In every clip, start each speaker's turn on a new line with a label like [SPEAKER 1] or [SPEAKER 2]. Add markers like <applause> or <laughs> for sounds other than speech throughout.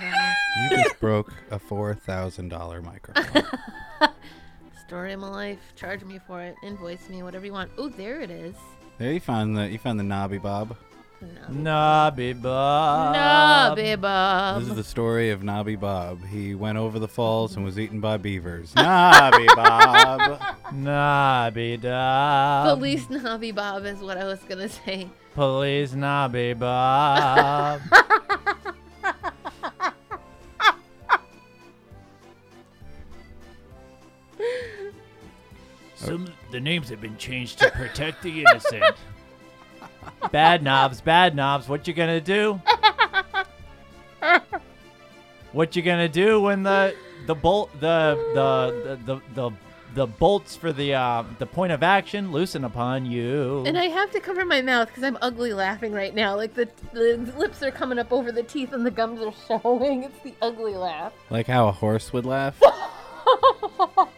[SPEAKER 1] You just broke a four thousand dollar microphone.
[SPEAKER 2] Story of my life. Charge me for it. Invoice me. Whatever you want. Oh, there it is.
[SPEAKER 1] there, you found the you found the knobby bob.
[SPEAKER 2] No.
[SPEAKER 3] Nobby Bob.
[SPEAKER 2] No, babe.
[SPEAKER 1] this is
[SPEAKER 2] um,
[SPEAKER 1] the story of Knobby Bob. He went over the falls and was eaten by beavers. Knobby Bob.
[SPEAKER 3] Nobby
[SPEAKER 2] <laughs>
[SPEAKER 3] Dob.
[SPEAKER 2] Police Nobby Bob is what I was gonna say.
[SPEAKER 3] Police Nobby Bob. Some the names have been changed to protect the innocent. bad knobs, bad knobs. What you gonna do? What you gonna do when the the bolt the the the the, the the bolts for the uh, the point of action loosen upon you.
[SPEAKER 2] And I have to cover my mouth because I'm ugly laughing right now. Like the, the lips are coming up over the teeth and the gums are <laughs> showing. It's the ugly laugh.
[SPEAKER 1] Like how a horse
[SPEAKER 2] <laughs>
[SPEAKER 1] would laugh. well,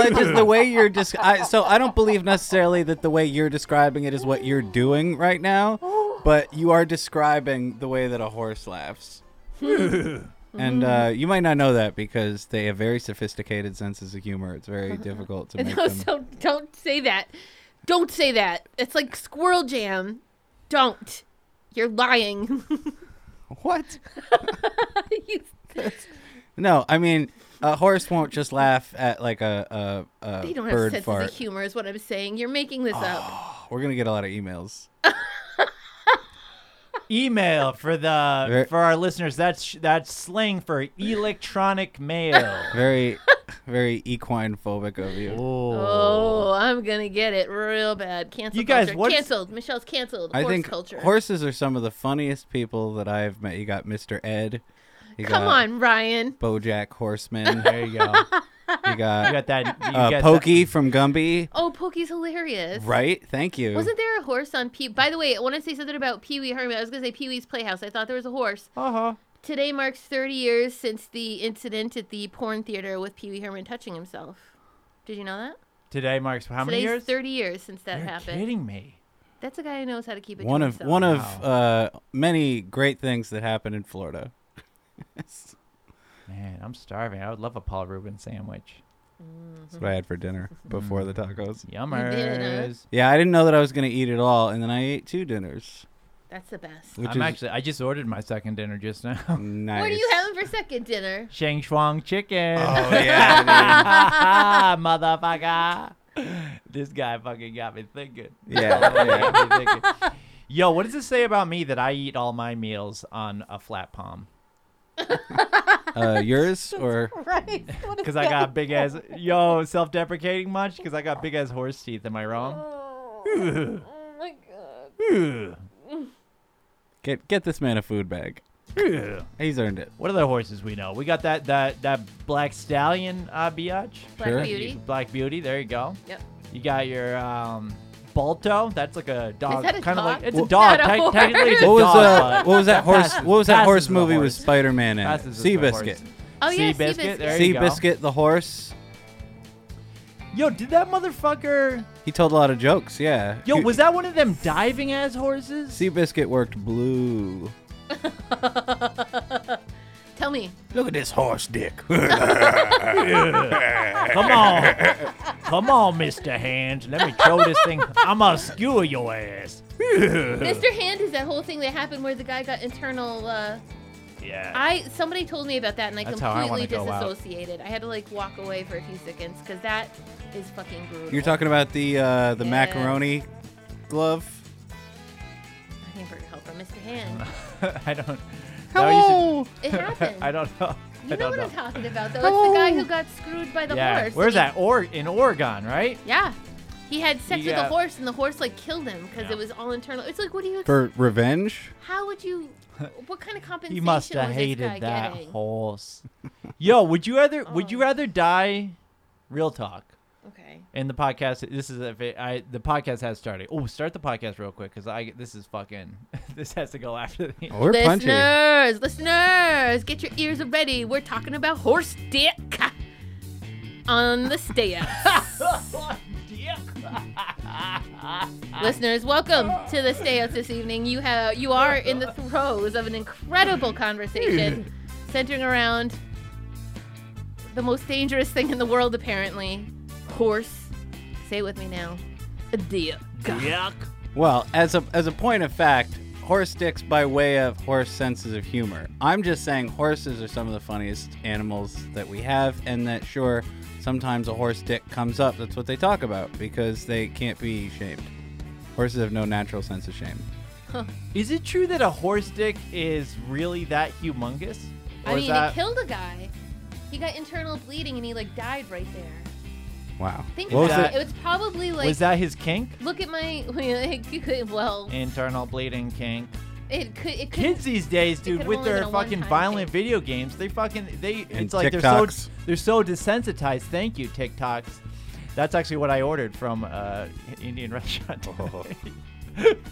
[SPEAKER 1] it's just the way you're just. I, so I don't believe necessarily that the way you're describing it is what you're doing right now, but you are describing the way that a horse laughs.
[SPEAKER 2] Hmm.
[SPEAKER 1] and uh, you might not know that because they have very sophisticated senses of humor.
[SPEAKER 2] <laughs>
[SPEAKER 1] It's very difficult to make
[SPEAKER 2] No,
[SPEAKER 1] them.
[SPEAKER 2] so don't say that. Don't say that. It's like squirrel jam. Don't. You're lying. <laughs>
[SPEAKER 1] <laughs> What?
[SPEAKER 2] You-
[SPEAKER 1] No, I mean a horse won't just laugh at like a a, a
[SPEAKER 2] they don't have
[SPEAKER 1] bird
[SPEAKER 2] senses
[SPEAKER 1] fart. Ah.
[SPEAKER 2] of humor, is what I'm saying. You're making this up.
[SPEAKER 1] We're gonna get a lot of emails.
[SPEAKER 3] email for the
[SPEAKER 1] Ver-
[SPEAKER 3] for our listeners. That's sh- that's slang for electronic mail.
[SPEAKER 1] Very, <laughs> very equine phobic of you.
[SPEAKER 3] Oh.
[SPEAKER 2] Oh, I'm gonna get it real bad. Cancel
[SPEAKER 3] You guys,
[SPEAKER 2] culture.
[SPEAKER 3] what's-
[SPEAKER 2] canceled. Michelle's canceled.
[SPEAKER 1] I
[SPEAKER 2] Horse
[SPEAKER 1] think
[SPEAKER 2] culture.
[SPEAKER 1] horses are some of the funniest people that I've met. You got Mr. Ed. You
[SPEAKER 2] Come
[SPEAKER 1] got
[SPEAKER 2] on, Ryan.
[SPEAKER 1] BoJack Horseman.
[SPEAKER 3] <laughs> There
[SPEAKER 2] <laughs>
[SPEAKER 3] you go. You
[SPEAKER 1] you got,
[SPEAKER 3] got that. You
[SPEAKER 1] uh,
[SPEAKER 3] get
[SPEAKER 1] Pokey from Gumby.
[SPEAKER 2] Oh, Pokey's hilarious.
[SPEAKER 1] Right? Thank you.
[SPEAKER 2] Wasn't there a horse on Pee? By the way, I want to say something about Pee Wee Herman. I was gonna say Pee Wee's Playhouse. I thought there was a horse.
[SPEAKER 3] Uh huh.
[SPEAKER 2] Today marks 30 years since the incident at the porn theater with Pee Wee Herman touching himself. Did you know that?
[SPEAKER 3] Today marks how many
[SPEAKER 2] Today's
[SPEAKER 3] years?
[SPEAKER 2] 30 years since that
[SPEAKER 3] You're
[SPEAKER 2] happened.
[SPEAKER 3] kidding me.
[SPEAKER 2] That's a guy who knows how to keep it.
[SPEAKER 1] one
[SPEAKER 2] to
[SPEAKER 1] of
[SPEAKER 2] himself.
[SPEAKER 1] one of uh, many great things that happened in Florida.
[SPEAKER 3] Man, I'm starving. I would love a Paul Rubin sandwich.
[SPEAKER 1] That's what I had for
[SPEAKER 3] <laughs>
[SPEAKER 1] dinner before the
[SPEAKER 3] Mm-hmm.
[SPEAKER 1] tacos.
[SPEAKER 3] Yummers.
[SPEAKER 1] Yeah, I didn't know that I was gonna eat it all, and then I ate two dinners.
[SPEAKER 2] That's the best.
[SPEAKER 1] Which
[SPEAKER 3] I'm
[SPEAKER 1] is
[SPEAKER 3] actually. I just ordered my second dinner just now.
[SPEAKER 1] <laughs> nice.
[SPEAKER 2] What are you having for second dinner?
[SPEAKER 3] Shang Shuang chicken. <laughs>
[SPEAKER 1] Oh yeah,
[SPEAKER 3] Motherfucker. This guy fucking got me thinking.
[SPEAKER 1] dude. yeah, yeah.
[SPEAKER 3] <laughs> Got me thinking. Yo, what does it say about me that I eat all my meals on a flat palm?
[SPEAKER 1] Uh,
[SPEAKER 2] <laughs>
[SPEAKER 1] yours or
[SPEAKER 2] Right.
[SPEAKER 3] Because I got big ass. Yo, self deprecating much? Because I got big ass horse teeth. Am I wrong?
[SPEAKER 2] <laughs> <laughs> Oh my god.
[SPEAKER 1] get get this man a food bag.
[SPEAKER 3] what
[SPEAKER 1] He's earned it.
[SPEAKER 3] other horses we know? We got that that that black stallion uh, biatch.
[SPEAKER 2] Black
[SPEAKER 1] Sure.
[SPEAKER 2] Beauty.
[SPEAKER 3] Black Beauty. There you go.
[SPEAKER 2] Yep.
[SPEAKER 3] You got your um, Balto. That's like a dog.
[SPEAKER 2] that a
[SPEAKER 3] kind of like
[SPEAKER 2] dog?
[SPEAKER 3] it's a
[SPEAKER 2] Well-
[SPEAKER 3] dog.
[SPEAKER 2] <laughs> Not a
[SPEAKER 3] Te-
[SPEAKER 2] horse.
[SPEAKER 3] technically, it's a
[SPEAKER 1] What was
[SPEAKER 3] dog.
[SPEAKER 1] uh,
[SPEAKER 3] but
[SPEAKER 1] what was that horse?
[SPEAKER 3] passes-
[SPEAKER 1] What was that
[SPEAKER 3] passes
[SPEAKER 1] horse
[SPEAKER 3] the
[SPEAKER 1] movie with
[SPEAKER 3] horse.
[SPEAKER 1] Spider-Man in?
[SPEAKER 3] passes as a
[SPEAKER 1] Seabiscuit.
[SPEAKER 3] horse.
[SPEAKER 2] Oh yeah,
[SPEAKER 3] Seabiscuit,
[SPEAKER 2] Seabiscuit.
[SPEAKER 3] there you go.
[SPEAKER 1] Seabiscuit the horse.
[SPEAKER 3] Yo, did that motherfucker?
[SPEAKER 1] He told a lot of jokes. Yeah.
[SPEAKER 3] Yo,
[SPEAKER 1] He-
[SPEAKER 3] was that one of them diving ass horses?
[SPEAKER 1] Seabiscuit worked blue?
[SPEAKER 2] Tell me.
[SPEAKER 3] <laughs>
[SPEAKER 1] Look at this horse dick.
[SPEAKER 3] Come on, come on, Mister Hands. Let me throw this thing. I'ma skewer your ass.
[SPEAKER 2] Mr. Hand is that whole thing that happened where the guy got internal uh
[SPEAKER 3] Yeah.
[SPEAKER 2] I somebody told me about that and I
[SPEAKER 3] That's how I
[SPEAKER 2] completely
[SPEAKER 3] wanna go out.
[SPEAKER 2] disassociated. I had to like walk away for a few seconds cuz that is fucking brutal.
[SPEAKER 1] <laughs> You're talking about the uh, the
[SPEAKER 2] Yeah.
[SPEAKER 1] macaroni glove.
[SPEAKER 2] hamburger helper, Mr.
[SPEAKER 3] <laughs>
[SPEAKER 2] Hand.
[SPEAKER 3] I, don't. Hello.
[SPEAKER 2] It happened.
[SPEAKER 3] <laughs> I don't know.
[SPEAKER 2] You know
[SPEAKER 3] I don't
[SPEAKER 2] what
[SPEAKER 3] know.
[SPEAKER 2] I'm talking about, though. It's the guy who got screwed by the
[SPEAKER 3] yeah.
[SPEAKER 2] horse.
[SPEAKER 3] Where's
[SPEAKER 2] He-
[SPEAKER 3] that? Or in Oregon, right?
[SPEAKER 2] Yeah. He had sex with
[SPEAKER 3] Yeah.
[SPEAKER 2] a horse, and the horse like killed him because
[SPEAKER 3] Yeah.
[SPEAKER 2] it was all internal. It's like, what do you?
[SPEAKER 1] For revenge?
[SPEAKER 2] how would you? What kind of compensation
[SPEAKER 3] He must have
[SPEAKER 2] was this guy
[SPEAKER 3] hated that
[SPEAKER 2] getting?
[SPEAKER 3] horse. Yo, would you rather? Would you
[SPEAKER 2] Oh.
[SPEAKER 3] rather die? Real talk.
[SPEAKER 2] okay.
[SPEAKER 3] And the podcast, this is if it, I the podcast has started. Oh, start the podcast real quick because I this is fucking <laughs> this has to go after
[SPEAKER 1] <laughs>
[SPEAKER 3] the.
[SPEAKER 1] We're punchy.
[SPEAKER 2] listeners, listeners, get your ears ready. We're talking about horse dick
[SPEAKER 1] <laughs>
[SPEAKER 2] on the stairs.
[SPEAKER 3] Yeah.
[SPEAKER 2] Listeners, welcome to the stay out this evening. You have you are in the throes of an incredible
[SPEAKER 1] <laughs>
[SPEAKER 2] conversation centering around the most dangerous thing in the world, apparently. Horse. Say it with me now. A deer.
[SPEAKER 3] Yuck.
[SPEAKER 1] Well, as a as a point of fact, horse sticks by way of horse senses of humor. I'm just saying horses are some of the funniest animals that we have, and that sure, sometimes a horse dick comes up. That's what they talk about because they can't be shamed. Horses have no natural sense of shame.
[SPEAKER 3] Is it true that a horse dick is really that humongous?
[SPEAKER 2] I
[SPEAKER 3] Or is
[SPEAKER 2] mean,
[SPEAKER 3] that-
[SPEAKER 2] it killed a guy. He got internal bleeding and he like died right there.
[SPEAKER 1] Wow.
[SPEAKER 2] Think
[SPEAKER 1] What was
[SPEAKER 2] about
[SPEAKER 3] that?
[SPEAKER 2] it. It was probably like
[SPEAKER 3] was that his kink?
[SPEAKER 2] look at my <laughs> well,
[SPEAKER 3] Internal bleeding kink.
[SPEAKER 2] it could it could
[SPEAKER 3] Kids these days, dude,
[SPEAKER 2] could've
[SPEAKER 3] with
[SPEAKER 2] only
[SPEAKER 3] their
[SPEAKER 2] been a
[SPEAKER 3] fucking
[SPEAKER 2] one-time
[SPEAKER 3] violent
[SPEAKER 2] kink.
[SPEAKER 3] video games, they fucking they.
[SPEAKER 1] And
[SPEAKER 3] it's like they're
[SPEAKER 1] TikToks.
[SPEAKER 3] so they're so desensitized. Thank you, TikToks. That's actually what I ordered from uh, an Indian <laughs> restaurant.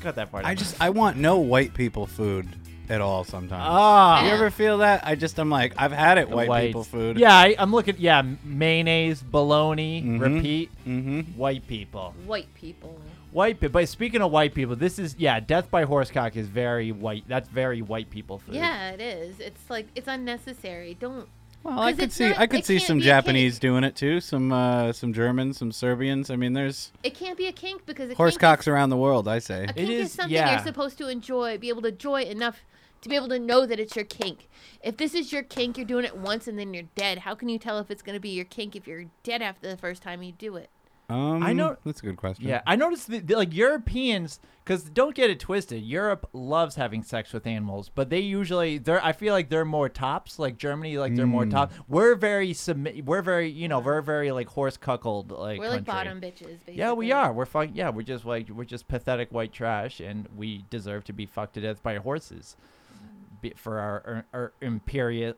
[SPEAKER 3] Cut that part.
[SPEAKER 1] Oh. I
[SPEAKER 3] out.
[SPEAKER 1] just I want no white people food at all. Sometimes.
[SPEAKER 3] ah.
[SPEAKER 1] you ever feel that? I just I'm like I've had it
[SPEAKER 3] the
[SPEAKER 1] white,
[SPEAKER 3] whites.
[SPEAKER 1] people food.
[SPEAKER 3] Yeah, I, I'm looking. Yeah, mayonnaise, bologna,
[SPEAKER 1] Mhm.
[SPEAKER 3] repeat.
[SPEAKER 1] Mm-hmm.
[SPEAKER 3] White people.
[SPEAKER 2] white people.
[SPEAKER 3] White people. But speaking of white people, this is yeah. Death by horsecock is very white. That's very white people food.
[SPEAKER 2] Yeah, it is. It's like it's unnecessary. Don't
[SPEAKER 1] Well, I
[SPEAKER 2] 'Cause
[SPEAKER 1] could
[SPEAKER 2] it's
[SPEAKER 1] see
[SPEAKER 2] not-
[SPEAKER 1] I
[SPEAKER 2] it
[SPEAKER 1] could see
[SPEAKER 2] can't
[SPEAKER 1] some
[SPEAKER 2] be a cake.
[SPEAKER 1] Japanese doing it too. Some uh, some Germans, some Serbians. I mean, there's
[SPEAKER 2] it can't be a kink because a
[SPEAKER 1] horse
[SPEAKER 2] kink
[SPEAKER 1] cocks around the world. I say.
[SPEAKER 2] Is, a kink
[SPEAKER 3] is-
[SPEAKER 2] is something
[SPEAKER 3] yeah.
[SPEAKER 2] you're supposed to enjoy, be able to enjoy enough to be able to know that it's your kink. If this is your kink, you're doing it once and then you're dead. How can you tell if it's going to be your kink if you're dead after the first time you do it?
[SPEAKER 1] Um,
[SPEAKER 3] I know-
[SPEAKER 1] That's a good question.
[SPEAKER 3] Yeah, I noticed that that, like Europeans, because don't get it twisted. Europe loves having sex with animals, but they usually they're. I feel like they're more tops. Like Germany, like they're
[SPEAKER 1] Mm.
[SPEAKER 3] more top. We're very submit. We're very you know we're very like horse cuckold like.
[SPEAKER 2] We're like
[SPEAKER 3] country.
[SPEAKER 2] bottom bitches, basically.
[SPEAKER 3] Yeah, we are. We're fuck. Yeah, we're just like we're just pathetic white trash, and we deserve to be fucked to death by horses, be- for our, our, our imperial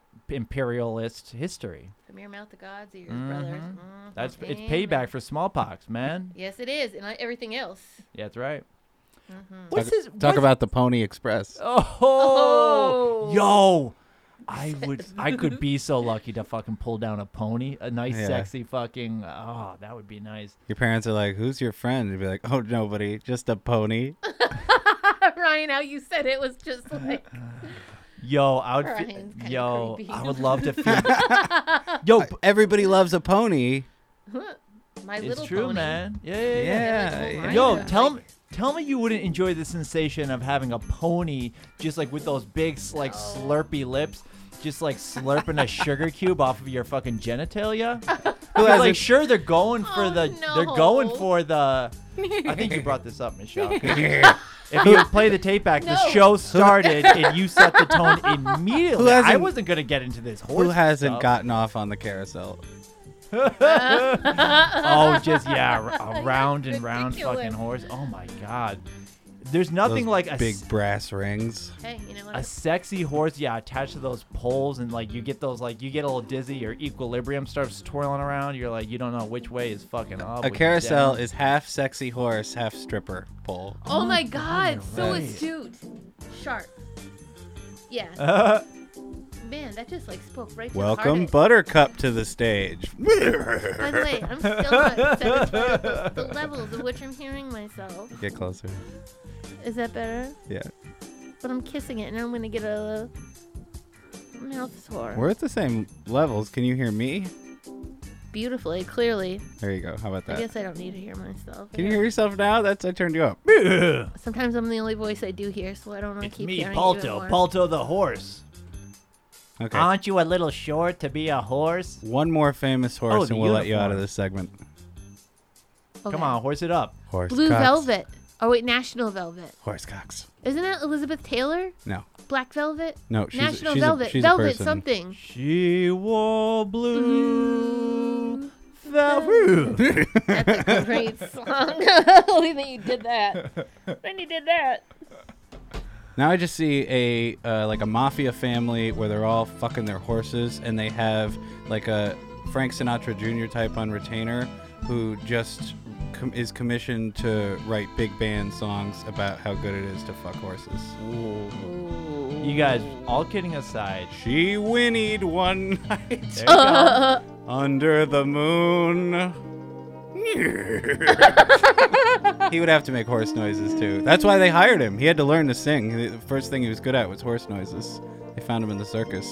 [SPEAKER 3] imperialist history.
[SPEAKER 2] From your mouth to God's ears, brothers. Mhm.
[SPEAKER 3] Mm-hmm. That's it's
[SPEAKER 2] Amen.
[SPEAKER 3] payback for smallpox, man.
[SPEAKER 2] Yes, it is, and I- everything else. <laughs>
[SPEAKER 3] Yeah, that's right.
[SPEAKER 1] Talk,
[SPEAKER 2] Mm-hmm.
[SPEAKER 3] What's his,
[SPEAKER 1] talk
[SPEAKER 3] what's- <laughs>
[SPEAKER 1] about the Pony Express.
[SPEAKER 3] Oh,
[SPEAKER 2] Oh.
[SPEAKER 3] yo,
[SPEAKER 2] <laughs>
[SPEAKER 3] I would, I could be so lucky to fucking pull down a pony, a nice,
[SPEAKER 1] Yeah.
[SPEAKER 3] sexy fucking. Oh, that would be nice.
[SPEAKER 1] Your parents are like, "Who's your friend?" You'd be like, "Oh, nobody, just a pony."
[SPEAKER 2] Ryan, how you said it was just
[SPEAKER 3] <laughs>
[SPEAKER 2] like
[SPEAKER 3] Yo, I would. fe-
[SPEAKER 2] Ryan's kinda
[SPEAKER 3] yo,
[SPEAKER 2] creepy.
[SPEAKER 3] I would love
[SPEAKER 2] <laughs>
[SPEAKER 3] to. Feel, yo, b-
[SPEAKER 1] Everybody loves a pony.
[SPEAKER 2] <laughs> my
[SPEAKER 3] it's
[SPEAKER 2] little
[SPEAKER 3] true,
[SPEAKER 2] pony.
[SPEAKER 3] man. Yeah, yeah, yeah.
[SPEAKER 1] Yeah,
[SPEAKER 2] Yeah,
[SPEAKER 1] yeah.
[SPEAKER 2] like,
[SPEAKER 3] Yo,
[SPEAKER 2] Kinda.
[SPEAKER 3] tell
[SPEAKER 2] <laughs>
[SPEAKER 3] me, tell me you wouldn't enjoy the sensation of having a pony just like with those big like
[SPEAKER 2] Oh.
[SPEAKER 3] slurpy lips, just like slurping a sugar cube off of your
[SPEAKER 2] <laughs>
[SPEAKER 3] fucking genitalia.
[SPEAKER 1] Who
[SPEAKER 3] Because,
[SPEAKER 1] has
[SPEAKER 3] like
[SPEAKER 1] a-
[SPEAKER 3] sure they're going for
[SPEAKER 2] Oh,
[SPEAKER 3] the
[SPEAKER 2] no.
[SPEAKER 3] they're going for the. <laughs> I think
[SPEAKER 1] <laughs>
[SPEAKER 3] you brought this up,
[SPEAKER 2] <laughs>
[SPEAKER 3] Michelle. if you would play the tape back, the
[SPEAKER 2] No.
[SPEAKER 3] show started and you set the
[SPEAKER 2] <laughs>
[SPEAKER 3] tone immediately.
[SPEAKER 1] Who
[SPEAKER 3] I
[SPEAKER 1] hasn't-
[SPEAKER 3] wasn't gonna get into this horse.
[SPEAKER 1] who hasn't
[SPEAKER 3] stuff.
[SPEAKER 1] gotten off on the carousel?
[SPEAKER 2] <laughs>
[SPEAKER 3] Oh, just yeah, r- a round and round
[SPEAKER 2] ridiculous.
[SPEAKER 3] fucking horse. Oh my god. There's nothing
[SPEAKER 1] Those
[SPEAKER 3] like a
[SPEAKER 1] big
[SPEAKER 3] s-
[SPEAKER 1] brass rings.
[SPEAKER 2] Hey, you know what?
[SPEAKER 3] a sexy horse, yeah, attached to those poles, and like you get those, like you get a little dizzy, your equilibrium starts twirling around. You're like, you don't know which way is fucking up.
[SPEAKER 1] A
[SPEAKER 3] which
[SPEAKER 1] carousel
[SPEAKER 3] down.
[SPEAKER 1] is half sexy horse, half stripper pole.
[SPEAKER 2] Oh my god, so
[SPEAKER 3] right.
[SPEAKER 2] astute. Sharp. Yeah.
[SPEAKER 3] Uh, <laughs>
[SPEAKER 2] Man, that just like spoke right to
[SPEAKER 1] Welcome,
[SPEAKER 2] the heart.
[SPEAKER 1] Buttercup, to the stage.
[SPEAKER 3] <laughs>
[SPEAKER 2] By the way, I'm still not satisfied with the, the levels of which I'm hearing myself.
[SPEAKER 1] Get closer.
[SPEAKER 2] Is that better?
[SPEAKER 1] Yeah.
[SPEAKER 2] But I'm kissing it and I'm gonna get a little mouth sore.
[SPEAKER 1] We're at the same levels. Can you hear me?
[SPEAKER 2] Beautifully, clearly.
[SPEAKER 1] There you go. How about
[SPEAKER 2] I
[SPEAKER 3] Uh,
[SPEAKER 1] that?
[SPEAKER 2] guess I don't need to hear myself.
[SPEAKER 1] Can you hear yourself now? That's I turned you up.
[SPEAKER 2] Sometimes I'm the only voice I do hear, so I don't want to
[SPEAKER 3] It's
[SPEAKER 2] keep
[SPEAKER 3] me,
[SPEAKER 2] hearing you
[SPEAKER 3] Balto,
[SPEAKER 2] anymore.
[SPEAKER 3] Balto the horse.
[SPEAKER 1] Okay.
[SPEAKER 3] Aren't you a little short to be a horse?
[SPEAKER 1] One more famous
[SPEAKER 3] Oh,
[SPEAKER 1] horse,
[SPEAKER 3] the
[SPEAKER 1] and we'll let you out
[SPEAKER 3] unicorn.
[SPEAKER 1] of this segment.
[SPEAKER 2] Okay.
[SPEAKER 3] Come on, horse it up.
[SPEAKER 1] Horse
[SPEAKER 2] Blue
[SPEAKER 1] cocks.
[SPEAKER 2] Velvet. Oh wait, National Velvet.
[SPEAKER 1] Horse cocks.
[SPEAKER 2] Isn't that Elizabeth Taylor?
[SPEAKER 1] No.
[SPEAKER 2] Black Velvet?
[SPEAKER 1] No, she's a-
[SPEAKER 2] National
[SPEAKER 1] she's a-
[SPEAKER 2] Velvet.
[SPEAKER 1] she's a
[SPEAKER 2] Velvet
[SPEAKER 1] person. <laughs>
[SPEAKER 2] something.
[SPEAKER 3] She wore blue
[SPEAKER 1] <laughs>
[SPEAKER 3] velvet.
[SPEAKER 2] That's a great song. <laughs> Only that you did
[SPEAKER 1] <laughs>
[SPEAKER 2] that. Then you did that. <laughs>
[SPEAKER 1] Now I just see a uh, like a mafia family where they're all fucking their horses, and they have like a Frank Sinatra Jr. type on retainer who just com- is commissioned to write big band songs about how good it is to fuck horses.
[SPEAKER 3] you guys, all kidding aside,
[SPEAKER 1] She whinnied one <laughs> night
[SPEAKER 3] there you go.
[SPEAKER 1] under the moon. he would have to make horse noises too. That's why they hired him. He had to learn to sing. The first thing he was good at was horse noises. They found him in the circus.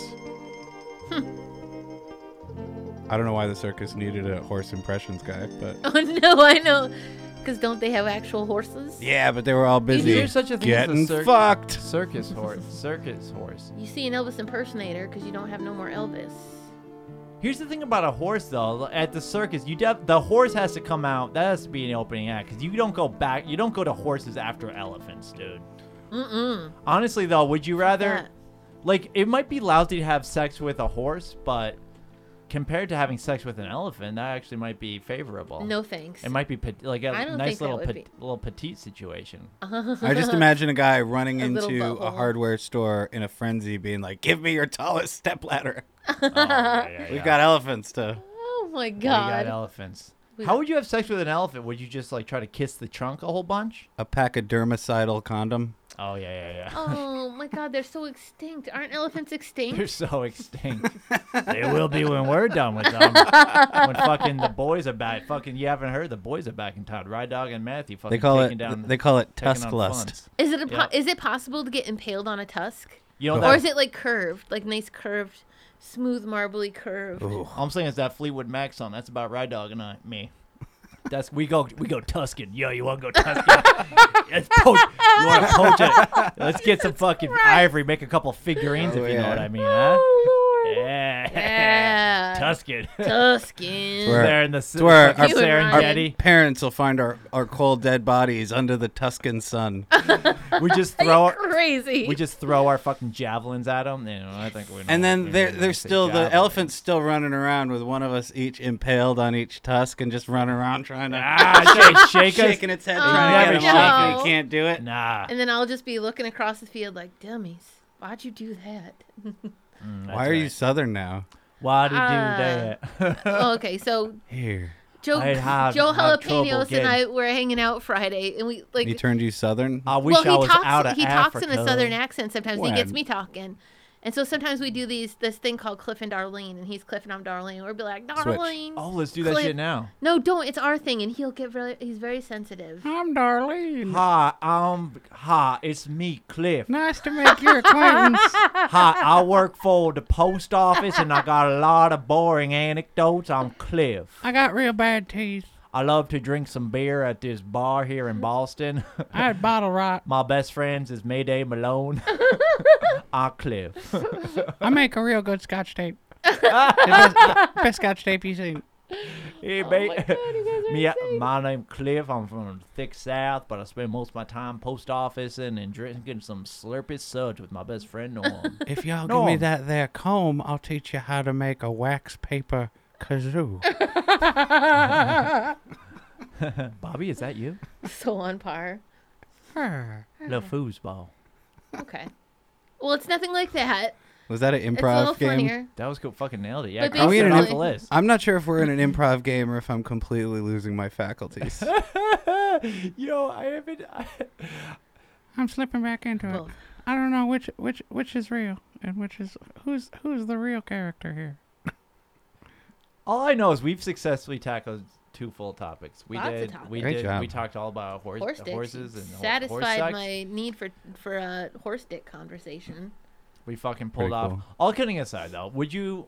[SPEAKER 1] I don't know why the circus needed a horse impressions guy, but
[SPEAKER 2] Oh no, I know. Because don't they have actual horses?
[SPEAKER 1] yeah, but they were all busy
[SPEAKER 3] Is there such a thing as a
[SPEAKER 1] getting
[SPEAKER 3] circ-
[SPEAKER 1] fucked.
[SPEAKER 2] <laughs>
[SPEAKER 3] Circus horse. Circus horse.
[SPEAKER 2] You see an Elvis impersonator because you don't have no more Elvis.
[SPEAKER 3] Here's the thing about a horse, though. At the circus, you def- the horse has to come out. That has to be an opening act because you don't go back. You don't go to horses after elephants, dude.
[SPEAKER 2] Mm-mm.
[SPEAKER 3] Honestly, though, would you rather?
[SPEAKER 2] Yeah.
[SPEAKER 3] Like, it might be lousy to have sex with a horse, but compared to having sex with an elephant, that actually might be favorable.
[SPEAKER 2] No thanks.
[SPEAKER 3] It might be pet- like a
[SPEAKER 2] I don't think
[SPEAKER 3] nice
[SPEAKER 2] that
[SPEAKER 3] little
[SPEAKER 2] would
[SPEAKER 3] pet-
[SPEAKER 2] be.
[SPEAKER 3] little petite
[SPEAKER 2] <laughs>
[SPEAKER 3] situation. Oh,
[SPEAKER 1] I just imagine a guy running
[SPEAKER 2] A little
[SPEAKER 1] into a
[SPEAKER 2] butthole.
[SPEAKER 1] hardware store in a frenzy, being like, "Give me your tallest step ladder.
[SPEAKER 3] Oh, yeah, yeah,
[SPEAKER 1] We've
[SPEAKER 3] yeah.
[SPEAKER 1] got elephants to."
[SPEAKER 2] oh my
[SPEAKER 3] We got
[SPEAKER 2] god.
[SPEAKER 3] elephants.
[SPEAKER 2] We-
[SPEAKER 3] How would you have sex with an elephant? Would you just like try to kiss the trunk a whole bunch?
[SPEAKER 1] A pack of dermicidal condom.
[SPEAKER 3] Oh yeah, yeah, yeah.
[SPEAKER 2] <laughs> <laughs> Oh my god, they're so extinct. Aren't elephants extinct?
[SPEAKER 3] They're so extinct. they will be when we're done with them. when fucking the boys are back. Fucking you haven't heard the boys are back in town. Ride Dog and Matthew fucking
[SPEAKER 1] They call it.
[SPEAKER 3] taking down.
[SPEAKER 1] They call it
[SPEAKER 3] taking
[SPEAKER 1] tusk
[SPEAKER 3] on
[SPEAKER 1] lust.
[SPEAKER 3] funds.
[SPEAKER 2] Is it a po-
[SPEAKER 3] Yep.
[SPEAKER 2] is it possible to get impaled on a tusk?
[SPEAKER 3] You know
[SPEAKER 1] Or
[SPEAKER 2] Or
[SPEAKER 3] that,
[SPEAKER 2] is it like curved, like nice curved, smooth marbly curved?
[SPEAKER 1] Ooh.
[SPEAKER 3] all I'm saying is that Fleetwood Mac song. That's about Ride Dog and I, me. That's we go we go Tuscan. Yo, you want to go Tuscan? <laughs> Let's poach. You want to poach it? Let's get some fucking ivory. Make a couple figurines
[SPEAKER 1] Oh,
[SPEAKER 3] if you
[SPEAKER 1] yeah.
[SPEAKER 3] know what I mean, huh?
[SPEAKER 2] Oh lord.
[SPEAKER 3] Yeah.
[SPEAKER 2] Yeah.
[SPEAKER 3] Tuscan.
[SPEAKER 2] Tuscan.
[SPEAKER 1] Where-
[SPEAKER 3] there in the
[SPEAKER 1] It's where
[SPEAKER 3] fucking
[SPEAKER 2] our- our-
[SPEAKER 3] Serengeti.
[SPEAKER 1] Parents will find our, our cold dead bodies under the Tuscan sun.
[SPEAKER 3] <laughs> we just throw our,
[SPEAKER 2] <laughs> Crazy.
[SPEAKER 3] we just throw our fucking javelins at them. You know, I think we.
[SPEAKER 1] And
[SPEAKER 3] <laughs>
[SPEAKER 1] then there,
[SPEAKER 3] are
[SPEAKER 1] there's still the elephant's still running around with one of us each impaled on each tusk and just running around trying to
[SPEAKER 3] Ah, shake, shake us.
[SPEAKER 1] shaking its head
[SPEAKER 2] Oh,
[SPEAKER 1] trying to get him
[SPEAKER 3] no.
[SPEAKER 1] off. And he can't do it.
[SPEAKER 3] Nah.
[SPEAKER 2] and then I'll just be looking across the field like, dummies, why'd you do that?
[SPEAKER 3] <laughs> Mm, that's
[SPEAKER 1] Why are you
[SPEAKER 3] right.
[SPEAKER 1] Southern now?
[SPEAKER 3] Why did you
[SPEAKER 2] Ah.
[SPEAKER 3] do that? <laughs>
[SPEAKER 2] oh, okay, so
[SPEAKER 1] Here,
[SPEAKER 2] Joe,
[SPEAKER 3] I'd have-
[SPEAKER 2] Joe
[SPEAKER 3] have trouble
[SPEAKER 2] Jalapenos
[SPEAKER 3] getting-
[SPEAKER 2] and I were hanging out Friday, and we like
[SPEAKER 1] he turned you Southern.
[SPEAKER 3] I wish
[SPEAKER 2] well,
[SPEAKER 3] I
[SPEAKER 2] he
[SPEAKER 3] was
[SPEAKER 2] talks.
[SPEAKER 3] out of
[SPEAKER 2] he
[SPEAKER 3] Africa.
[SPEAKER 2] talks in a southern accent sometimes. and He gets
[SPEAKER 1] When?
[SPEAKER 2] me talking, and so sometimes we do these this thing called Cliff and Darlene, and he's Cliff and I'm Darlene. and We'll be like Darlene.
[SPEAKER 3] Oh, let's do that
[SPEAKER 2] Cliff-
[SPEAKER 3] shit now.
[SPEAKER 2] No, don't. It's our thing, and he'll get really. He's very sensitive.
[SPEAKER 1] I'm Darlene.
[SPEAKER 3] Hi, um, hi, it's me,
[SPEAKER 2] <laughs>
[SPEAKER 3] Cliff.
[SPEAKER 1] Nice to make your <laughs> acquaintance.
[SPEAKER 3] Hi, I work for the post office, and I got a lot of boring anecdotes. I'm Cliff.
[SPEAKER 1] I got real bad teeth.
[SPEAKER 3] I love to drink some beer at this bar here in Boston. <laughs>
[SPEAKER 1] I had bottle rot.
[SPEAKER 3] My best friends is Mayday Malone. <laughs>
[SPEAKER 2] <laughs>
[SPEAKER 3] Ah, Cliff. <laughs>
[SPEAKER 1] I make a real good Scotch <laughs> tape. best Scotch tape you've seen.
[SPEAKER 3] Hey,
[SPEAKER 2] Oh
[SPEAKER 3] mate.
[SPEAKER 2] my God, you guys are
[SPEAKER 3] Me, uh, my name Cliff. I'm from the thick South, but I spend most of my time post officing and drinking some slurpy suds with my best friend Norm.
[SPEAKER 1] If y'all
[SPEAKER 3] No.
[SPEAKER 1] give me that there comb, I'll teach you how to make a wax paper kazoo.
[SPEAKER 3] <laughs> Bobby, is that you?
[SPEAKER 2] <laughs> so on par.
[SPEAKER 1] Huh.
[SPEAKER 3] Little foosball.
[SPEAKER 2] Okay. Well, it's nothing like that.
[SPEAKER 1] Was that an
[SPEAKER 2] It's a little
[SPEAKER 1] improv game?
[SPEAKER 2] funnier.
[SPEAKER 3] That was cool. Fucking nailed it. Yeah,
[SPEAKER 2] But
[SPEAKER 3] cross
[SPEAKER 1] basically-
[SPEAKER 3] that off the list. <laughs>
[SPEAKER 1] I'm not sure if we're in an improv game or if I'm completely losing my <laughs> faculties.
[SPEAKER 3] Yo, I haven't. I,
[SPEAKER 4] I'm slipping back into it.
[SPEAKER 2] Both.
[SPEAKER 4] I don't know which which which is real and which is who's who's the real character here.
[SPEAKER 3] all I know is we've successfully tackled two full topics. We
[SPEAKER 2] Lots of
[SPEAKER 3] did.
[SPEAKER 2] topics.
[SPEAKER 3] We
[SPEAKER 1] Great
[SPEAKER 3] did.
[SPEAKER 1] job.
[SPEAKER 3] We talked all about horse,
[SPEAKER 2] Horse dick.
[SPEAKER 3] horses and ho-
[SPEAKER 2] satisfied
[SPEAKER 3] horse sex.
[SPEAKER 2] my need for for a horse dick conversation.
[SPEAKER 3] We fucking pulled
[SPEAKER 1] Pretty
[SPEAKER 3] off.
[SPEAKER 1] cool.
[SPEAKER 3] All kidding aside, though, would you?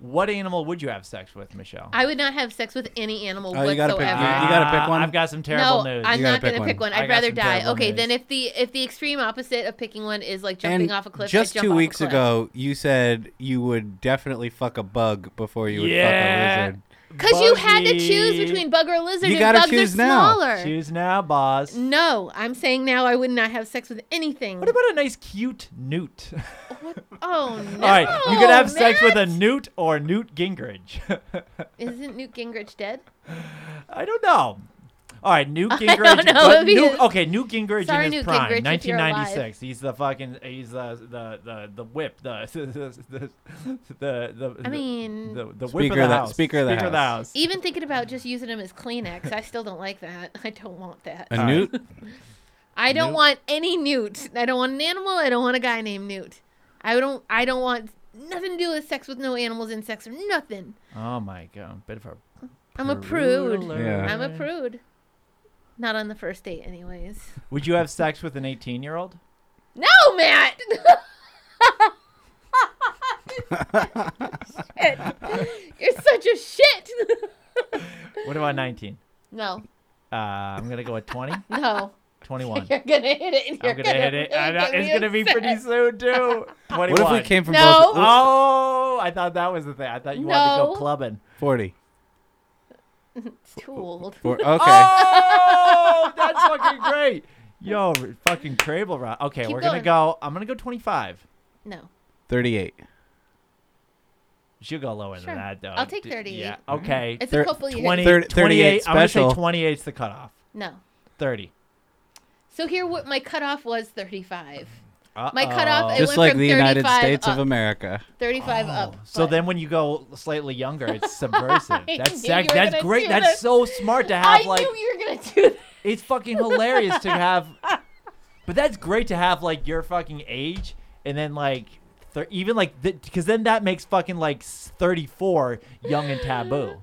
[SPEAKER 3] What animal would you have sex with, Michelle?
[SPEAKER 2] I would not have sex with any animal
[SPEAKER 1] Oh, you gotta
[SPEAKER 2] whatsoever.
[SPEAKER 1] pick- you- you gotta pick
[SPEAKER 3] Ah,
[SPEAKER 1] one?
[SPEAKER 3] I've got some
[SPEAKER 2] no,
[SPEAKER 3] terrible news.
[SPEAKER 2] I'm
[SPEAKER 1] You
[SPEAKER 2] not
[SPEAKER 1] gotta
[SPEAKER 2] gonna
[SPEAKER 1] pick
[SPEAKER 2] pick
[SPEAKER 1] one.
[SPEAKER 2] one.
[SPEAKER 3] I
[SPEAKER 2] I'd
[SPEAKER 3] got
[SPEAKER 2] rather
[SPEAKER 3] some
[SPEAKER 2] die.
[SPEAKER 3] terrible
[SPEAKER 2] Okay,
[SPEAKER 3] news.
[SPEAKER 2] then if the if the extreme opposite of picking one is like jumping
[SPEAKER 1] and
[SPEAKER 2] off a cliff,
[SPEAKER 1] just
[SPEAKER 2] I'd jump
[SPEAKER 1] two
[SPEAKER 2] off a
[SPEAKER 1] weeks
[SPEAKER 2] cliff.
[SPEAKER 1] ago, you said you would definitely fuck a bug before you would
[SPEAKER 3] Yeah.
[SPEAKER 1] fuck a lizard.
[SPEAKER 2] because you had to choose
[SPEAKER 3] Buggy.
[SPEAKER 2] between bug or lizard,
[SPEAKER 1] You
[SPEAKER 2] and
[SPEAKER 1] gotta
[SPEAKER 2] bugs
[SPEAKER 1] choose
[SPEAKER 2] are
[SPEAKER 1] now.
[SPEAKER 2] smaller.
[SPEAKER 3] Choose now, boss.
[SPEAKER 2] No, I'm saying now I would not have sex with anything.
[SPEAKER 3] What about a nice, cute newt? <laughs>
[SPEAKER 2] oh no!
[SPEAKER 3] All right, you could have sex with a
[SPEAKER 2] Matt!
[SPEAKER 3] newt or Newt Gingrich. <laughs>
[SPEAKER 2] Isn't Newt Gingrich dead?
[SPEAKER 3] I don't know. All right,
[SPEAKER 2] <laughs>
[SPEAKER 3] Newt
[SPEAKER 2] I don't
[SPEAKER 3] Gingrich.
[SPEAKER 2] know
[SPEAKER 3] but
[SPEAKER 2] if he
[SPEAKER 3] Newt-
[SPEAKER 2] is.
[SPEAKER 3] okay, Newt Gingrich
[SPEAKER 2] Sorry,
[SPEAKER 3] in his
[SPEAKER 2] Newt
[SPEAKER 3] prime,
[SPEAKER 2] Gingrich, if you're
[SPEAKER 3] 1996. He's the fucking. He's the the the, the whip. The <laughs> the the the. the
[SPEAKER 2] I mean,
[SPEAKER 3] the, the whip
[SPEAKER 1] Speaker
[SPEAKER 3] of the
[SPEAKER 1] of the-
[SPEAKER 3] house.
[SPEAKER 1] Speaker of the
[SPEAKER 3] house.
[SPEAKER 2] even thinking about just using him as Kleenex, I still don't like that. <laughs> I don't want that.
[SPEAKER 1] A
[SPEAKER 3] All right.
[SPEAKER 1] newt?
[SPEAKER 2] I don't
[SPEAKER 3] Newt?
[SPEAKER 2] want any newt. I don't want an animal. I don't want a guy named Newt. I don't. I don't want nothing to do with sex with no animals, insects, or nothing.
[SPEAKER 3] Oh my god, bit of a
[SPEAKER 2] I'm a prude.
[SPEAKER 3] Prude
[SPEAKER 1] Yeah.
[SPEAKER 2] I'm a prude. Not on the first date, anyways.
[SPEAKER 3] <laughs> Would you have sex with an 18 year old?
[SPEAKER 2] No, Matt. <laughs>
[SPEAKER 3] <laughs>
[SPEAKER 2] Shit. You're such a shit. <laughs>
[SPEAKER 3] What about 19?
[SPEAKER 2] no,
[SPEAKER 3] Uh, I'm gonna go
[SPEAKER 2] <laughs>
[SPEAKER 3] with 20,
[SPEAKER 2] no.
[SPEAKER 3] 21.
[SPEAKER 2] <laughs> You're gonna hit it. And you're
[SPEAKER 3] I'm gonna hit it. I know,
[SPEAKER 2] really get
[SPEAKER 3] it's
[SPEAKER 2] me
[SPEAKER 3] gonna be pretty
[SPEAKER 2] upset.
[SPEAKER 3] soon too.
[SPEAKER 2] <laughs>
[SPEAKER 3] 21.
[SPEAKER 1] What if we came from
[SPEAKER 2] No.
[SPEAKER 1] both
[SPEAKER 3] Oh, I thought that was the thing. I thought you wanted to
[SPEAKER 2] No.
[SPEAKER 3] go clubbing.
[SPEAKER 1] forty?
[SPEAKER 2] It's too
[SPEAKER 3] <laughs>
[SPEAKER 2] old. <laughs>
[SPEAKER 1] Four-
[SPEAKER 3] uh,
[SPEAKER 1] okay.
[SPEAKER 3] Oh, that's fucking great. Yo, fucking Crable Rock. Okay,
[SPEAKER 2] Keep
[SPEAKER 3] we're
[SPEAKER 2] going.
[SPEAKER 3] gonna go. I'm gonna go 25.
[SPEAKER 2] No.
[SPEAKER 1] Thirty-eight.
[SPEAKER 3] She'll go lower
[SPEAKER 2] Sure.
[SPEAKER 3] than that though.
[SPEAKER 2] I'll take
[SPEAKER 3] D-
[SPEAKER 2] 38.
[SPEAKER 3] Yeah. Okay.
[SPEAKER 2] It's
[SPEAKER 1] Thir-
[SPEAKER 2] a couple years.
[SPEAKER 3] 20,
[SPEAKER 1] Thirty-
[SPEAKER 3] 28.
[SPEAKER 1] 38
[SPEAKER 3] I'm gonna say
[SPEAKER 1] special.
[SPEAKER 3] 28 is the cutoff.
[SPEAKER 2] No.
[SPEAKER 3] 30.
[SPEAKER 2] So here, what my cutoff was 35.
[SPEAKER 3] Uh-oh.
[SPEAKER 2] My cutoff It is-
[SPEAKER 1] Just
[SPEAKER 2] went
[SPEAKER 1] like
[SPEAKER 2] from
[SPEAKER 1] the United
[SPEAKER 2] 35
[SPEAKER 1] States
[SPEAKER 2] up.
[SPEAKER 1] of America.
[SPEAKER 2] 35
[SPEAKER 3] Oh.
[SPEAKER 2] up.
[SPEAKER 3] So
[SPEAKER 2] but-
[SPEAKER 3] then, when you go slightly younger, it's subversive.
[SPEAKER 2] <laughs> I
[SPEAKER 3] That's
[SPEAKER 2] knew you
[SPEAKER 3] sex.
[SPEAKER 2] were
[SPEAKER 3] That's
[SPEAKER 2] gonna
[SPEAKER 3] great.
[SPEAKER 2] do
[SPEAKER 3] That's
[SPEAKER 2] this.
[SPEAKER 3] so smart to have.
[SPEAKER 2] I
[SPEAKER 3] like,
[SPEAKER 2] knew you were gonna do that.
[SPEAKER 3] it's fucking hilarious
[SPEAKER 2] <laughs>
[SPEAKER 3] to have. But that's great to have like your fucking age, and then like, thir- even like, because then that makes fucking like s- 34 young and taboo.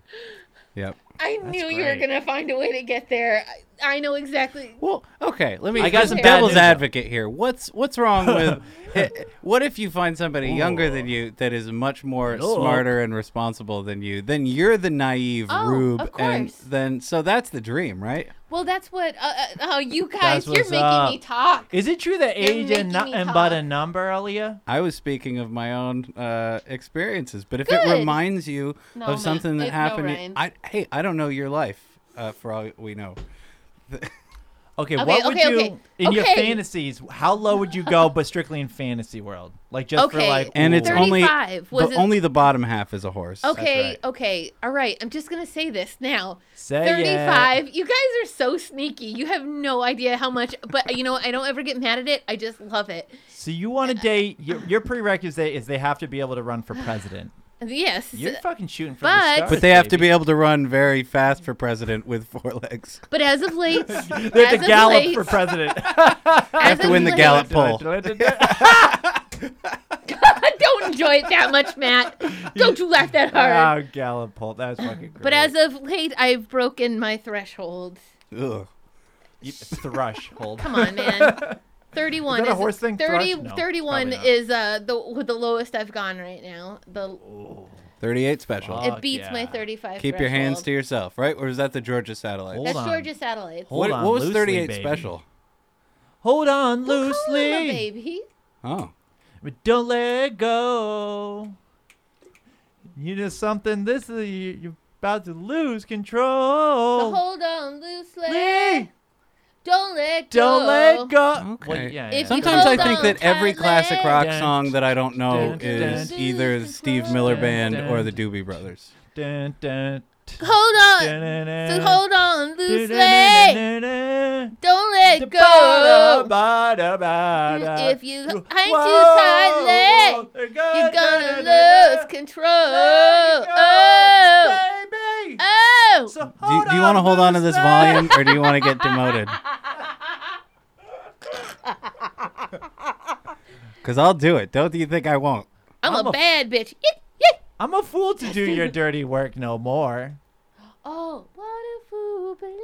[SPEAKER 1] Yep.
[SPEAKER 2] I
[SPEAKER 3] That's
[SPEAKER 2] knew you were
[SPEAKER 3] great.
[SPEAKER 2] gonna find a way to get there. I, I know exactly.
[SPEAKER 1] Well, okay. Let me.
[SPEAKER 3] I
[SPEAKER 1] I
[SPEAKER 3] got
[SPEAKER 1] got
[SPEAKER 2] some bad
[SPEAKER 1] some
[SPEAKER 3] news,
[SPEAKER 1] devil's
[SPEAKER 3] though.
[SPEAKER 1] advocate here. What's what's wrong
[SPEAKER 3] <laughs>
[SPEAKER 1] with? <laughs> eh, what if you find somebody younger than
[SPEAKER 3] Ooh.
[SPEAKER 1] you that is much more
[SPEAKER 3] Look.
[SPEAKER 1] smarter and responsible than you? Then you're the naive
[SPEAKER 2] Oh,
[SPEAKER 1] rube,
[SPEAKER 2] of
[SPEAKER 1] and
[SPEAKER 2] course.
[SPEAKER 1] then so that's the dream, right?
[SPEAKER 2] Well, that's what. Uh, uh, oh, you guys,
[SPEAKER 3] That's
[SPEAKER 2] you're
[SPEAKER 3] what's
[SPEAKER 2] making
[SPEAKER 3] up.
[SPEAKER 2] me talk.
[SPEAKER 3] Is it true that
[SPEAKER 2] You're
[SPEAKER 3] age and,
[SPEAKER 2] making
[SPEAKER 3] no-
[SPEAKER 2] me
[SPEAKER 3] and but a
[SPEAKER 2] talk.
[SPEAKER 3] number, Aaliyah?
[SPEAKER 1] I was speaking of my own uh, experiences, but if
[SPEAKER 2] Good.
[SPEAKER 1] it reminds you
[SPEAKER 2] No,
[SPEAKER 1] of something
[SPEAKER 2] Matt,
[SPEAKER 1] that
[SPEAKER 2] it- no,
[SPEAKER 1] happened,
[SPEAKER 2] Ryan.
[SPEAKER 1] I hey, I don't know your life uh, for all we know.
[SPEAKER 3] Okay,
[SPEAKER 2] Okay,
[SPEAKER 3] what would
[SPEAKER 2] okay,
[SPEAKER 3] you
[SPEAKER 2] okay.
[SPEAKER 3] in your
[SPEAKER 2] Okay.
[SPEAKER 3] fantasies? How low would you go, but strictly in fantasy world, like just for
[SPEAKER 2] Okay,
[SPEAKER 3] like,
[SPEAKER 1] And it's
[SPEAKER 3] ooh.
[SPEAKER 1] only
[SPEAKER 2] 35 was
[SPEAKER 1] the,
[SPEAKER 2] it-
[SPEAKER 1] only the bottom half is a horse.
[SPEAKER 2] Okay,
[SPEAKER 3] right.
[SPEAKER 2] okay, all right. I'm just gonna say this now.
[SPEAKER 3] Say it.
[SPEAKER 2] 35. You guys are so sneaky. You have no idea how much. But you know, I don't ever get mad at it. I just love it.
[SPEAKER 3] So you want to date? Your, your prerequisite is they have to be able to run for president.
[SPEAKER 2] Yes,
[SPEAKER 3] You're fucking shooting for
[SPEAKER 2] But-
[SPEAKER 3] the stars,
[SPEAKER 1] But they have to
[SPEAKER 3] baby.
[SPEAKER 1] be able to run very fast for president with four <laughs> legs.
[SPEAKER 2] but as of late, as
[SPEAKER 3] <laughs> They have
[SPEAKER 2] of
[SPEAKER 3] to gallop
[SPEAKER 2] late, <laughs>
[SPEAKER 3] for president. <laughs>
[SPEAKER 2] have
[SPEAKER 1] to win the gallop. Pull.
[SPEAKER 2] <laughs> don't enjoy it that much,
[SPEAKER 3] <laughs>
[SPEAKER 2] Matt. Don't you laugh that hard.
[SPEAKER 3] oh, gallop pole. That was fucking great.
[SPEAKER 2] But as of late, I've broken my threshold.
[SPEAKER 1] Ugh.
[SPEAKER 3] You- thrush, hold.
[SPEAKER 2] Come on,
[SPEAKER 3] <laughs>
[SPEAKER 2] man. 31
[SPEAKER 3] Is that a horse thing, thrush? No,
[SPEAKER 2] 31
[SPEAKER 3] probably not.
[SPEAKER 2] is uh the the lowest I've gone right now. The
[SPEAKER 1] 38 special.
[SPEAKER 3] Wow.
[SPEAKER 2] it
[SPEAKER 3] Fuck
[SPEAKER 2] beats my
[SPEAKER 3] yeah.
[SPEAKER 2] 35
[SPEAKER 1] Keep your hands to
[SPEAKER 2] threshold.
[SPEAKER 1] yourself, right? Or is that the Georgia satellite?
[SPEAKER 3] Hold
[SPEAKER 2] That's
[SPEAKER 3] on.
[SPEAKER 2] Georgia Satellites.
[SPEAKER 3] Hold
[SPEAKER 1] what,
[SPEAKER 3] on
[SPEAKER 1] what was
[SPEAKER 3] loosely,
[SPEAKER 1] 38
[SPEAKER 3] baby.
[SPEAKER 1] special?
[SPEAKER 3] Hold on
[SPEAKER 2] Well, call him a
[SPEAKER 3] loosely,
[SPEAKER 2] baby.
[SPEAKER 1] Oh.
[SPEAKER 3] but don't let go. You know something. This is you- you're about to lose
[SPEAKER 2] So
[SPEAKER 3] control.
[SPEAKER 2] hold on loosely.
[SPEAKER 3] Lee,
[SPEAKER 2] Don't let go.
[SPEAKER 3] don't let go.
[SPEAKER 1] Okay.
[SPEAKER 3] Well, yeah,
[SPEAKER 2] If
[SPEAKER 3] yeah.
[SPEAKER 2] you
[SPEAKER 1] Sometimes I
[SPEAKER 2] hold
[SPEAKER 1] think
[SPEAKER 2] on
[SPEAKER 1] that every
[SPEAKER 2] tightly.
[SPEAKER 1] classic rock
[SPEAKER 3] Dun,
[SPEAKER 1] song that I don't know
[SPEAKER 3] dun,
[SPEAKER 1] is
[SPEAKER 2] dun,
[SPEAKER 1] either
[SPEAKER 2] dun,
[SPEAKER 1] the Steve
[SPEAKER 2] dun,
[SPEAKER 1] Miller
[SPEAKER 3] dun,
[SPEAKER 1] Band or
[SPEAKER 3] dun.
[SPEAKER 1] the Doobie Brothers.
[SPEAKER 3] Dun, dun,
[SPEAKER 2] Hold on. So hold on loosely. Don't let go. If you hang too tightly, you're gonna lose control. Oh, oh.
[SPEAKER 3] So
[SPEAKER 1] Do you, do you want to hold on to this volume or do you want to get <laughs> demoted? Because I'll do it. Don't you think I won't?
[SPEAKER 2] I'm,
[SPEAKER 3] I'm
[SPEAKER 2] a,
[SPEAKER 3] a-
[SPEAKER 2] bad bitch. Yeet, yeet.
[SPEAKER 3] I'm a fool to do your dirty work no more.
[SPEAKER 2] Oh, what a fool believes.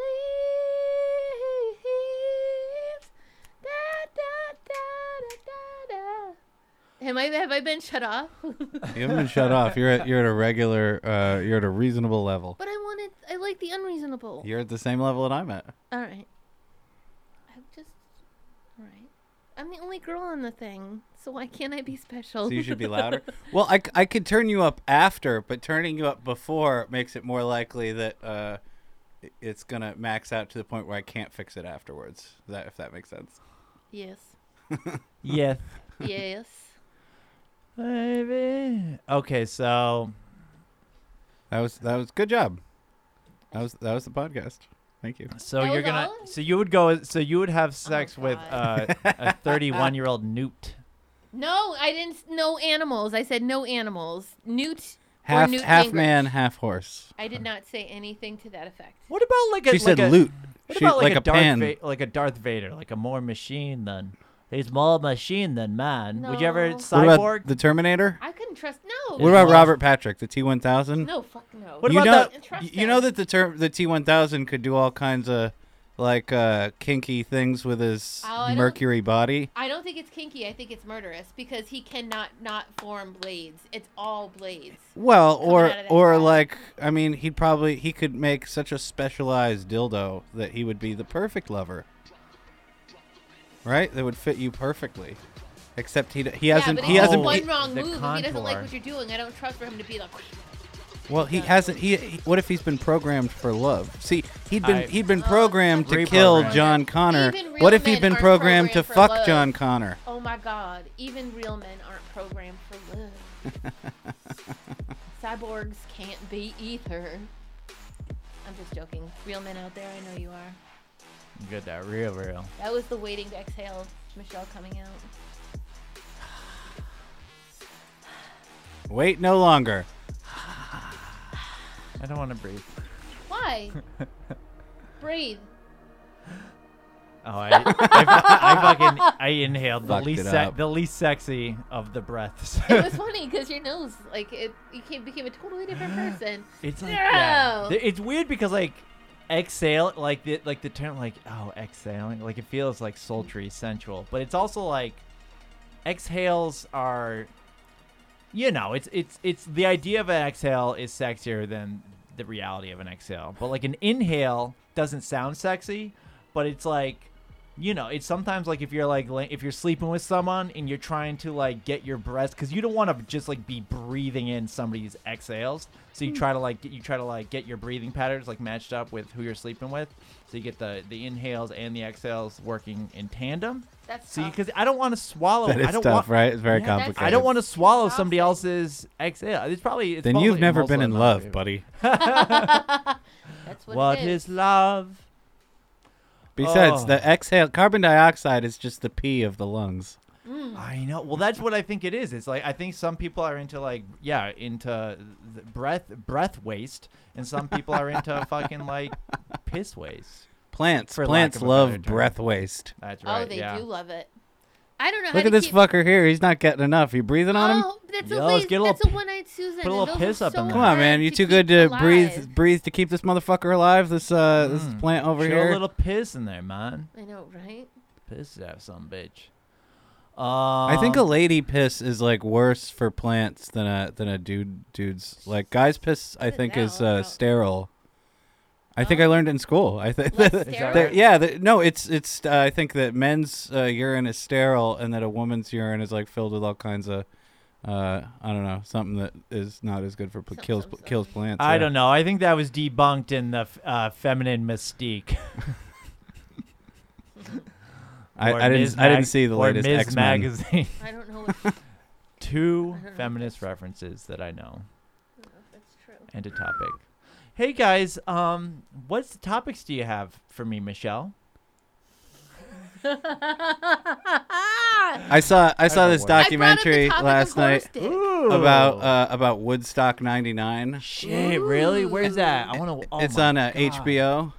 [SPEAKER 2] Da, da, da, da, da, da. Am I, have I been shut off? <laughs> but
[SPEAKER 1] You haven't been shut off. You're at, you're at a regular, uh, you're at a reasonable level.
[SPEAKER 2] I wanted, I like the unreasonable.
[SPEAKER 1] You're at the same level that I'm at.
[SPEAKER 2] All right. I'm just, all right. I'm the only girl on the thing, so why can't I be special?
[SPEAKER 1] So you
[SPEAKER 2] <laughs>
[SPEAKER 1] should be <laughs> louder. well, I, c- I could turn you up after, but turning you up before makes it more likely that uh, it- it's gonna max out to the point where I can't fix it afterwards. Is That if that makes sense.
[SPEAKER 2] yes.
[SPEAKER 3] Yes.
[SPEAKER 2] Yes.
[SPEAKER 3] Baby. Okay, so
[SPEAKER 1] That was that was good job. That was that was the podcast. Thank you.
[SPEAKER 3] so
[SPEAKER 2] That
[SPEAKER 3] you're
[SPEAKER 2] was
[SPEAKER 3] gonna
[SPEAKER 2] all?
[SPEAKER 3] so you would go so you would have sex with uh,
[SPEAKER 2] Oh, God.
[SPEAKER 1] <laughs>
[SPEAKER 3] a 31 year old newt.
[SPEAKER 2] No, I didn't. s- No animals. I said no animals. Newt.
[SPEAKER 1] Half
[SPEAKER 2] Newt
[SPEAKER 1] half
[SPEAKER 2] Gingrich.
[SPEAKER 1] man, half horse.
[SPEAKER 2] I did not say anything to that effect.
[SPEAKER 3] What about like a
[SPEAKER 1] She
[SPEAKER 3] like
[SPEAKER 1] said
[SPEAKER 3] a,
[SPEAKER 1] loot.
[SPEAKER 3] What
[SPEAKER 1] She
[SPEAKER 3] about like,
[SPEAKER 1] like,
[SPEAKER 3] a,
[SPEAKER 1] a
[SPEAKER 3] Darth
[SPEAKER 1] pan.
[SPEAKER 3] Va- like a Darth Vader, like a more machine than he's more machine than man. Would you ever
[SPEAKER 2] No.
[SPEAKER 1] What
[SPEAKER 3] cyborg?
[SPEAKER 1] about the Terminator?
[SPEAKER 2] I couldn't trust. No.
[SPEAKER 1] What about
[SPEAKER 3] Well-
[SPEAKER 1] Robert Patrick, the T one thousand?
[SPEAKER 2] No, fuck no. know.
[SPEAKER 3] What
[SPEAKER 1] you
[SPEAKER 3] about
[SPEAKER 1] know,
[SPEAKER 3] the-
[SPEAKER 2] Interesting.
[SPEAKER 1] you know that the term the T1000 could do all kinds of like uh, kinky things with his
[SPEAKER 2] Oh, I don't-
[SPEAKER 1] mercury body.
[SPEAKER 2] I don't think it's kinky. I think it's murderous because he cannot not form blades. It's all blades.
[SPEAKER 1] Well, or
[SPEAKER 2] out of that
[SPEAKER 1] or
[SPEAKER 2] body.
[SPEAKER 1] like I mean, he'd probably he could make such a specialized dildo that he would be the perfect lover. Right? That would fit you perfectly. Except he he hasn't
[SPEAKER 2] yeah, but
[SPEAKER 1] he
[SPEAKER 2] if
[SPEAKER 1] hasn't
[SPEAKER 2] one
[SPEAKER 1] he-
[SPEAKER 2] wrong
[SPEAKER 3] the
[SPEAKER 2] move and he doesn't like
[SPEAKER 3] contour.
[SPEAKER 2] what you're doing. I don't trust for him to be like.
[SPEAKER 1] Well, he hasn't. He, he- what if he's been programmed for love? See, he'd been
[SPEAKER 3] I-
[SPEAKER 1] he'd been
[SPEAKER 2] Oh,
[SPEAKER 1] programmed to
[SPEAKER 3] that's-
[SPEAKER 1] kill
[SPEAKER 3] Reprogrammed.
[SPEAKER 1] John Connor.
[SPEAKER 2] Even real
[SPEAKER 1] What if he'd
[SPEAKER 2] men
[SPEAKER 1] been
[SPEAKER 2] aren't
[SPEAKER 1] programmed to
[SPEAKER 2] programmed for
[SPEAKER 1] fuck
[SPEAKER 2] love.
[SPEAKER 1] John Connor?
[SPEAKER 2] Oh my God! Even real men aren't programmed for love.
[SPEAKER 3] <laughs>
[SPEAKER 2] Cyborgs can't be either. I'm just joking. Real men out there, I know you are.
[SPEAKER 3] Good that real real.
[SPEAKER 2] That was the waiting to exhale, Michelle coming out.
[SPEAKER 1] Wait no longer.
[SPEAKER 3] I don't want to breathe. <laughs>
[SPEAKER 2] Why? Breathe.
[SPEAKER 3] Oh, I, I, I fucking I inhaled the
[SPEAKER 1] Fucked
[SPEAKER 3] least
[SPEAKER 1] it
[SPEAKER 3] se-
[SPEAKER 1] up.
[SPEAKER 3] the least sexy of the <laughs> breaths.
[SPEAKER 2] It was funny because your nose, like, it you came, became a totally
[SPEAKER 3] <laughs>
[SPEAKER 2] different person.
[SPEAKER 3] It's like
[SPEAKER 2] No!
[SPEAKER 3] yeah. Th- It's weird because like exhale, like the like the term like oh exhaling, like it feels like sultry, sensual, but it's also like exhales are, you know, it's it's it's the idea of an exhale is sexier than the reality of an exhale, but like an inhale doesn't sound sexy, but it's like. You know, it's sometimes like if you're like la- if you're sleeping with someone and you're trying to like get your breath because you don't want to just like be breathing in somebody's exhales, so you try to like get, you try to like get your breathing patterns like matched up with who you're sleeping with, so you get the the inhales and the exhales working in tandem.
[SPEAKER 2] That's
[SPEAKER 3] See,
[SPEAKER 2] tough.
[SPEAKER 3] because I don't want to
[SPEAKER 1] <laughs>
[SPEAKER 3] swallow.
[SPEAKER 1] That
[SPEAKER 3] I
[SPEAKER 1] is
[SPEAKER 3] don't
[SPEAKER 1] tough,
[SPEAKER 3] want,
[SPEAKER 1] right? It's very
[SPEAKER 3] Yeah,
[SPEAKER 2] that's-
[SPEAKER 1] complicated.
[SPEAKER 3] I don't want to swallow
[SPEAKER 2] Exhausting.
[SPEAKER 3] somebody else's exhale. It's probably it's
[SPEAKER 1] Then
[SPEAKER 3] probably
[SPEAKER 1] you've never
[SPEAKER 3] mostly
[SPEAKER 1] been in
[SPEAKER 3] not
[SPEAKER 1] love,
[SPEAKER 3] favorite.
[SPEAKER 1] buddy.
[SPEAKER 2] That's what,
[SPEAKER 3] What
[SPEAKER 2] it is.
[SPEAKER 3] is love?
[SPEAKER 1] Besides,
[SPEAKER 3] Oh.
[SPEAKER 1] the exhale carbon dioxide is just the pee of the lungs.
[SPEAKER 2] Hmm.
[SPEAKER 3] I know. Well, that's what I think it is. It's like I think some people are into like yeah, into th- breath breath waste, and some people
[SPEAKER 1] <laughs>
[SPEAKER 3] are into fucking like piss waste.
[SPEAKER 1] Plants
[SPEAKER 3] For lack
[SPEAKER 1] plants
[SPEAKER 3] of a better
[SPEAKER 1] love
[SPEAKER 3] term.
[SPEAKER 1] breath waste.
[SPEAKER 3] That's
[SPEAKER 2] Oh,
[SPEAKER 3] right.
[SPEAKER 2] they
[SPEAKER 3] yeah.
[SPEAKER 2] do love it. I don't know how
[SPEAKER 1] Look
[SPEAKER 2] to
[SPEAKER 1] at this
[SPEAKER 2] keep...
[SPEAKER 1] fucker here. He's not getting enough. You breathing on him?
[SPEAKER 2] Oh, that's
[SPEAKER 3] Yo,
[SPEAKER 2] a,
[SPEAKER 3] let's
[SPEAKER 2] waste-
[SPEAKER 3] get a little
[SPEAKER 2] that's a
[SPEAKER 3] p-
[SPEAKER 2] one night Susan.
[SPEAKER 3] put a little
[SPEAKER 2] and those
[SPEAKER 3] piss
[SPEAKER 2] are
[SPEAKER 3] up
[SPEAKER 2] so
[SPEAKER 3] in there.
[SPEAKER 1] Come on,
[SPEAKER 2] hard
[SPEAKER 1] man. You
[SPEAKER 2] to
[SPEAKER 1] too
[SPEAKER 2] keep
[SPEAKER 1] good to
[SPEAKER 2] alive.
[SPEAKER 1] breathe breathe to keep this motherfucker alive. This uh this
[SPEAKER 3] Mm.
[SPEAKER 1] plant over
[SPEAKER 3] Show
[SPEAKER 1] here.
[SPEAKER 3] a little piss in there, man.
[SPEAKER 2] I know, right?
[SPEAKER 3] Piss that some bitch. Um,
[SPEAKER 1] I think a lady piss is like worse for plants than a than a dude dude's like guys piss. I
[SPEAKER 2] What is
[SPEAKER 1] think
[SPEAKER 2] that
[SPEAKER 1] is
[SPEAKER 2] all
[SPEAKER 1] uh,
[SPEAKER 2] about?
[SPEAKER 1] sterile. I think I learned in school. I think
[SPEAKER 2] Oh.
[SPEAKER 1] <laughs>
[SPEAKER 2] Less
[SPEAKER 1] that-
[SPEAKER 2] sterile?
[SPEAKER 1] that- yeah, that, no, it's it's. Uh, I think that men's uh, urine is sterile, and that a woman's urine is like filled with all kinds of, uh, I don't know, something that is not as good for pl-
[SPEAKER 2] Some-
[SPEAKER 1] kills
[SPEAKER 2] some-
[SPEAKER 1] kills
[SPEAKER 2] something.
[SPEAKER 1] plants.
[SPEAKER 3] I don't know. I think that was debunked in the f- uh, feminine mystique.
[SPEAKER 1] I,
[SPEAKER 3] or
[SPEAKER 1] I didn't
[SPEAKER 3] Ms.
[SPEAKER 1] I
[SPEAKER 3] Mag-
[SPEAKER 1] didn't see the
[SPEAKER 3] or
[SPEAKER 1] latest
[SPEAKER 3] Ms.
[SPEAKER 1] X Men.
[SPEAKER 3] magazine.
[SPEAKER 2] I don't
[SPEAKER 1] <laughs>
[SPEAKER 2] know if, I don't
[SPEAKER 3] Two
[SPEAKER 2] I don't know.
[SPEAKER 3] feminist references that I know.
[SPEAKER 2] know if Oh, that's true. <laughs>
[SPEAKER 3] and a topic. Hey guys, um, what's the topics do you have for me, Michelle?
[SPEAKER 1] I saw I saw
[SPEAKER 3] don't
[SPEAKER 1] this
[SPEAKER 3] know why.
[SPEAKER 1] documentary
[SPEAKER 2] I brought up the topic
[SPEAKER 1] last
[SPEAKER 2] of
[SPEAKER 1] night
[SPEAKER 2] Horse dick.
[SPEAKER 1] about uh, about Woodstock '99.
[SPEAKER 3] shit. Really? Where's that? I want to. Oh
[SPEAKER 1] it's
[SPEAKER 3] my
[SPEAKER 1] on uh,
[SPEAKER 3] God.
[SPEAKER 1] HBO,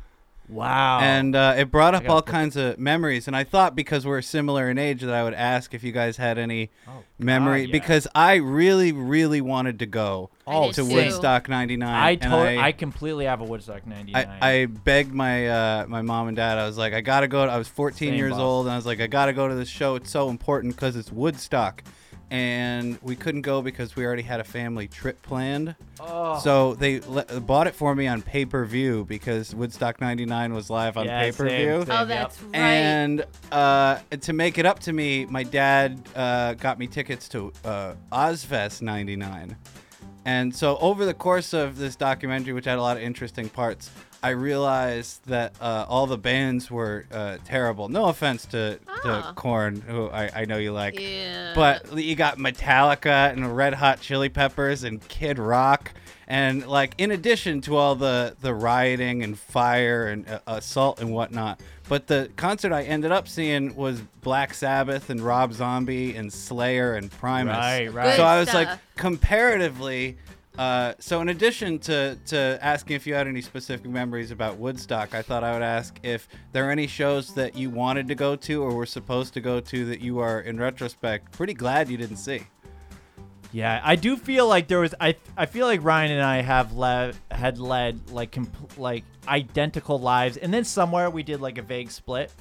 [SPEAKER 3] Wow.
[SPEAKER 1] and uh, it brought
[SPEAKER 3] I
[SPEAKER 1] up
[SPEAKER 3] gotta
[SPEAKER 1] all
[SPEAKER 3] put-
[SPEAKER 1] kinds of memories. And I thought because we're similar in age that I would ask if you guys had any
[SPEAKER 3] Oh,
[SPEAKER 1] memory
[SPEAKER 3] God, yeah.
[SPEAKER 1] because I really, really wanted to go
[SPEAKER 3] oh,
[SPEAKER 2] did
[SPEAKER 1] to
[SPEAKER 2] too.
[SPEAKER 3] sick.
[SPEAKER 1] Woodstock '99.
[SPEAKER 3] I
[SPEAKER 1] and
[SPEAKER 3] totally. I, completely have a Woodstock '99.
[SPEAKER 1] I, I begged my uh, my mom and dad. I was like, I gotta go. I was 14
[SPEAKER 3] Same,
[SPEAKER 1] years
[SPEAKER 3] boss.
[SPEAKER 1] old, and I was like, I gotta go to this show. It's so important because it's Woodstock, and we couldn't go because we already had a family trip planned.
[SPEAKER 3] oh,
[SPEAKER 1] So they le- bought it for me on pay per view because Woodstock '99 was live on
[SPEAKER 3] Yeah,
[SPEAKER 1] pay per view.
[SPEAKER 3] same, same.
[SPEAKER 2] Oh,
[SPEAKER 3] Yep.
[SPEAKER 2] that's right.
[SPEAKER 1] And uh, to make it up to me, my dad uh, got me tickets to uh, Ozfest '99. And so, over the course of this documentary, which had a lot of interesting parts, I realized that uh, all the bands were uh, terrible. No offense to,
[SPEAKER 2] Ah.
[SPEAKER 1] to Korn, who I, I know you like.
[SPEAKER 2] yeah.
[SPEAKER 1] But you got Metallica and Red Hot Chili Peppers and Kid Rock, and like in addition to all the the rioting and fire and uh, assault and whatnot. But the concert I ended up seeing was Black Sabbath and Rob Zombie and Slayer and Primus.
[SPEAKER 3] Right, right.
[SPEAKER 1] So I was
[SPEAKER 2] Good
[SPEAKER 1] like,
[SPEAKER 2] stuff.
[SPEAKER 1] comparatively. Uh, so in addition to, to asking if you had any specific memories about Woodstock, I thought I would ask if there are any shows that you wanted to go to or were supposed to go to that you are in retrospect pretty glad you didn't see.
[SPEAKER 3] Yeah, I do feel like there was I I feel like Ryan and I have led had led like compl- like identical lives, and then somewhere we did like a vague split,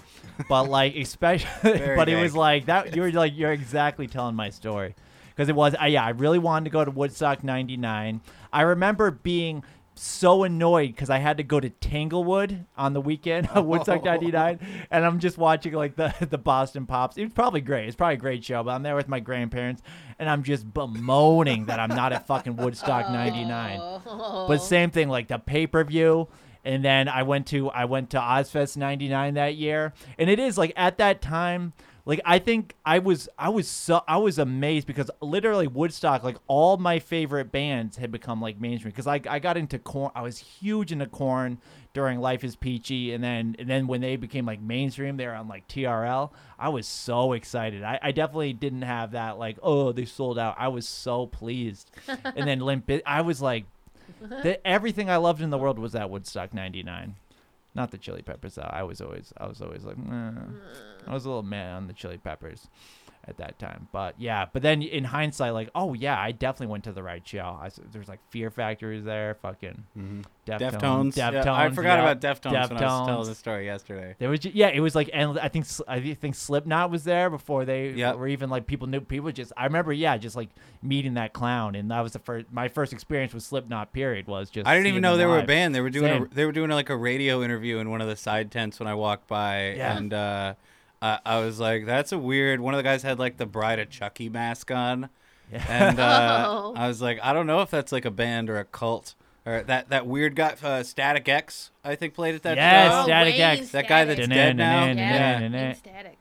[SPEAKER 3] but like <laughs> especially
[SPEAKER 1] Very
[SPEAKER 3] but it was
[SPEAKER 1] vague.
[SPEAKER 3] like that you were like you're exactly telling my story because it was I, yeah I really wanted to go to Woodstock '99. I remember being so annoyed because I had to go to Tanglewood on the weekend of Woodstock '99, and I'm just watching like the <laughs> the Boston Pops. It was probably great. It's probably a great show, but I'm there with my grandparents, and I'm just bemoaning that I'm not at fucking Woodstock '99
[SPEAKER 2] Oh.
[SPEAKER 3] but same thing like the pay-per-view and then i went to i went to ozfest 99 that year and it is like at that time like i think i was i was so i was amazed because literally woodstock like all my favorite bands had become like mainstream because I, I got into corn i was huge into corn during life is peachy and then and then when they became like mainstream they were on like trl i was so excited i, I definitely didn't have that like oh they sold out i was so pleased and then limp Biz- i was like <laughs> the, everything I loved in the world was at Woodstock '99. Not the Chili Peppers. Though. I was always, I was always like, "Nah." I was a little mad on the Chili Peppers at that time. But yeah, but then in hindsight, like, oh yeah, I definitely went to the right show. I, s- there's like Fear Factory was there, fucking Deftones,
[SPEAKER 1] Mm-hmm. Deftones. Yeah, I forgot
[SPEAKER 3] yeah.
[SPEAKER 1] about Deftones, when I was telling
[SPEAKER 3] Deftones.
[SPEAKER 1] the story yesterday.
[SPEAKER 3] There was ju- yeah, it was like and I think Sl- I think Slipknot was there before they
[SPEAKER 1] Yep.
[SPEAKER 3] were even like people knew people just I remember yeah just like meeting that clown and that was the first my first experience with Slipknot period was just
[SPEAKER 1] I didn't even
[SPEAKER 3] seeing
[SPEAKER 1] know
[SPEAKER 3] them
[SPEAKER 1] they were a
[SPEAKER 3] live.
[SPEAKER 1] band. They were doing
[SPEAKER 3] Same.
[SPEAKER 1] a, they were doing like a radio interview in one of the side tents when I walked by,
[SPEAKER 3] Yeah.
[SPEAKER 1] and uh, I, I was like, "That's a weird." One of the guys had like the Bride of Chucky mask on, and uh,
[SPEAKER 2] <laughs> Oh.
[SPEAKER 1] I was like, "I don't know if that's like a band or a cult or that that weird guy uh, Static X I think played at that
[SPEAKER 3] Yes,
[SPEAKER 1] show.
[SPEAKER 2] Oh,
[SPEAKER 3] Static
[SPEAKER 2] Wayne
[SPEAKER 3] X.
[SPEAKER 1] That guy that's
[SPEAKER 2] Static.
[SPEAKER 1] dead now.
[SPEAKER 3] Dun-dun-dun-dun-dun.
[SPEAKER 1] Yeah.
[SPEAKER 2] Yeah,
[SPEAKER 3] Yeah.
[SPEAKER 2] Wayne Static.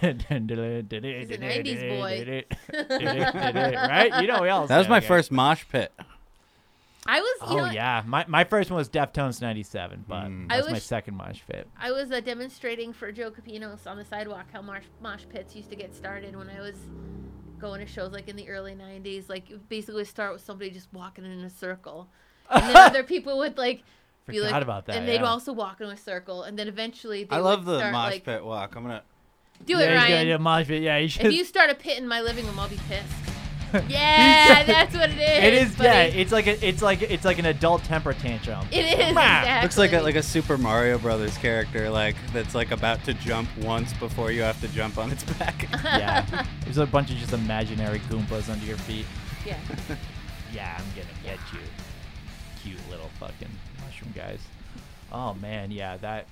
[SPEAKER 3] He's
[SPEAKER 2] an 90s boy.
[SPEAKER 3] right? You know we all.
[SPEAKER 1] That was
[SPEAKER 3] say
[SPEAKER 1] my
[SPEAKER 3] it.
[SPEAKER 1] first mosh pit.
[SPEAKER 2] <laughs> I was, you
[SPEAKER 3] Oh
[SPEAKER 2] know,
[SPEAKER 3] yeah, my my first one was Deftones '97, but
[SPEAKER 1] Mm.
[SPEAKER 2] I
[SPEAKER 3] that's my
[SPEAKER 2] wish-
[SPEAKER 3] second mosh fit.
[SPEAKER 2] I was uh, demonstrating for Joe Capinos on the sidewalk how marsh, mosh pits used to get started when I was going to shows like in the early 90s. Like, it would basically start with somebody just walking in a circle. And
[SPEAKER 3] <laughs>
[SPEAKER 2] then other people would like be
[SPEAKER 3] Forgot
[SPEAKER 2] like,
[SPEAKER 3] about that,
[SPEAKER 2] and they'd
[SPEAKER 3] yeah.
[SPEAKER 2] also walk in a circle. And then eventually they
[SPEAKER 1] I love
[SPEAKER 2] would
[SPEAKER 1] the
[SPEAKER 2] start,
[SPEAKER 1] mosh
[SPEAKER 2] like,
[SPEAKER 1] pit walk. I'm gonna.
[SPEAKER 2] Do
[SPEAKER 3] yeah,
[SPEAKER 2] it,
[SPEAKER 3] he's gonna
[SPEAKER 2] Ryan.
[SPEAKER 3] do a mosh pit. Yeah, you should.
[SPEAKER 2] If you start a pit in my living room, I'll be
[SPEAKER 3] <laughs>
[SPEAKER 2] pissed. Yeah, that's what it is.
[SPEAKER 3] it is. Yeah,
[SPEAKER 2] buddy.
[SPEAKER 3] it's like a, it's like it's like an adult temper tantrum.
[SPEAKER 2] it is. Exactly.
[SPEAKER 3] Mwah.
[SPEAKER 1] Looks like a, like a Super Mario Brothers character, like that's like about to jump once before you have to jump on its
[SPEAKER 2] <laughs>
[SPEAKER 1] back.
[SPEAKER 3] yeah, there's a bunch of just imaginary goombas under your feet.
[SPEAKER 2] Yeah.
[SPEAKER 3] Yeah, I'm gonna get you, cute little fucking mushroom guys. Oh man, yeah, that.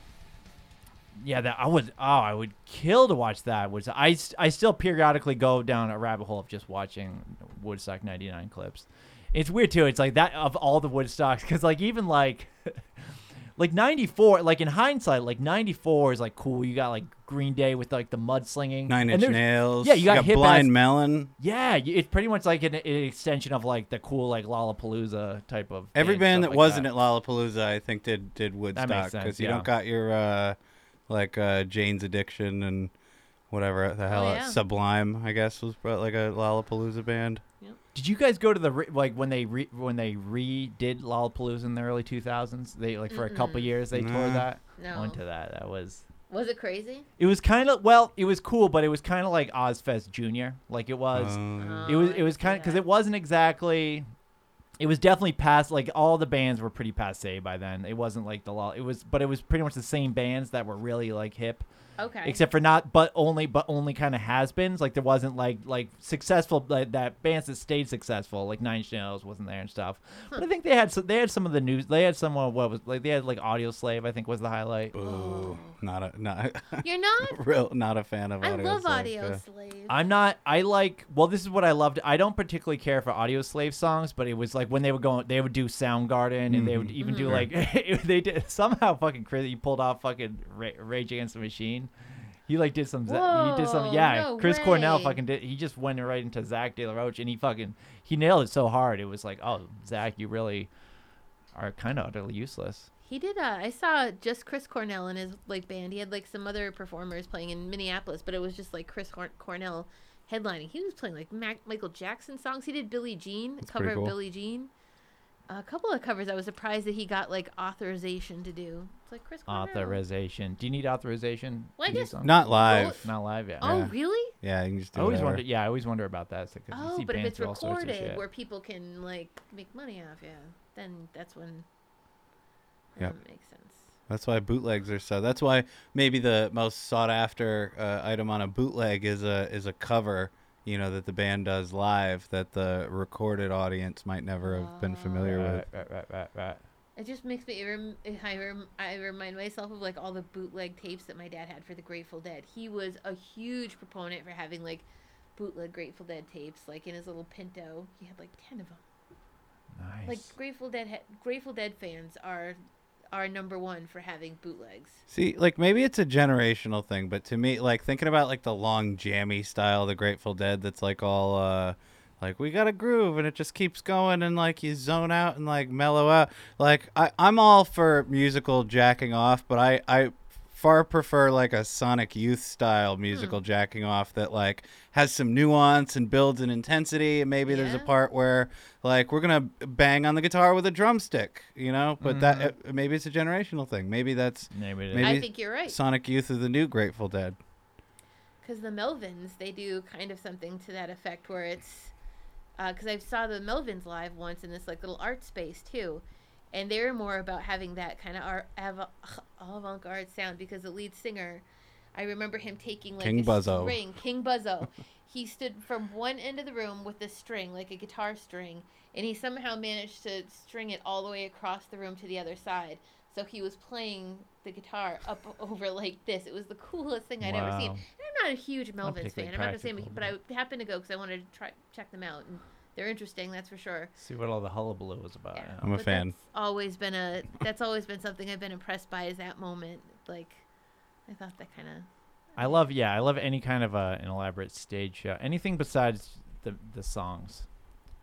[SPEAKER 3] Yeah, that I would. Oh, I would kill to watch that. Was I? s- I still periodically go down a rabbit hole of just watching Woodstock '99 clips. It's weird too. It's like that of all the Woodstocks, because like even like. <laughs> like 94 like in hindsight like 94 is like cool you got like green day with like the mudslinging
[SPEAKER 1] Nine
[SPEAKER 3] And
[SPEAKER 1] Inch
[SPEAKER 3] there's-
[SPEAKER 1] Nails.
[SPEAKER 3] yeah you got, hit by
[SPEAKER 1] Blind
[SPEAKER 3] a-
[SPEAKER 1] Melon.
[SPEAKER 3] yeah, y- it's pretty much like an, an extension of like the cool like Lollapalooza type of.
[SPEAKER 1] Every band
[SPEAKER 3] stuff
[SPEAKER 1] that
[SPEAKER 3] like
[SPEAKER 1] wasn't at Lollapalooza, I think, did did Woodstock
[SPEAKER 3] makes sense,
[SPEAKER 1] because you
[SPEAKER 3] yeah.
[SPEAKER 1] don't got your uh, like uh, Jane's Addiction and whatever the hell
[SPEAKER 2] Oh, yeah.
[SPEAKER 1] Sublime, I guess, was brought, like a Lollapalooza band.
[SPEAKER 3] Did you guys go to the re- like when they re- when they redid Lollapalooza in the early two thousands? They like for a couple years they tore
[SPEAKER 1] Nah.
[SPEAKER 3] that.
[SPEAKER 2] No.
[SPEAKER 3] Went to that. That was.
[SPEAKER 2] Was it crazy?
[SPEAKER 3] It was kind of well. It was cool, but it was kind of like Ozfest Junior. Like it was. uh,
[SPEAKER 1] Um,
[SPEAKER 2] Oh,
[SPEAKER 3] it was
[SPEAKER 2] I
[SPEAKER 3] it was
[SPEAKER 2] see
[SPEAKER 3] kind of because
[SPEAKER 2] that.
[SPEAKER 3] it wasn't exactly it was definitely past like all the bands were pretty passe by then it wasn't like the law it was but it was pretty much the same bands that were really like hip
[SPEAKER 2] Okay.
[SPEAKER 3] except for not but only but only kind of has beens like there wasn't like like successful like that bands that stayed successful like nine Inch nails wasn't there and stuff but i think they had some they had some of the news they had some of what was like they had like audio slave i think was the highlight
[SPEAKER 1] ooh, not a not <laughs>
[SPEAKER 2] You're not.
[SPEAKER 1] real not a fan of
[SPEAKER 2] Oh. I
[SPEAKER 1] Audio
[SPEAKER 2] love
[SPEAKER 1] Slave,
[SPEAKER 2] Audio
[SPEAKER 1] yeah.
[SPEAKER 2] Slave.
[SPEAKER 3] I'm not. I like. Well, this is what I loved. I don't particularly care for Audio Slave songs, but it was like when they were going, they would do Soundgarden, and they would
[SPEAKER 2] Mm-hmm.
[SPEAKER 3] even do like <laughs> they did somehow fucking crazy. You pulled off fucking Ra- Rage Against the Machine. He like did some. he did
[SPEAKER 2] Whoa,
[SPEAKER 3] some. Yeah,
[SPEAKER 2] no
[SPEAKER 3] Chris Cornell
[SPEAKER 2] way.
[SPEAKER 3] fucking did. He just went right into Zach De La Roche, and he fucking he nailed it so hard. It was like, oh, Zach, you really are kind of utterly useless.
[SPEAKER 2] He did. Uh, I saw just Chris Cornell and his like band. He had like some other performers playing in Minneapolis, but it was just like Chris Cor- Cornell headlining. He was playing like Mac- Michael Jackson songs. He did Billie Jean, cover
[SPEAKER 1] pretty
[SPEAKER 2] of
[SPEAKER 1] cool.
[SPEAKER 2] Billie Jean. a couple of covers I was surprised that he got like authorization to do. It's like Chris Cornell.
[SPEAKER 3] Authorization. Do you need authorization?
[SPEAKER 2] Well, I
[SPEAKER 3] to do
[SPEAKER 2] guess-
[SPEAKER 3] something?
[SPEAKER 1] Not live.
[SPEAKER 3] Not live yet.
[SPEAKER 2] Oh,
[SPEAKER 1] Yeah.
[SPEAKER 2] really?
[SPEAKER 1] Yeah, you can just do
[SPEAKER 3] I always
[SPEAKER 1] whatever.
[SPEAKER 3] wonder. Yeah, I always wonder about that. It's like, 'cause you
[SPEAKER 2] Oh,
[SPEAKER 3] see
[SPEAKER 2] but if
[SPEAKER 3] bands
[SPEAKER 2] it's
[SPEAKER 3] do all sorts of shit.
[SPEAKER 2] recorded where people can like make money off, yeah, then that's when.
[SPEAKER 1] Yep.
[SPEAKER 2] That makes sense.
[SPEAKER 1] That's why bootlegs are so. That's why maybe the most sought after uh, item on a bootleg is a is a cover. You know that the band does live that the recorded audience might never have been familiar
[SPEAKER 3] Right,
[SPEAKER 1] with.
[SPEAKER 3] right, right, right, right.
[SPEAKER 2] It just makes me. It rem- I, rem- I remind myself of like all the bootleg tapes that my dad had for the Grateful Dead. He was a huge proponent for having like bootleg Grateful Dead tapes, like in his little Pinto. He had like ten of them.
[SPEAKER 3] Nice.
[SPEAKER 2] Like Grateful Dead, ha- Grateful Dead fans are are number one for having bootlegs.
[SPEAKER 1] See, like maybe it's a generational thing, but to me, like thinking about like the long jammy style of the Grateful Dead, that's like all uh, like we got a groove and it just keeps going and like you zone out and like mellow out. Like I, I'm all for musical jacking off, but I, I far prefer like a Sonic Youth style musical jacking off that like has some nuance and builds an intensity. And maybe there's a
[SPEAKER 2] Yeah.
[SPEAKER 1] part where like we're gonna bang on the guitar with a drumstick, you know. But that uh, maybe it's a generational thing. Maybe that's
[SPEAKER 3] Maybe it is.
[SPEAKER 1] Maybe-
[SPEAKER 2] I think you're right.
[SPEAKER 1] Sonic Youth is the new Grateful Dead.
[SPEAKER 2] because the Melvins they do kind of something to that effect where it's because I saw the Melvins live once in this like little art space too, and they were more about having that kind of art av- avant-garde sound because the lead singer, I remember him taking like
[SPEAKER 1] King
[SPEAKER 2] a
[SPEAKER 1] Buzzo.
[SPEAKER 2] string, King
[SPEAKER 1] <laughs>
[SPEAKER 2] Buzzo. he stood from one end of the room with a string, like a guitar string, and he somehow managed to string it all the way across the room to the other side. So he was playing the guitar up over like this. It was the coolest thing I'd ever seen.
[SPEAKER 3] Wow.
[SPEAKER 2] I'm not a huge Melvins fan.
[SPEAKER 3] particularly
[SPEAKER 2] I'm not gonna say, I'm a-
[SPEAKER 3] practical,
[SPEAKER 2] but I happened to go because I wanted to try check them out, and they're interesting. That's for sure.
[SPEAKER 3] See what all the hullabaloo was about.
[SPEAKER 2] Yeah.
[SPEAKER 1] I'm a
[SPEAKER 2] But
[SPEAKER 1] fan.
[SPEAKER 2] That's always been a. That's always been something I've been impressed by. Is that moment like, I thought that kind of.
[SPEAKER 3] I love, yeah, I love any kind of uh, an elaborate stage show. Anything besides the the songs.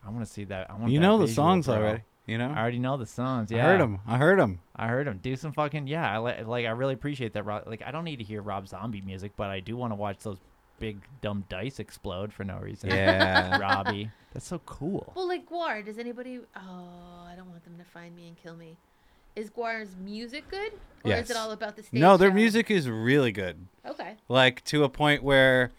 [SPEAKER 3] I want to see that. I want
[SPEAKER 1] you
[SPEAKER 3] that
[SPEAKER 1] know the
[SPEAKER 3] visual,
[SPEAKER 1] songs
[SPEAKER 3] bro.
[SPEAKER 1] already. You know,
[SPEAKER 3] I already know the songs.
[SPEAKER 1] I
[SPEAKER 3] Yeah,
[SPEAKER 1] heard them. I heard them.
[SPEAKER 3] I heard him do some fucking yeah. I li- like I really appreciate that. Rob, like I don't need to hear Rob Zombie music, but I do want to watch those big dumb dice explode for no reason.
[SPEAKER 1] Yeah.
[SPEAKER 3] <laughs> Robbie, that's so cool.
[SPEAKER 2] Well, like Guar. Does anybody? Oh, I don't want them to find me and kill me. Is Guar's music good, or is
[SPEAKER 1] Yes.
[SPEAKER 2] it all about the stage?
[SPEAKER 1] No, their
[SPEAKER 2] show?
[SPEAKER 1] music is really good.
[SPEAKER 2] Okay.
[SPEAKER 1] Like to a point where,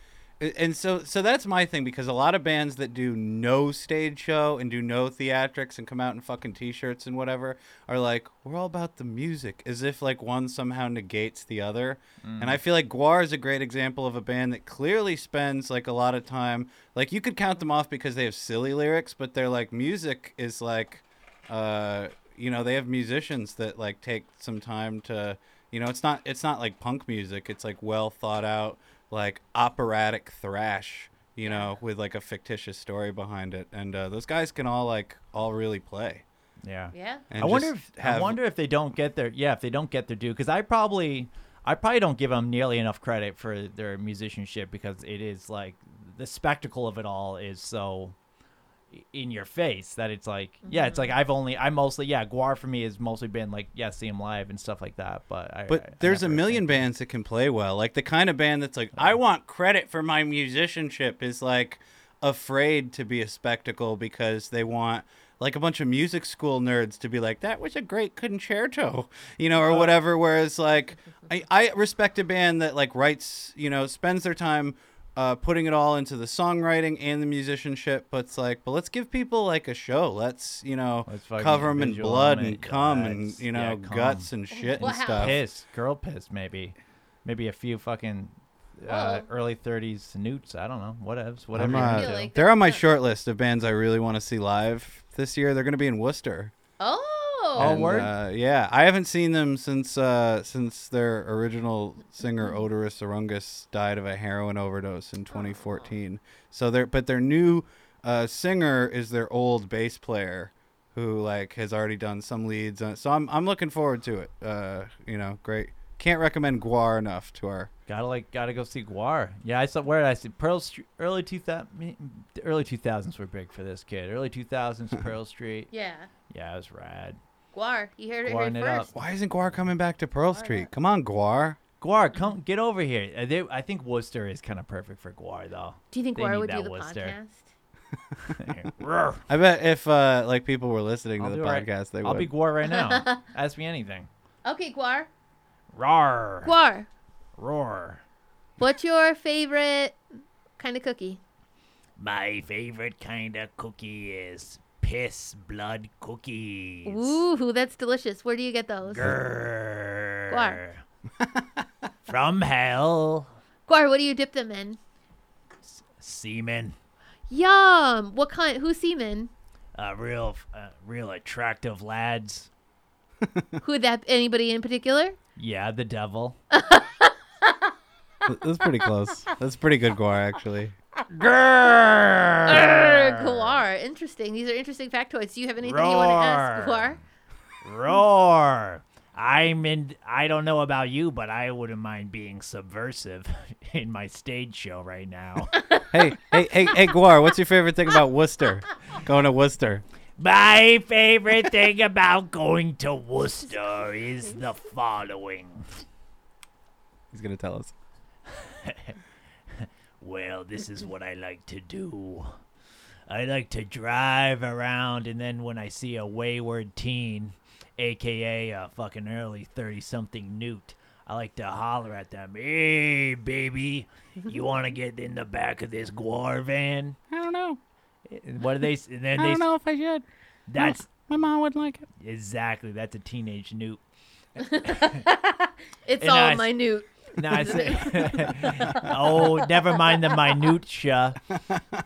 [SPEAKER 1] and so so that's my thing because a lot of bands that do no stage show and do no theatrics and come out in fucking t-shirts and whatever are like we're all about the music as if like one somehow negates the other. And I feel like Guar is a great example of a band that clearly spends like a lot of time. Like you could count them off because they have silly lyrics, but they're like music is like uh, you know they have musicians that like take some time to you know it's not it's not like punk music it's like well thought out like operatic thrash you know with like a fictitious story behind it and uh, those guys can all like all really play
[SPEAKER 3] Yeah.
[SPEAKER 2] Yeah.
[SPEAKER 1] and
[SPEAKER 3] I wonder
[SPEAKER 1] just
[SPEAKER 3] if I
[SPEAKER 1] have-
[SPEAKER 3] wonder if they don't get their yeah if they don't get their due because I probably I probably don't give them nearly enough credit for their musicianship because it is like the spectacle of it all is so i- in your face that it's like yeah it's like I've only I mostly yeah Guar for me has mostly been like yeah see him live and stuff like that but I, I- I
[SPEAKER 1] but there's a
[SPEAKER 3] never
[SPEAKER 1] million
[SPEAKER 3] think-
[SPEAKER 1] bands that can play well like the kind of band that's like i
[SPEAKER 3] Uh-huh.
[SPEAKER 1] want credit for my musicianship is like afraid to be a spectacle because they want like a bunch of music school nerds to be like that was a great concerto <laughs> you know or
[SPEAKER 3] Uh-huh.
[SPEAKER 1] whatever whereas
[SPEAKER 3] <laughs>
[SPEAKER 1] like I, I respect a band that like writes you know spends their time uh, putting it all into the songwriting and the musicianship but it's like but let's give people like a show let's you know
[SPEAKER 3] Let's fucking
[SPEAKER 1] cover them in
[SPEAKER 3] visual
[SPEAKER 1] blood
[SPEAKER 3] them
[SPEAKER 1] and
[SPEAKER 3] it.
[SPEAKER 1] cum
[SPEAKER 3] Yeah,
[SPEAKER 1] and
[SPEAKER 3] it's-
[SPEAKER 1] you know
[SPEAKER 3] yeah, cum.
[SPEAKER 1] guts and shit
[SPEAKER 2] Wow.
[SPEAKER 1] and stuff
[SPEAKER 3] piss girl piss maybe maybe a few fucking uh,
[SPEAKER 2] Whoa.
[SPEAKER 3] early 30s newts I don't know whatevs whatever
[SPEAKER 1] I'm,
[SPEAKER 3] you're
[SPEAKER 1] uh,
[SPEAKER 2] feel
[SPEAKER 3] into.
[SPEAKER 2] like
[SPEAKER 1] they're on my
[SPEAKER 2] that's
[SPEAKER 1] short list of bands I really want to see live this year. They're going to be in Worcester.
[SPEAKER 2] Oh.
[SPEAKER 3] Oh,
[SPEAKER 1] And,
[SPEAKER 3] word?
[SPEAKER 1] Uh, yeah, I haven't seen them since uh, since their original singer Odorous Arungus died of a heroin overdose in 2014. So they're but their new uh, singer is their old bass player who like has already done some leads. On, so I'm I'm looking forward to it. Uh, you know, great. Can't recommend Guar enough to our
[SPEAKER 3] Gotta like, gotta go see Guar. Yeah, I saw where did I see Pearl Street. Early two thousand, early two thousands were big for this kid. Early two
[SPEAKER 1] <laughs>
[SPEAKER 3] thousands, Pearl Street.
[SPEAKER 2] Yeah.
[SPEAKER 3] Yeah, it was rad.
[SPEAKER 2] Guar. You heard it here
[SPEAKER 3] Guaring it up.
[SPEAKER 2] first.
[SPEAKER 1] Why isn't Guar coming back to Pearl Street? Come on, Guar.
[SPEAKER 3] Guar, come get over here. Uh, they- I think Worcester is kind of perfect for Guar though.
[SPEAKER 2] Do you think
[SPEAKER 3] They
[SPEAKER 2] Guar
[SPEAKER 3] need
[SPEAKER 2] would do
[SPEAKER 3] that
[SPEAKER 2] the
[SPEAKER 3] Worcester.
[SPEAKER 2] podcast?
[SPEAKER 1] <laughs>
[SPEAKER 3] Roar.
[SPEAKER 1] I bet if uh, like people were listening to
[SPEAKER 3] I'll
[SPEAKER 1] the
[SPEAKER 3] do it right-
[SPEAKER 1] podcast, they
[SPEAKER 3] I'll
[SPEAKER 1] would.
[SPEAKER 3] be Guar
[SPEAKER 2] <laughs>
[SPEAKER 3] right now. Ask me anything.
[SPEAKER 2] Okay, Guar.
[SPEAKER 3] Roar.
[SPEAKER 2] Guar,
[SPEAKER 3] Roar.
[SPEAKER 2] what's your favorite kind of cookie?
[SPEAKER 3] My favorite kind of cookie is piss blood cookies.
[SPEAKER 2] Ooh, that's delicious. Where do you get those? Guar.
[SPEAKER 1] <laughs>
[SPEAKER 3] From hell,
[SPEAKER 2] Guar, what do you dip them in?
[SPEAKER 3] semen.
[SPEAKER 2] Yum. What kind? Who's
[SPEAKER 3] <laughs>
[SPEAKER 2] semen?
[SPEAKER 3] Uh, real, uh, real attractive lads.
[SPEAKER 2] Who that? Anybody in particular?
[SPEAKER 3] Yeah, the devil.
[SPEAKER 1] Th- That's pretty <laughs> close. That's pretty good guar, actually.
[SPEAKER 2] Err, Guar. Interesting. These are interesting factoids. Do you have anything you want to ask,
[SPEAKER 3] Roar.
[SPEAKER 2] Guar?
[SPEAKER 3] Roar! I'm in. I don't know about you, but I wouldn't mind being subversive <laughs> in my stage show right <laughs> now.
[SPEAKER 1] Hey, hey, hey, <laughs> hey, guar. What's your favorite thing about Worcester? Going to Worcester.
[SPEAKER 3] my favorite thing about going to Worcester is the following.
[SPEAKER 1] He's gonna tell us.
[SPEAKER 3] Well, this is what I like to do. I like to drive around, and then when I see a wayward teen, aka a fucking early 30 something newt, I like to holler at them, hey, baby, you want to get in the back of this guar van?
[SPEAKER 4] I don't know.
[SPEAKER 3] What do they? s- And then
[SPEAKER 4] I
[SPEAKER 3] they,
[SPEAKER 4] don't
[SPEAKER 3] s-
[SPEAKER 4] know if I should.
[SPEAKER 3] That's
[SPEAKER 4] My mom wouldn't like it.
[SPEAKER 3] exactly, that's a teenage newt.
[SPEAKER 2] It's
[SPEAKER 3] And
[SPEAKER 2] all
[SPEAKER 3] I-
[SPEAKER 2] minute.
[SPEAKER 3] No, I say, <laughs> oh, never mind the minutia.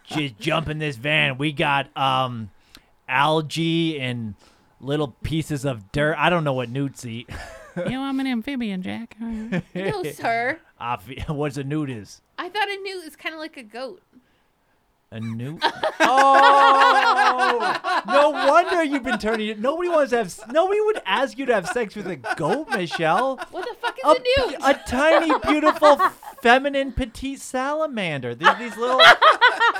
[SPEAKER 3] Just jump in this van. We got um, algae and little pieces of dirt. I don't know what newts eat. <laughs>
[SPEAKER 4] You know, I'm an amphibian, Jack. I-
[SPEAKER 2] No, sir.
[SPEAKER 3] I fe- <laughs> What's a newt is?
[SPEAKER 2] I thought a newt is kind of like a goat.
[SPEAKER 3] A newt? Oh, no wonder you've been turning it. Nobody wants to have. s- Nobody would ask you to have sex with a goat, Michelle.
[SPEAKER 2] What the fuck is
[SPEAKER 3] a,
[SPEAKER 2] a newt?
[SPEAKER 3] a tiny, beautiful, feminine, petite salamander. These, these little,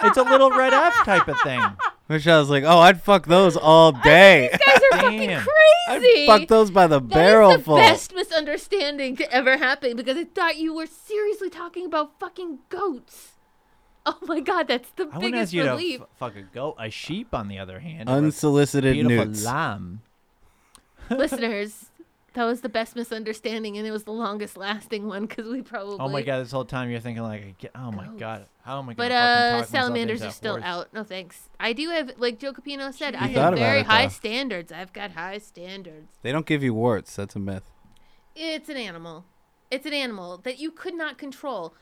[SPEAKER 3] it's a little red F type of thing.
[SPEAKER 1] Michelle's like, oh, I'd fuck those all day.
[SPEAKER 2] Guys are fucking
[SPEAKER 3] Damn.
[SPEAKER 1] <laughs>
[SPEAKER 2] crazy.
[SPEAKER 1] Fuck those by the barrel
[SPEAKER 2] That is the
[SPEAKER 1] full.
[SPEAKER 2] best misunderstanding to ever happen because I thought you were seriously talking about fucking goats. Oh my god, that's the
[SPEAKER 3] I wouldn't ask
[SPEAKER 2] biggest
[SPEAKER 3] you
[SPEAKER 2] relief.
[SPEAKER 3] <laughs> to f- fuck a goat. A sheep, on the other hand, or a
[SPEAKER 1] Unsolicited
[SPEAKER 3] beautiful
[SPEAKER 1] nudes.
[SPEAKER 3] lamb.
[SPEAKER 2] Listeners, that was the best misunderstanding and it was the longest lasting one because we probably.
[SPEAKER 3] Oh my god! This whole time you're thinking like, I get- oh my
[SPEAKER 2] Goats.
[SPEAKER 3] god, how am I gonna
[SPEAKER 2] But
[SPEAKER 3] fucking
[SPEAKER 2] uh,
[SPEAKER 3] talk myself
[SPEAKER 2] salamanders
[SPEAKER 3] into
[SPEAKER 2] are still
[SPEAKER 3] horse?
[SPEAKER 2] out. No thanks. I do have, like Joe Capino said, I
[SPEAKER 1] thought
[SPEAKER 2] have
[SPEAKER 1] about
[SPEAKER 2] very
[SPEAKER 1] it,
[SPEAKER 2] high
[SPEAKER 1] though.
[SPEAKER 2] standards. I've got high standards.
[SPEAKER 1] They don't give you warts. That's a myth.
[SPEAKER 2] It's an animal. It's an animal that you could not control.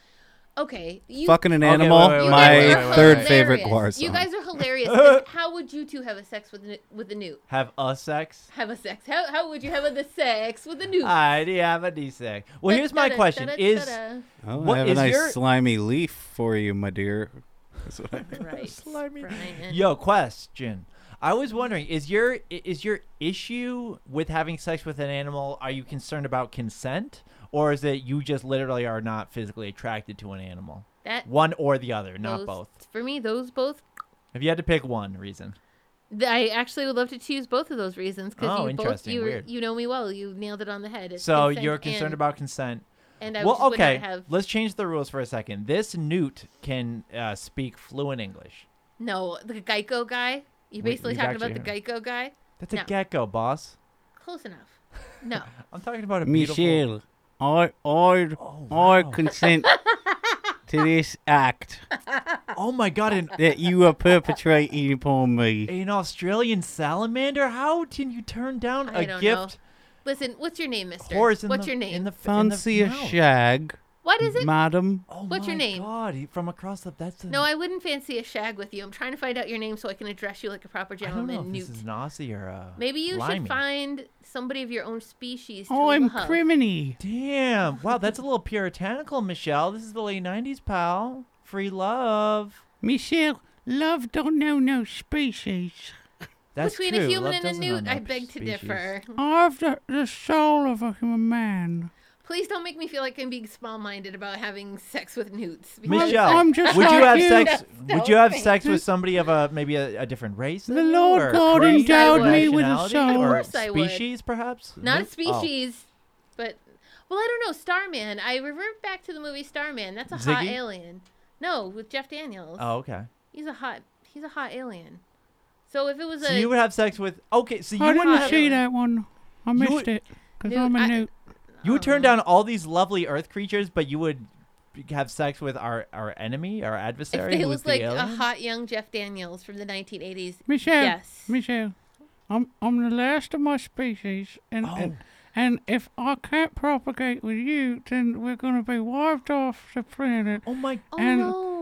[SPEAKER 2] Okay, you
[SPEAKER 1] Fucking an
[SPEAKER 3] Okay,
[SPEAKER 1] animal.
[SPEAKER 3] wait, wait,
[SPEAKER 2] You
[SPEAKER 1] my
[SPEAKER 2] guys are
[SPEAKER 3] wait, wait,
[SPEAKER 1] third
[SPEAKER 2] hilarious.
[SPEAKER 1] favorite guar song.
[SPEAKER 2] You guys are
[SPEAKER 1] <laughs>
[SPEAKER 2] hilarious. 'cause how would you two have a sex with a, with a newt?
[SPEAKER 3] Have a
[SPEAKER 2] <laughs>
[SPEAKER 3] sex?
[SPEAKER 2] Have a sex? How, how would you have the sex with a newt?
[SPEAKER 3] I do have a D sex. Uh, Well, here's my
[SPEAKER 2] Da-da,
[SPEAKER 3] question:
[SPEAKER 2] da-da,
[SPEAKER 3] Is
[SPEAKER 2] da-da.
[SPEAKER 1] oh,
[SPEAKER 3] What
[SPEAKER 1] I have a
[SPEAKER 3] is
[SPEAKER 1] nice
[SPEAKER 3] your-
[SPEAKER 1] slimy leaf for you, my dear. <laughs> That's what I think.
[SPEAKER 2] right?
[SPEAKER 3] <laughs> Slimy.
[SPEAKER 2] Brian.
[SPEAKER 3] Yo, question. I was wondering, is your i- is your issue with having sex with an animal? Are you concerned about consent, or is it you just literally are not physically attracted to an animal?
[SPEAKER 2] that
[SPEAKER 3] One or the other,
[SPEAKER 2] those-
[SPEAKER 3] not both.
[SPEAKER 2] For me, those both.
[SPEAKER 3] If you had to pick one reason,
[SPEAKER 2] th- I actually would love to choose both of those reasons because
[SPEAKER 3] Oh,
[SPEAKER 2] you both
[SPEAKER 3] interesting.
[SPEAKER 2] you,
[SPEAKER 3] Weird.
[SPEAKER 2] you know me well. You nailed it on the head. It's
[SPEAKER 3] so
[SPEAKER 2] consent
[SPEAKER 3] you're concerned
[SPEAKER 2] and-
[SPEAKER 3] about consent.
[SPEAKER 2] And I
[SPEAKER 3] well,
[SPEAKER 2] just would
[SPEAKER 3] okay,
[SPEAKER 2] not have
[SPEAKER 3] let's change the rules for a second. This newt can uh, speak fluent English.
[SPEAKER 2] no the Geico guy. You
[SPEAKER 3] We-
[SPEAKER 2] basically
[SPEAKER 3] we've
[SPEAKER 2] talking about the
[SPEAKER 3] actually-
[SPEAKER 2] Geico guy.
[SPEAKER 3] That's a
[SPEAKER 2] No.
[SPEAKER 3] gecko, boss.
[SPEAKER 2] Close enough.
[SPEAKER 3] <laughs>
[SPEAKER 2] No.
[SPEAKER 3] I'm talking about a beautiful.
[SPEAKER 1] Michelle, I, I,
[SPEAKER 3] Oh,
[SPEAKER 1] I
[SPEAKER 3] wow. <laughs>
[SPEAKER 1] consent to this act
[SPEAKER 3] Oh my god, an
[SPEAKER 1] that you are perpetrating upon me.
[SPEAKER 3] an Australian salamander? How can you turn down
[SPEAKER 2] I
[SPEAKER 3] a
[SPEAKER 2] don't
[SPEAKER 3] gift
[SPEAKER 2] Listen, what's your name, Mister?
[SPEAKER 3] horse in
[SPEAKER 2] what's
[SPEAKER 3] the,
[SPEAKER 2] your name?
[SPEAKER 3] In the, f- in the
[SPEAKER 1] Fancy a
[SPEAKER 3] mouth?
[SPEAKER 1] shag,
[SPEAKER 2] what is it?
[SPEAKER 1] madam?
[SPEAKER 3] Oh
[SPEAKER 2] What's your
[SPEAKER 3] my
[SPEAKER 2] name?
[SPEAKER 3] God, he- from across the that's a,
[SPEAKER 2] No, I wouldn't fancy a shag with you. I'm trying to find out your name so I can address you like a proper
[SPEAKER 3] I don't know if
[SPEAKER 2] gentleman, Newt.
[SPEAKER 3] this is an Aussie or a
[SPEAKER 2] Maybe you
[SPEAKER 3] Limey.
[SPEAKER 2] should find somebody of your own species. To
[SPEAKER 4] Oh, I'm
[SPEAKER 2] love.
[SPEAKER 4] criminy.
[SPEAKER 3] Damn! Wow, that's a little puritanical, Michelle. This is the late '90s, pal. Free love.
[SPEAKER 4] <laughs> Michelle, love don't know no species.
[SPEAKER 3] That's
[SPEAKER 2] Between
[SPEAKER 3] true.
[SPEAKER 2] a human
[SPEAKER 3] love
[SPEAKER 2] and a
[SPEAKER 3] doesn't know
[SPEAKER 2] newt, I
[SPEAKER 3] no
[SPEAKER 2] beg to
[SPEAKER 3] species.
[SPEAKER 2] differ.
[SPEAKER 4] I've the, the soul of a human man.
[SPEAKER 2] Please don't make me feel like I'm being small-minded about having sex with newts. because
[SPEAKER 3] Michelle,
[SPEAKER 4] I'm just
[SPEAKER 3] would you
[SPEAKER 4] like
[SPEAKER 3] have
[SPEAKER 4] you.
[SPEAKER 3] sex?
[SPEAKER 2] No,
[SPEAKER 3] Would you have
[SPEAKER 2] thank
[SPEAKER 3] sex with somebody of a maybe a, a different race?
[SPEAKER 4] The
[SPEAKER 3] than you,
[SPEAKER 4] Lord
[SPEAKER 3] or
[SPEAKER 4] God
[SPEAKER 3] race,
[SPEAKER 2] endowed me
[SPEAKER 4] with a
[SPEAKER 3] nationality,
[SPEAKER 4] soul.
[SPEAKER 3] or
[SPEAKER 2] Of course I would.
[SPEAKER 3] species, perhaps.
[SPEAKER 2] Not a
[SPEAKER 3] Nope. Oh.
[SPEAKER 2] species, but well, I don't know. Starman. I revert back to the movie Starman. That's a hot
[SPEAKER 3] Ziggy?
[SPEAKER 2] alien. No, with Jeff Daniels.
[SPEAKER 3] Oh, okay.
[SPEAKER 2] He's a hot. He's a hot alien. So <laughs> if it was
[SPEAKER 3] So
[SPEAKER 2] a
[SPEAKER 3] you would have sex with okay. So you
[SPEAKER 4] I
[SPEAKER 3] would
[SPEAKER 4] didn't
[SPEAKER 2] not-
[SPEAKER 4] see that one. I
[SPEAKER 3] You
[SPEAKER 4] missed
[SPEAKER 3] would-
[SPEAKER 4] it because
[SPEAKER 2] Newt,
[SPEAKER 4] I'm a
[SPEAKER 2] I-
[SPEAKER 4] newt.
[SPEAKER 3] you would turn
[SPEAKER 2] Oh.
[SPEAKER 3] down all these lovely Earth creatures, but you would have sex with our our enemy, our adversary,
[SPEAKER 2] if they
[SPEAKER 3] who's
[SPEAKER 2] was
[SPEAKER 3] the
[SPEAKER 2] like
[SPEAKER 3] alien.
[SPEAKER 2] a hot young Jeff Daniels from the 1980s,
[SPEAKER 4] Michelle.
[SPEAKER 2] Yes.
[SPEAKER 4] Michelle. I'm I'm the last of my species, and and,
[SPEAKER 3] Oh.
[SPEAKER 4] and if I can't propagate with you, then we're gonna be wiped off the planet.
[SPEAKER 3] oh my!
[SPEAKER 2] oh
[SPEAKER 4] And
[SPEAKER 2] no.
[SPEAKER 4] all-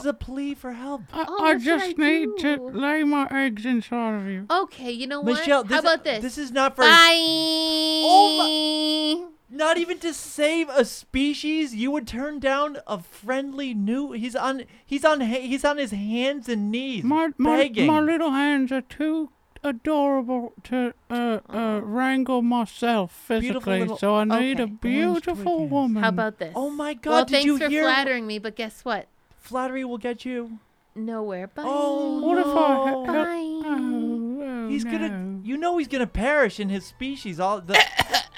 [SPEAKER 3] This is a plea for help.
[SPEAKER 4] I,
[SPEAKER 2] Oh,
[SPEAKER 4] I
[SPEAKER 2] what should I
[SPEAKER 4] just need to
[SPEAKER 2] do?
[SPEAKER 4] lay my eggs inside of you.
[SPEAKER 2] Okay, you know what?
[SPEAKER 3] Michelle, this,
[SPEAKER 2] How about this?
[SPEAKER 3] This is not for Oh
[SPEAKER 2] Bye.
[SPEAKER 3] not even to save a species. You would turn down a friendly new. He's on. He's on. ha- He's on his hands and
[SPEAKER 2] Oh,
[SPEAKER 3] knees,
[SPEAKER 4] My my,
[SPEAKER 3] begging.
[SPEAKER 4] my little hands are too adorable to uh,
[SPEAKER 2] Oh.
[SPEAKER 4] uh, wrangle myself
[SPEAKER 3] Beautiful
[SPEAKER 4] physically,
[SPEAKER 3] little-
[SPEAKER 4] so I need
[SPEAKER 3] okay,
[SPEAKER 4] a
[SPEAKER 3] orange
[SPEAKER 4] beautiful
[SPEAKER 3] twig hands.
[SPEAKER 4] woman.
[SPEAKER 2] How about this?
[SPEAKER 3] oh my God!
[SPEAKER 2] well,
[SPEAKER 3] did
[SPEAKER 2] thanks
[SPEAKER 3] you
[SPEAKER 2] for
[SPEAKER 3] hear?
[SPEAKER 2] flattering me, but guess what?
[SPEAKER 3] Flattery will get you.
[SPEAKER 2] Nowhere. Bye.
[SPEAKER 3] Oh,
[SPEAKER 4] What if I?
[SPEAKER 3] no.
[SPEAKER 4] hel-
[SPEAKER 2] Bye.
[SPEAKER 4] Oh, oh,
[SPEAKER 3] He's
[SPEAKER 4] no.
[SPEAKER 3] gonna. You know he's gonna perish in his species. All the.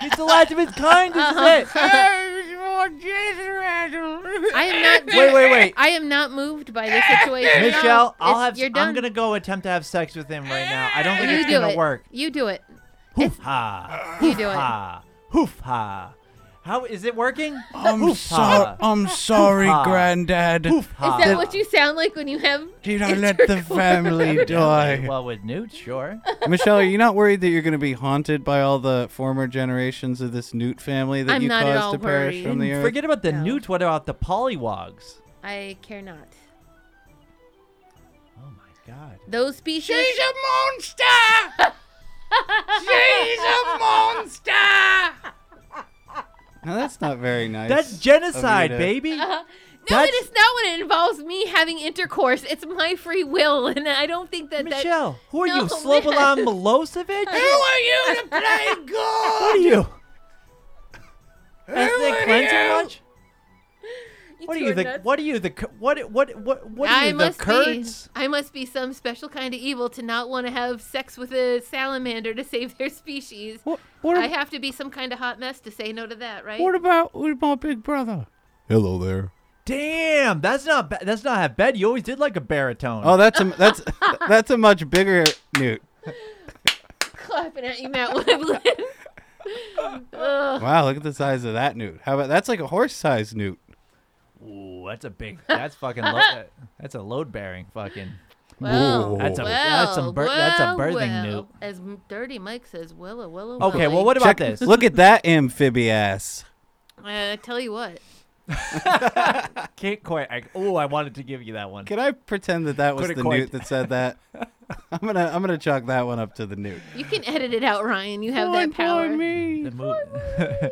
[SPEAKER 3] he's the last of his kind.
[SPEAKER 2] <laughs>
[SPEAKER 3] This is it.
[SPEAKER 2] I am not.
[SPEAKER 3] <laughs> Wait, wait, wait.
[SPEAKER 2] I am not moved by this situation.
[SPEAKER 3] Michelle, I'll
[SPEAKER 2] It's-
[SPEAKER 3] have.
[SPEAKER 2] You're done.
[SPEAKER 3] I'm gonna go attempt to have sex with him right now. I don't think
[SPEAKER 2] You
[SPEAKER 3] it's
[SPEAKER 2] do
[SPEAKER 3] gonna
[SPEAKER 2] it.
[SPEAKER 3] work.
[SPEAKER 2] You do it.
[SPEAKER 3] Hoof ha.
[SPEAKER 2] You do it.
[SPEAKER 3] ha. Hoof ha. How is it working?
[SPEAKER 4] I'm
[SPEAKER 3] Hoof
[SPEAKER 4] sorry.
[SPEAKER 3] ha.
[SPEAKER 4] I'm sorry,
[SPEAKER 3] Hoo-ha.
[SPEAKER 4] Granddad.
[SPEAKER 3] Hoof
[SPEAKER 2] Is
[SPEAKER 3] ha.
[SPEAKER 2] that what you sound like when you have? <laughs>
[SPEAKER 4] Did I let the <laughs> family die?
[SPEAKER 3] <laughs> Well, with Newt, <laughs> sure.
[SPEAKER 1] Michelle, are you not worried that you're going to be haunted by all the former generations of this Newt family that
[SPEAKER 2] I'm
[SPEAKER 1] you
[SPEAKER 2] not at
[SPEAKER 1] caused
[SPEAKER 2] all
[SPEAKER 1] to perish
[SPEAKER 2] worried.
[SPEAKER 1] from the earth?
[SPEAKER 3] Forget about the
[SPEAKER 2] No.
[SPEAKER 3] Newt. What about the Pollywogs?
[SPEAKER 2] I care not.
[SPEAKER 3] Oh my God.
[SPEAKER 2] Those species.
[SPEAKER 1] <laughs>
[SPEAKER 4] monster! She's a monster!
[SPEAKER 1] No, that's not very nice.
[SPEAKER 3] That's genocide,
[SPEAKER 1] of you to-
[SPEAKER 3] baby.
[SPEAKER 2] Uh-huh. no, it
[SPEAKER 3] That's-
[SPEAKER 2] is not when it involves me having intercourse. It's my free will, <laughs> and I don't think that that.
[SPEAKER 3] Michelle, who are you,
[SPEAKER 2] No, <laughs>
[SPEAKER 3] Slobodan Milosevic? Who are you to play <laughs> God? What are you? Ethnic cleansing much? What are
[SPEAKER 2] two
[SPEAKER 3] you? The,
[SPEAKER 2] nuts.
[SPEAKER 3] what are you? The Ku- what? What? What? What are
[SPEAKER 2] I
[SPEAKER 3] you? The
[SPEAKER 2] must
[SPEAKER 3] Kurds?
[SPEAKER 2] be. I must be some special kind of evil to not want to have sex with a salamander to save their species.
[SPEAKER 4] What, what,
[SPEAKER 2] I
[SPEAKER 4] ab-
[SPEAKER 2] have to be some kind of hot mess to say no to that, right?
[SPEAKER 4] what about with my big brother?
[SPEAKER 1] Hello there.
[SPEAKER 3] Damn, that's not. Ba- that's not half bad. You always did like a baritone.
[SPEAKER 1] Oh, that's a that's <laughs> that's a much bigger Newt.
[SPEAKER 2] <laughs> Clapping at you, Matt Woodland. <laughs> Ugh.
[SPEAKER 1] Wow, look at the size of that Newt. How about that's like a horse-sized Newt.
[SPEAKER 3] Ooh, that's a big. That's
[SPEAKER 2] <laughs>
[SPEAKER 3] fucking. Lo- that's a load bearing. Fucking.
[SPEAKER 2] Well,
[SPEAKER 3] That's a-
[SPEAKER 2] well,
[SPEAKER 3] that's some bir- that's a
[SPEAKER 2] well,
[SPEAKER 3] birthing
[SPEAKER 2] well.
[SPEAKER 3] newt.
[SPEAKER 2] As M- Dirty Mike says, willa, willa, willa.
[SPEAKER 3] Okay, well, what about
[SPEAKER 1] Check-
[SPEAKER 3] this?
[SPEAKER 1] Look at that amphibious.
[SPEAKER 2] Uh, tell you what.
[SPEAKER 3] Can't quite. I, oh, I wanted to give you that one.
[SPEAKER 1] Can I pretend that that was
[SPEAKER 3] Coulda
[SPEAKER 1] the
[SPEAKER 3] coined.
[SPEAKER 1] Newt that said
[SPEAKER 3] <laughs>
[SPEAKER 1] that? I'm gonna I'm gonna chalk that one up to the Newt.
[SPEAKER 2] You can edit it out, Ryan. You have
[SPEAKER 4] Why-
[SPEAKER 2] that
[SPEAKER 4] why
[SPEAKER 2] power.
[SPEAKER 4] me?
[SPEAKER 3] The move. <laughs>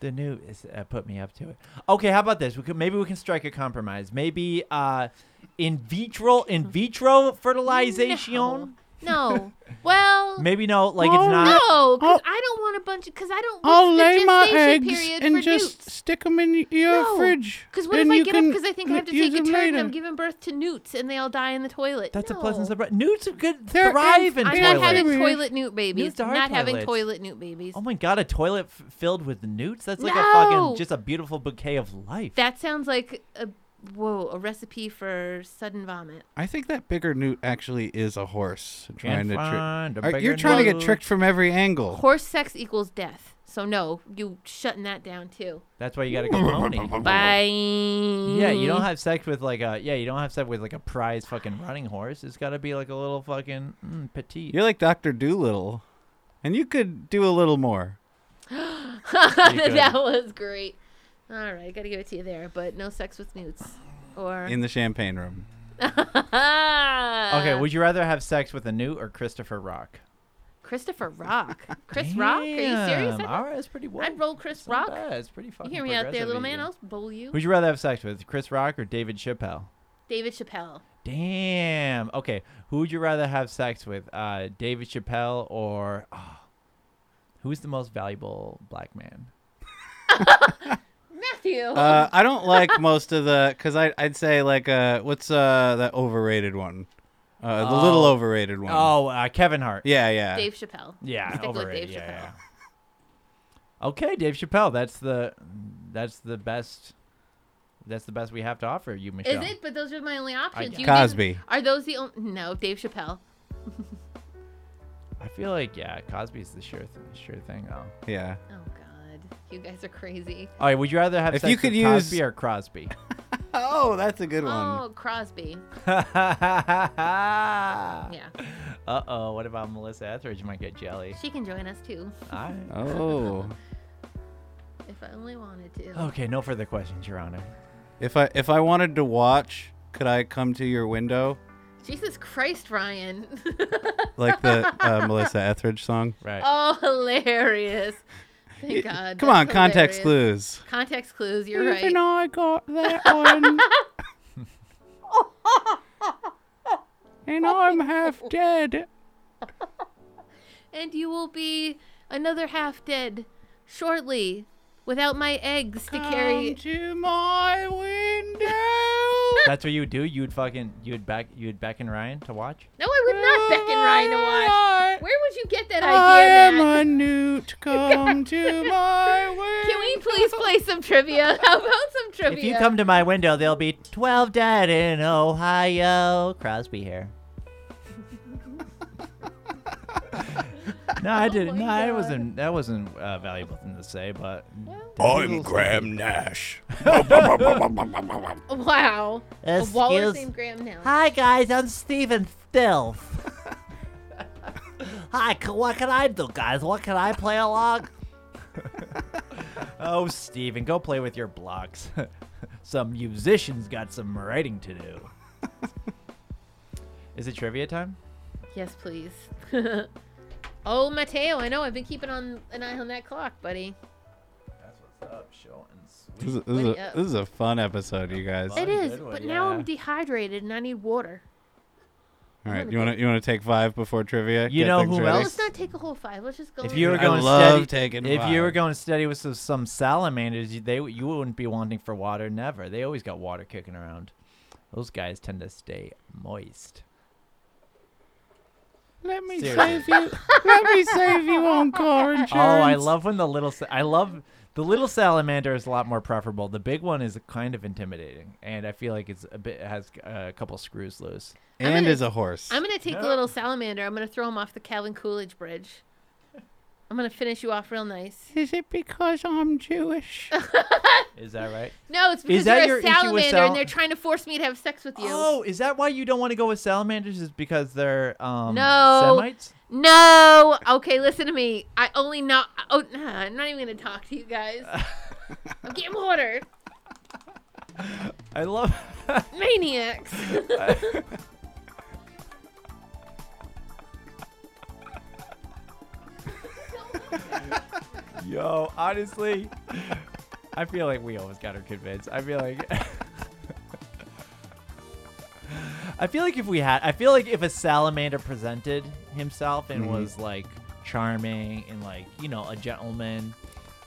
[SPEAKER 3] the new is uh, put me up to it. Okay, how about this? We could maybe we can strike a compromise. Maybe uh, in
[SPEAKER 2] <laughs>
[SPEAKER 3] vitro in vitro fertilization.
[SPEAKER 2] No.
[SPEAKER 3] <laughs>
[SPEAKER 2] Well,
[SPEAKER 3] Maybe no, like
[SPEAKER 4] Oh,
[SPEAKER 3] it's
[SPEAKER 2] no,
[SPEAKER 3] not.
[SPEAKER 2] because
[SPEAKER 4] I'll-
[SPEAKER 2] I don't want a bunch of. Because I don't. what's
[SPEAKER 4] I'll
[SPEAKER 2] the
[SPEAKER 4] lay my
[SPEAKER 2] gestation
[SPEAKER 4] eggs
[SPEAKER 2] period for
[SPEAKER 4] and just
[SPEAKER 2] newts?
[SPEAKER 4] stick 'em in your
[SPEAKER 2] No,
[SPEAKER 4] fridge.
[SPEAKER 2] Because what
[SPEAKER 4] Then
[SPEAKER 2] if I
[SPEAKER 4] you
[SPEAKER 2] get up?
[SPEAKER 4] can
[SPEAKER 2] Because I think I
[SPEAKER 4] l-
[SPEAKER 2] have to
[SPEAKER 4] use
[SPEAKER 2] take a
[SPEAKER 4] 'em
[SPEAKER 2] turn.
[SPEAKER 4] later.
[SPEAKER 2] and I'm giving birth to newts, and they all die in the toilet.
[SPEAKER 3] That's a
[SPEAKER 2] No.
[SPEAKER 3] pleasant surprise. Newts are good
[SPEAKER 4] There is-
[SPEAKER 3] thrive in
[SPEAKER 2] I'm
[SPEAKER 3] toilets.
[SPEAKER 2] not having
[SPEAKER 4] Toilet.
[SPEAKER 2] toilet newt babies.
[SPEAKER 3] Newts are
[SPEAKER 2] not having
[SPEAKER 3] toilets.
[SPEAKER 2] toilet newt babies.
[SPEAKER 3] Oh my god, a toilet f- filled with newts? That's like a
[SPEAKER 2] No!
[SPEAKER 3] fucking just a beautiful bouquet of life.
[SPEAKER 2] That sounds like a whoa a recipe for sudden vomit.
[SPEAKER 1] I think that bigger Newt actually is a horse trying to trick.
[SPEAKER 3] find a
[SPEAKER 1] Are- You're
[SPEAKER 3] bigger
[SPEAKER 1] trying to get
[SPEAKER 3] newt.
[SPEAKER 1] tricked from every angle.
[SPEAKER 2] Horse sex equals death. So no, you shutting that down too.
[SPEAKER 3] That's why you gotta go
[SPEAKER 1] <laughs>
[SPEAKER 3] pony.
[SPEAKER 2] Bye.
[SPEAKER 3] Yeah, you
[SPEAKER 2] Mm-hmm.
[SPEAKER 3] don't have sex with like a yeah, you don't have sex with like a prize fucking running horse. It's got to be like a little fucking mm, petite.
[SPEAKER 1] You're like Doctor Doolittle, and you could do a little more.
[SPEAKER 3] good.
[SPEAKER 2] <laughs> that was great. All right, gotta give it to you there, but no sex with newts. Or <laughs> ah,
[SPEAKER 1] in the champagne room.
[SPEAKER 3] Okay,
[SPEAKER 2] okay,
[SPEAKER 3] would you rather have sex with a newt or Christopher Rock?
[SPEAKER 2] Christopher
[SPEAKER 3] <laughs>
[SPEAKER 2] Rock. Chris Rock? Are you serious?
[SPEAKER 3] Damn,
[SPEAKER 2] I-
[SPEAKER 3] All right, that's pretty. Woke.
[SPEAKER 2] I'd roll Chris
[SPEAKER 3] It's
[SPEAKER 2] Rock.
[SPEAKER 3] not bad, It's pretty
[SPEAKER 2] You
[SPEAKER 3] fucking.
[SPEAKER 2] hear me out there,
[SPEAKER 3] progressive
[SPEAKER 2] little
[SPEAKER 3] of
[SPEAKER 2] man?
[SPEAKER 3] you.
[SPEAKER 2] I'll bowl you.
[SPEAKER 3] Would you rather have sex with Chris Rock or David Chappelle?
[SPEAKER 2] David Chappelle.
[SPEAKER 3] Damn. Okay, who would you rather have sex with, uh, David Chappelle or oh, who's the most valuable black man?
[SPEAKER 2] Matthew.
[SPEAKER 1] Uh, I don't
[SPEAKER 3] <laughs>
[SPEAKER 1] like most of the because I I'd say like uh what's uh that overrated one, uh the little
[SPEAKER 3] Oh.
[SPEAKER 1] overrated one.
[SPEAKER 3] Oh, uh, Kevin Hart.
[SPEAKER 1] yeah yeah.
[SPEAKER 2] Dave Chappelle.
[SPEAKER 3] Yeah,
[SPEAKER 2] Stick with Dave
[SPEAKER 3] overrated. yeah,
[SPEAKER 2] Chappelle.
[SPEAKER 3] yeah. Okay, Dave Chappelle. That's the that's the best That's the best we have to offer you,
[SPEAKER 2] Is
[SPEAKER 3] Michelle.
[SPEAKER 2] it? But those are my only options.
[SPEAKER 3] I-
[SPEAKER 2] You
[SPEAKER 1] Cosby.
[SPEAKER 2] didn't- Are those the only? No, Dave Chappelle.
[SPEAKER 3] I feel like yeah, Cosby's the sure th- sure thing though.
[SPEAKER 1] Yeah.
[SPEAKER 2] Oh God, you guys are crazy.
[SPEAKER 3] All right, would you rather have
[SPEAKER 1] If
[SPEAKER 3] sex
[SPEAKER 1] you could
[SPEAKER 3] with Cosby
[SPEAKER 1] use- <laughs>
[SPEAKER 3] or Crosby?
[SPEAKER 1] Oh, that's a good one.
[SPEAKER 2] Oh, Crosby.
[SPEAKER 3] uh
[SPEAKER 2] Yeah,
[SPEAKER 3] oh, what about Melissa Etheridge might get jelly?
[SPEAKER 2] she can join us too,
[SPEAKER 3] I...
[SPEAKER 1] Oh.
[SPEAKER 2] if I only wanted to.
[SPEAKER 3] Okay, no further questions, Your Honor.
[SPEAKER 1] If I if I wanted to watch, could I come to your window
[SPEAKER 2] Jesus Christ, Ryan. <laughs>
[SPEAKER 1] like the uh, Melissa Etheridge song?
[SPEAKER 3] <laughs> Right.
[SPEAKER 2] oh, hilarious. Thank God.
[SPEAKER 1] Come on,
[SPEAKER 2] that's
[SPEAKER 1] context
[SPEAKER 2] hilarious.
[SPEAKER 1] clues.
[SPEAKER 2] Context clues. You're
[SPEAKER 4] Even
[SPEAKER 2] right.
[SPEAKER 4] I
[SPEAKER 2] <laughs>
[SPEAKER 4] got that one.
[SPEAKER 2] <laughs>
[SPEAKER 4] and I'm half dead.
[SPEAKER 2] And you will be another half dead shortly, without my eggs to carry.
[SPEAKER 4] Come to my
[SPEAKER 2] <laughs>
[SPEAKER 4] window.
[SPEAKER 3] That's what you would do. You'd fucking you'd back you'd beckon Ryan to watch.
[SPEAKER 2] No, I would not beckon Ryan to watch.
[SPEAKER 4] I,
[SPEAKER 2] Where would you get that idea,
[SPEAKER 4] I am
[SPEAKER 2] Matt? <laughs>
[SPEAKER 4] a newt. Come to my window.
[SPEAKER 2] Can we please play some trivia? <laughs> How about some trivia?
[SPEAKER 3] If you come to my window, there'll be twelve dead in Ohio. Crosby here. no, I didn't.
[SPEAKER 2] my
[SPEAKER 3] no, I
[SPEAKER 2] God.
[SPEAKER 3] wasn't. That wasn't a valuable thing to say, but
[SPEAKER 5] I'm Graham Nash.
[SPEAKER 2] wow. A walrus named Graham now.
[SPEAKER 3] Hi guys, I'm Steven Stilf. Hi, c- what can I do, guys? What can I play along? oh, Steven, go play with your blocks. <laughs> some musicians got some writing to do. Is it trivia time?
[SPEAKER 2] Yes, please. <laughs> oh, Mateo, I know. I've been keeping on an eye on that clock, buddy.
[SPEAKER 3] That's what's up, show and
[SPEAKER 1] This is, this, is
[SPEAKER 2] Wait,
[SPEAKER 1] a,
[SPEAKER 2] uh,
[SPEAKER 1] this is a fun episode, you guys.
[SPEAKER 3] Fun.
[SPEAKER 1] All
[SPEAKER 2] It
[SPEAKER 3] good
[SPEAKER 2] is,
[SPEAKER 3] one,
[SPEAKER 2] but now
[SPEAKER 3] yeah.
[SPEAKER 2] I'm dehydrated and I need water.
[SPEAKER 1] right, you want to you want to take five before trivia?
[SPEAKER 3] You
[SPEAKER 1] Get
[SPEAKER 3] know
[SPEAKER 1] things
[SPEAKER 3] who
[SPEAKER 2] Well,
[SPEAKER 1] ready?
[SPEAKER 2] let's
[SPEAKER 3] else?
[SPEAKER 2] not take a whole five. Let's just go.
[SPEAKER 3] If
[SPEAKER 2] on.
[SPEAKER 3] you were
[SPEAKER 1] I
[SPEAKER 3] going
[SPEAKER 1] love
[SPEAKER 3] steady,
[SPEAKER 1] taking
[SPEAKER 3] if you were
[SPEAKER 1] five.
[SPEAKER 3] going steady with some, some salamanders, you, they you wouldn't be wanting for water. Never. They always got water kicking around. Those guys tend to stay moist.
[SPEAKER 4] Let me
[SPEAKER 3] Seriously.
[SPEAKER 4] save you. Let me save you on
[SPEAKER 2] <laughs>
[SPEAKER 4] car insurance.
[SPEAKER 3] Oh, I love when the little. sa- I love the little salamander is a lot more preferable. The big one is kind of intimidating, and I feel like it's a bit has uh, a couple screws loose.
[SPEAKER 2] I'm
[SPEAKER 1] and
[SPEAKER 2] gonna-
[SPEAKER 1] is a horse.
[SPEAKER 2] I'm going to take the little salamander. I'm going to throw him off the Calvin Coolidge Bridge. I'm going to finish you off real nice.
[SPEAKER 4] Is it because I'm
[SPEAKER 2] <laughs>
[SPEAKER 4] Jewish?
[SPEAKER 3] Is that right?
[SPEAKER 2] No, it's because
[SPEAKER 3] that
[SPEAKER 2] you're
[SPEAKER 3] your
[SPEAKER 2] a
[SPEAKER 3] issue with
[SPEAKER 2] salamander
[SPEAKER 3] sal-
[SPEAKER 2] and they're trying to force me to have sex with you.
[SPEAKER 3] Oh, is that why you don't want to go with salamanders? Is because they're um
[SPEAKER 2] No.
[SPEAKER 3] Semites?
[SPEAKER 2] No. Okay, listen to me. I only not. Oh, nah, I'm not even gonna talk to you guys. I'm getting water.
[SPEAKER 3] I love. <laughs>
[SPEAKER 2] Maniacs. Uh-uh.
[SPEAKER 3] Yo, honestly, I feel like we always got her convinced. I feel like. <laughs> I feel like if we had, I feel like if a salamander presented himself and was like charming and like you know a gentleman,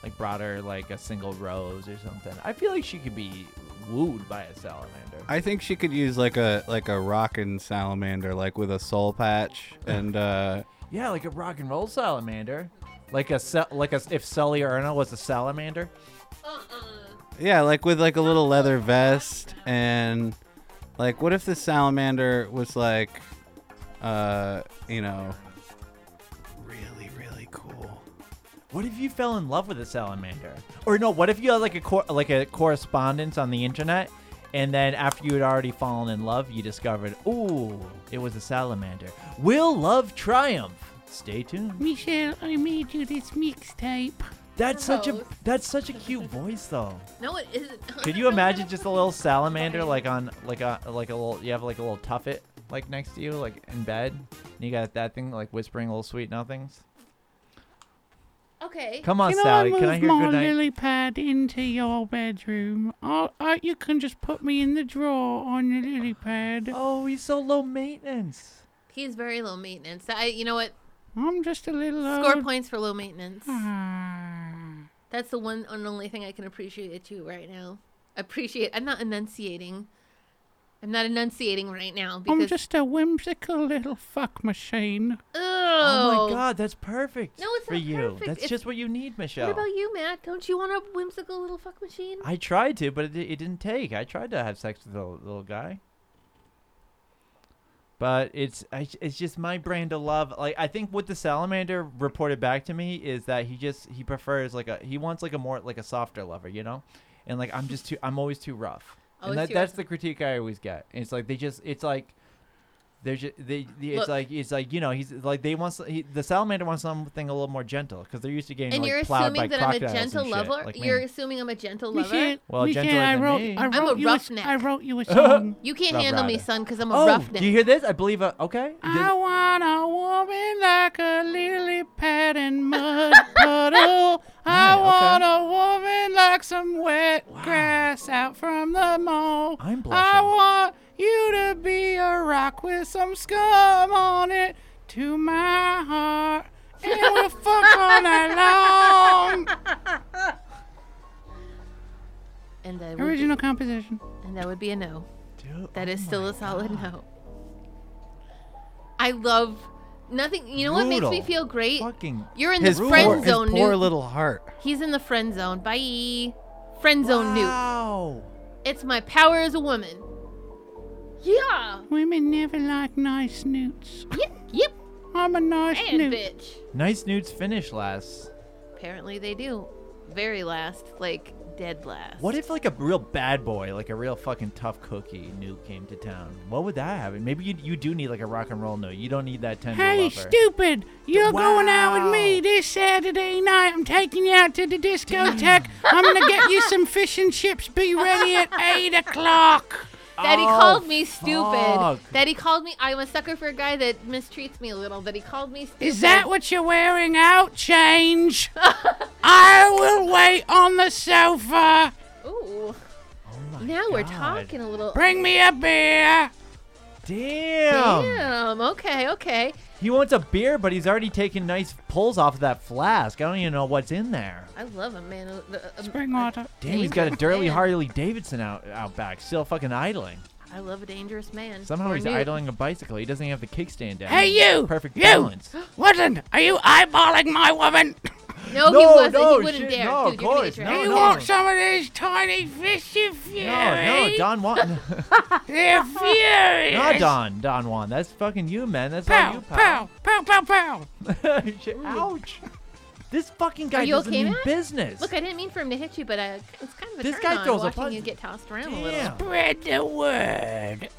[SPEAKER 3] like brought her like a single rose or something, I feel like she could be wooed by a salamander.
[SPEAKER 1] I think she could use like a like a rockin' salamander, like with a soul patch and uh,
[SPEAKER 3] yeah, like a rock and roll salamander, like a sal- like a if Sully Erna was a salamander.
[SPEAKER 1] yeah, like with like a little leather vest and like what if the salamander was like, uh, you know, really really cool.
[SPEAKER 3] What if you fell in love with a salamander? Or no, what if you had like a cor- like a correspondence on the internet, and then after you had already fallen in love, you discovered, ooh, it was a salamander. Will love triumph? Stay tuned.
[SPEAKER 4] Michelle, I made you this mixtape.
[SPEAKER 3] That's such a
[SPEAKER 2] Gross.
[SPEAKER 3] that's such a cute voice though.
[SPEAKER 2] no, it isn't.
[SPEAKER 3] Could you imagine just a little salamander like on like a like a little you have like a little tuffet like next to you like in bed, and you got that thing like whispering little sweet nothings.
[SPEAKER 2] Okay.
[SPEAKER 3] Come on,
[SPEAKER 4] Can
[SPEAKER 3] Oh, Sally,
[SPEAKER 4] I move
[SPEAKER 3] can I hear
[SPEAKER 4] my
[SPEAKER 3] good night?
[SPEAKER 4] lily pad into your bedroom? I, I, you can just put me in the drawer on your lily pad.
[SPEAKER 3] Oh, he's so low maintenance.
[SPEAKER 2] He's very low maintenance. I, you know what?
[SPEAKER 4] I'm just a little
[SPEAKER 2] Score
[SPEAKER 3] Um,
[SPEAKER 4] old.
[SPEAKER 2] points for low maintenance.
[SPEAKER 3] hmm.
[SPEAKER 4] Ah.
[SPEAKER 2] That's the one and only thing I can appreciate at you right now. Appreciate. I'm not enunciating. I'm not enunciating right now because.
[SPEAKER 4] I'm just a whimsical little fuck machine.
[SPEAKER 2] Ugh.
[SPEAKER 3] Oh my God, that's perfect.
[SPEAKER 2] No, it's
[SPEAKER 3] for
[SPEAKER 2] not
[SPEAKER 3] you.
[SPEAKER 2] perfect.
[SPEAKER 3] That's
[SPEAKER 2] It's-
[SPEAKER 3] just what you need, Michelle.
[SPEAKER 2] What about you, Matt? Don't you want a whimsical little fuck machine?
[SPEAKER 3] I tried to, but it, di- it didn't take. I tried to have sex with the little guy. But it's I, it's just my brand of love. Like I think what the salamander reported back to me is that he just he prefers like a he wants like a more like a softer lover, you know, and like I'm just too I'm always too rough.
[SPEAKER 2] Always
[SPEAKER 3] and that,
[SPEAKER 2] too
[SPEAKER 3] that's
[SPEAKER 2] rough.
[SPEAKER 3] the critique I always get. It's like they just it's like they're just they, they it's
[SPEAKER 2] Look.
[SPEAKER 3] like it's like you know he's like they want s- he, the salamander wants something a little more gentle because they're used to getting
[SPEAKER 2] and
[SPEAKER 3] like,
[SPEAKER 2] you're
[SPEAKER 3] plowed by
[SPEAKER 2] assuming that I'm a
[SPEAKER 3] crocodiles and
[SPEAKER 2] gentle
[SPEAKER 3] shit,
[SPEAKER 2] lover.
[SPEAKER 3] like me.
[SPEAKER 2] you're assuming I'm a gentle
[SPEAKER 4] Michelle,
[SPEAKER 2] lover.
[SPEAKER 3] Well,
[SPEAKER 4] Michelle,
[SPEAKER 3] gentler
[SPEAKER 4] I
[SPEAKER 3] than
[SPEAKER 4] wrote,
[SPEAKER 3] me.
[SPEAKER 4] I
[SPEAKER 3] I'm
[SPEAKER 4] wrote
[SPEAKER 2] a
[SPEAKER 4] you s-
[SPEAKER 2] roughneck.
[SPEAKER 4] I wrote
[SPEAKER 2] <laughs>
[SPEAKER 4] you a song.
[SPEAKER 2] You can't
[SPEAKER 3] Rough
[SPEAKER 2] handle me,
[SPEAKER 3] rider.
[SPEAKER 2] son, because I'm a
[SPEAKER 3] Oh,
[SPEAKER 2] roughneck.
[SPEAKER 3] do you hear this? I believe a okay.
[SPEAKER 4] I want a woman like a lily pad and
[SPEAKER 3] <laughs>
[SPEAKER 4] mud puddle. I
[SPEAKER 3] okay.
[SPEAKER 4] want a woman like some wet grass out from the mall.
[SPEAKER 3] I'm
[SPEAKER 4] I
[SPEAKER 3] blushing.
[SPEAKER 4] want you to be a rock with some scum on it to my heart. And
[SPEAKER 3] <laughs>
[SPEAKER 4] we'll fuck all night long.
[SPEAKER 2] and, I would
[SPEAKER 4] Original composition.
[SPEAKER 2] and that would be a no.
[SPEAKER 3] Dude,
[SPEAKER 2] That
[SPEAKER 3] oh
[SPEAKER 2] is
[SPEAKER 3] my-
[SPEAKER 2] still a solid no. I love nothing. You know what makes me
[SPEAKER 3] Brutal.
[SPEAKER 2] feel great?
[SPEAKER 3] Fucking.
[SPEAKER 2] You're in
[SPEAKER 1] His
[SPEAKER 2] the
[SPEAKER 1] poor,
[SPEAKER 2] Mm, friend
[SPEAKER 1] his
[SPEAKER 2] zone,
[SPEAKER 1] poor
[SPEAKER 2] Newt.
[SPEAKER 1] little heart.
[SPEAKER 2] He's in the friend zone. Bye. Friend zone,
[SPEAKER 3] Ah.
[SPEAKER 2] Newt.
[SPEAKER 3] Wow.
[SPEAKER 2] It's my power as a woman. Yeah.
[SPEAKER 4] Women never like nice newts.
[SPEAKER 2] Yep. Yep.
[SPEAKER 4] I'm a nice
[SPEAKER 2] And
[SPEAKER 4] newt.
[SPEAKER 2] bitch.
[SPEAKER 3] Nice nudes finish last.
[SPEAKER 2] Apparently they do. Very last, like dead last.
[SPEAKER 3] What if like a real bad boy, like a real fucking tough cookie new came to town? What would that happen? Maybe you you do need like a rock and roll new. You don't need that tender
[SPEAKER 4] Hey,
[SPEAKER 3] lover.
[SPEAKER 4] stupid! You're going out with
[SPEAKER 3] Wow.
[SPEAKER 4] me this Saturday night. I'm taking you out to the discotheque. I'm gonna get you some fish and chips. Be
[SPEAKER 3] <laughs>
[SPEAKER 4] ready at eight o'clock.
[SPEAKER 2] Daddy
[SPEAKER 3] Oh,
[SPEAKER 2] called me stupid.
[SPEAKER 3] fuck.
[SPEAKER 2] Daddy called me. I'm a sucker for a guy that mistreats me a little. That he called me stupid.
[SPEAKER 4] Is that what you're wearing out? Change. I will wait on the sofa.
[SPEAKER 2] Ooh.
[SPEAKER 3] Oh my
[SPEAKER 2] Now we're
[SPEAKER 3] God.
[SPEAKER 2] talking a little.
[SPEAKER 4] Bring me a beer.
[SPEAKER 3] Damn.
[SPEAKER 2] Damn. Okay. Okay.
[SPEAKER 3] He wants a beer, but he's already taking nice pulls off of that flask. I don't even know what's in there.
[SPEAKER 2] I love him, man. Uh, the- uh,
[SPEAKER 4] Spring water.
[SPEAKER 3] Damn, he's got a
[SPEAKER 2] Dangerous
[SPEAKER 3] dirty
[SPEAKER 2] man.
[SPEAKER 3] Harley Davidson out out back, still fucking idling.
[SPEAKER 2] I love a dangerous man.
[SPEAKER 3] Somehow
[SPEAKER 2] Or
[SPEAKER 3] he's
[SPEAKER 2] new.
[SPEAKER 3] idling a bicycle. He doesn't even have the kickstand down.
[SPEAKER 4] Hey, you!
[SPEAKER 3] Perfect
[SPEAKER 4] You!
[SPEAKER 3] balance.
[SPEAKER 4] Listen, are you eyeballing my woman?
[SPEAKER 2] No, he
[SPEAKER 3] No,
[SPEAKER 2] wasn't.
[SPEAKER 3] no,
[SPEAKER 2] he wouldn't
[SPEAKER 3] shit,
[SPEAKER 2] dare.
[SPEAKER 3] no,
[SPEAKER 2] Dude,
[SPEAKER 3] of
[SPEAKER 2] you're gonna
[SPEAKER 3] course,
[SPEAKER 2] get your
[SPEAKER 3] no,
[SPEAKER 2] ass
[SPEAKER 4] you
[SPEAKER 3] Oh, no.
[SPEAKER 4] want some of these tiny fish, you
[SPEAKER 3] No, no,
[SPEAKER 4] fury?
[SPEAKER 3] Don Juan.
[SPEAKER 4] They're
[SPEAKER 3] <laughs>
[SPEAKER 4] furious.
[SPEAKER 3] Not Don, Don Juan. That's fucking you, man. That's all
[SPEAKER 4] Pow,
[SPEAKER 3] you,
[SPEAKER 4] pow, pow, pow, pow.
[SPEAKER 3] Shit, <laughs> Ouch. This fucking guy
[SPEAKER 2] you
[SPEAKER 3] doesn't
[SPEAKER 2] okay,
[SPEAKER 3] mean
[SPEAKER 2] Matt?
[SPEAKER 3] business.
[SPEAKER 2] Look, I didn't mean for him to hit you, but I, it's kind of a
[SPEAKER 3] This
[SPEAKER 2] turn
[SPEAKER 3] guy
[SPEAKER 2] on
[SPEAKER 3] throws a
[SPEAKER 2] watching
[SPEAKER 3] punch.
[SPEAKER 2] you get tossed around a little.
[SPEAKER 3] Damn.
[SPEAKER 4] Spread the word.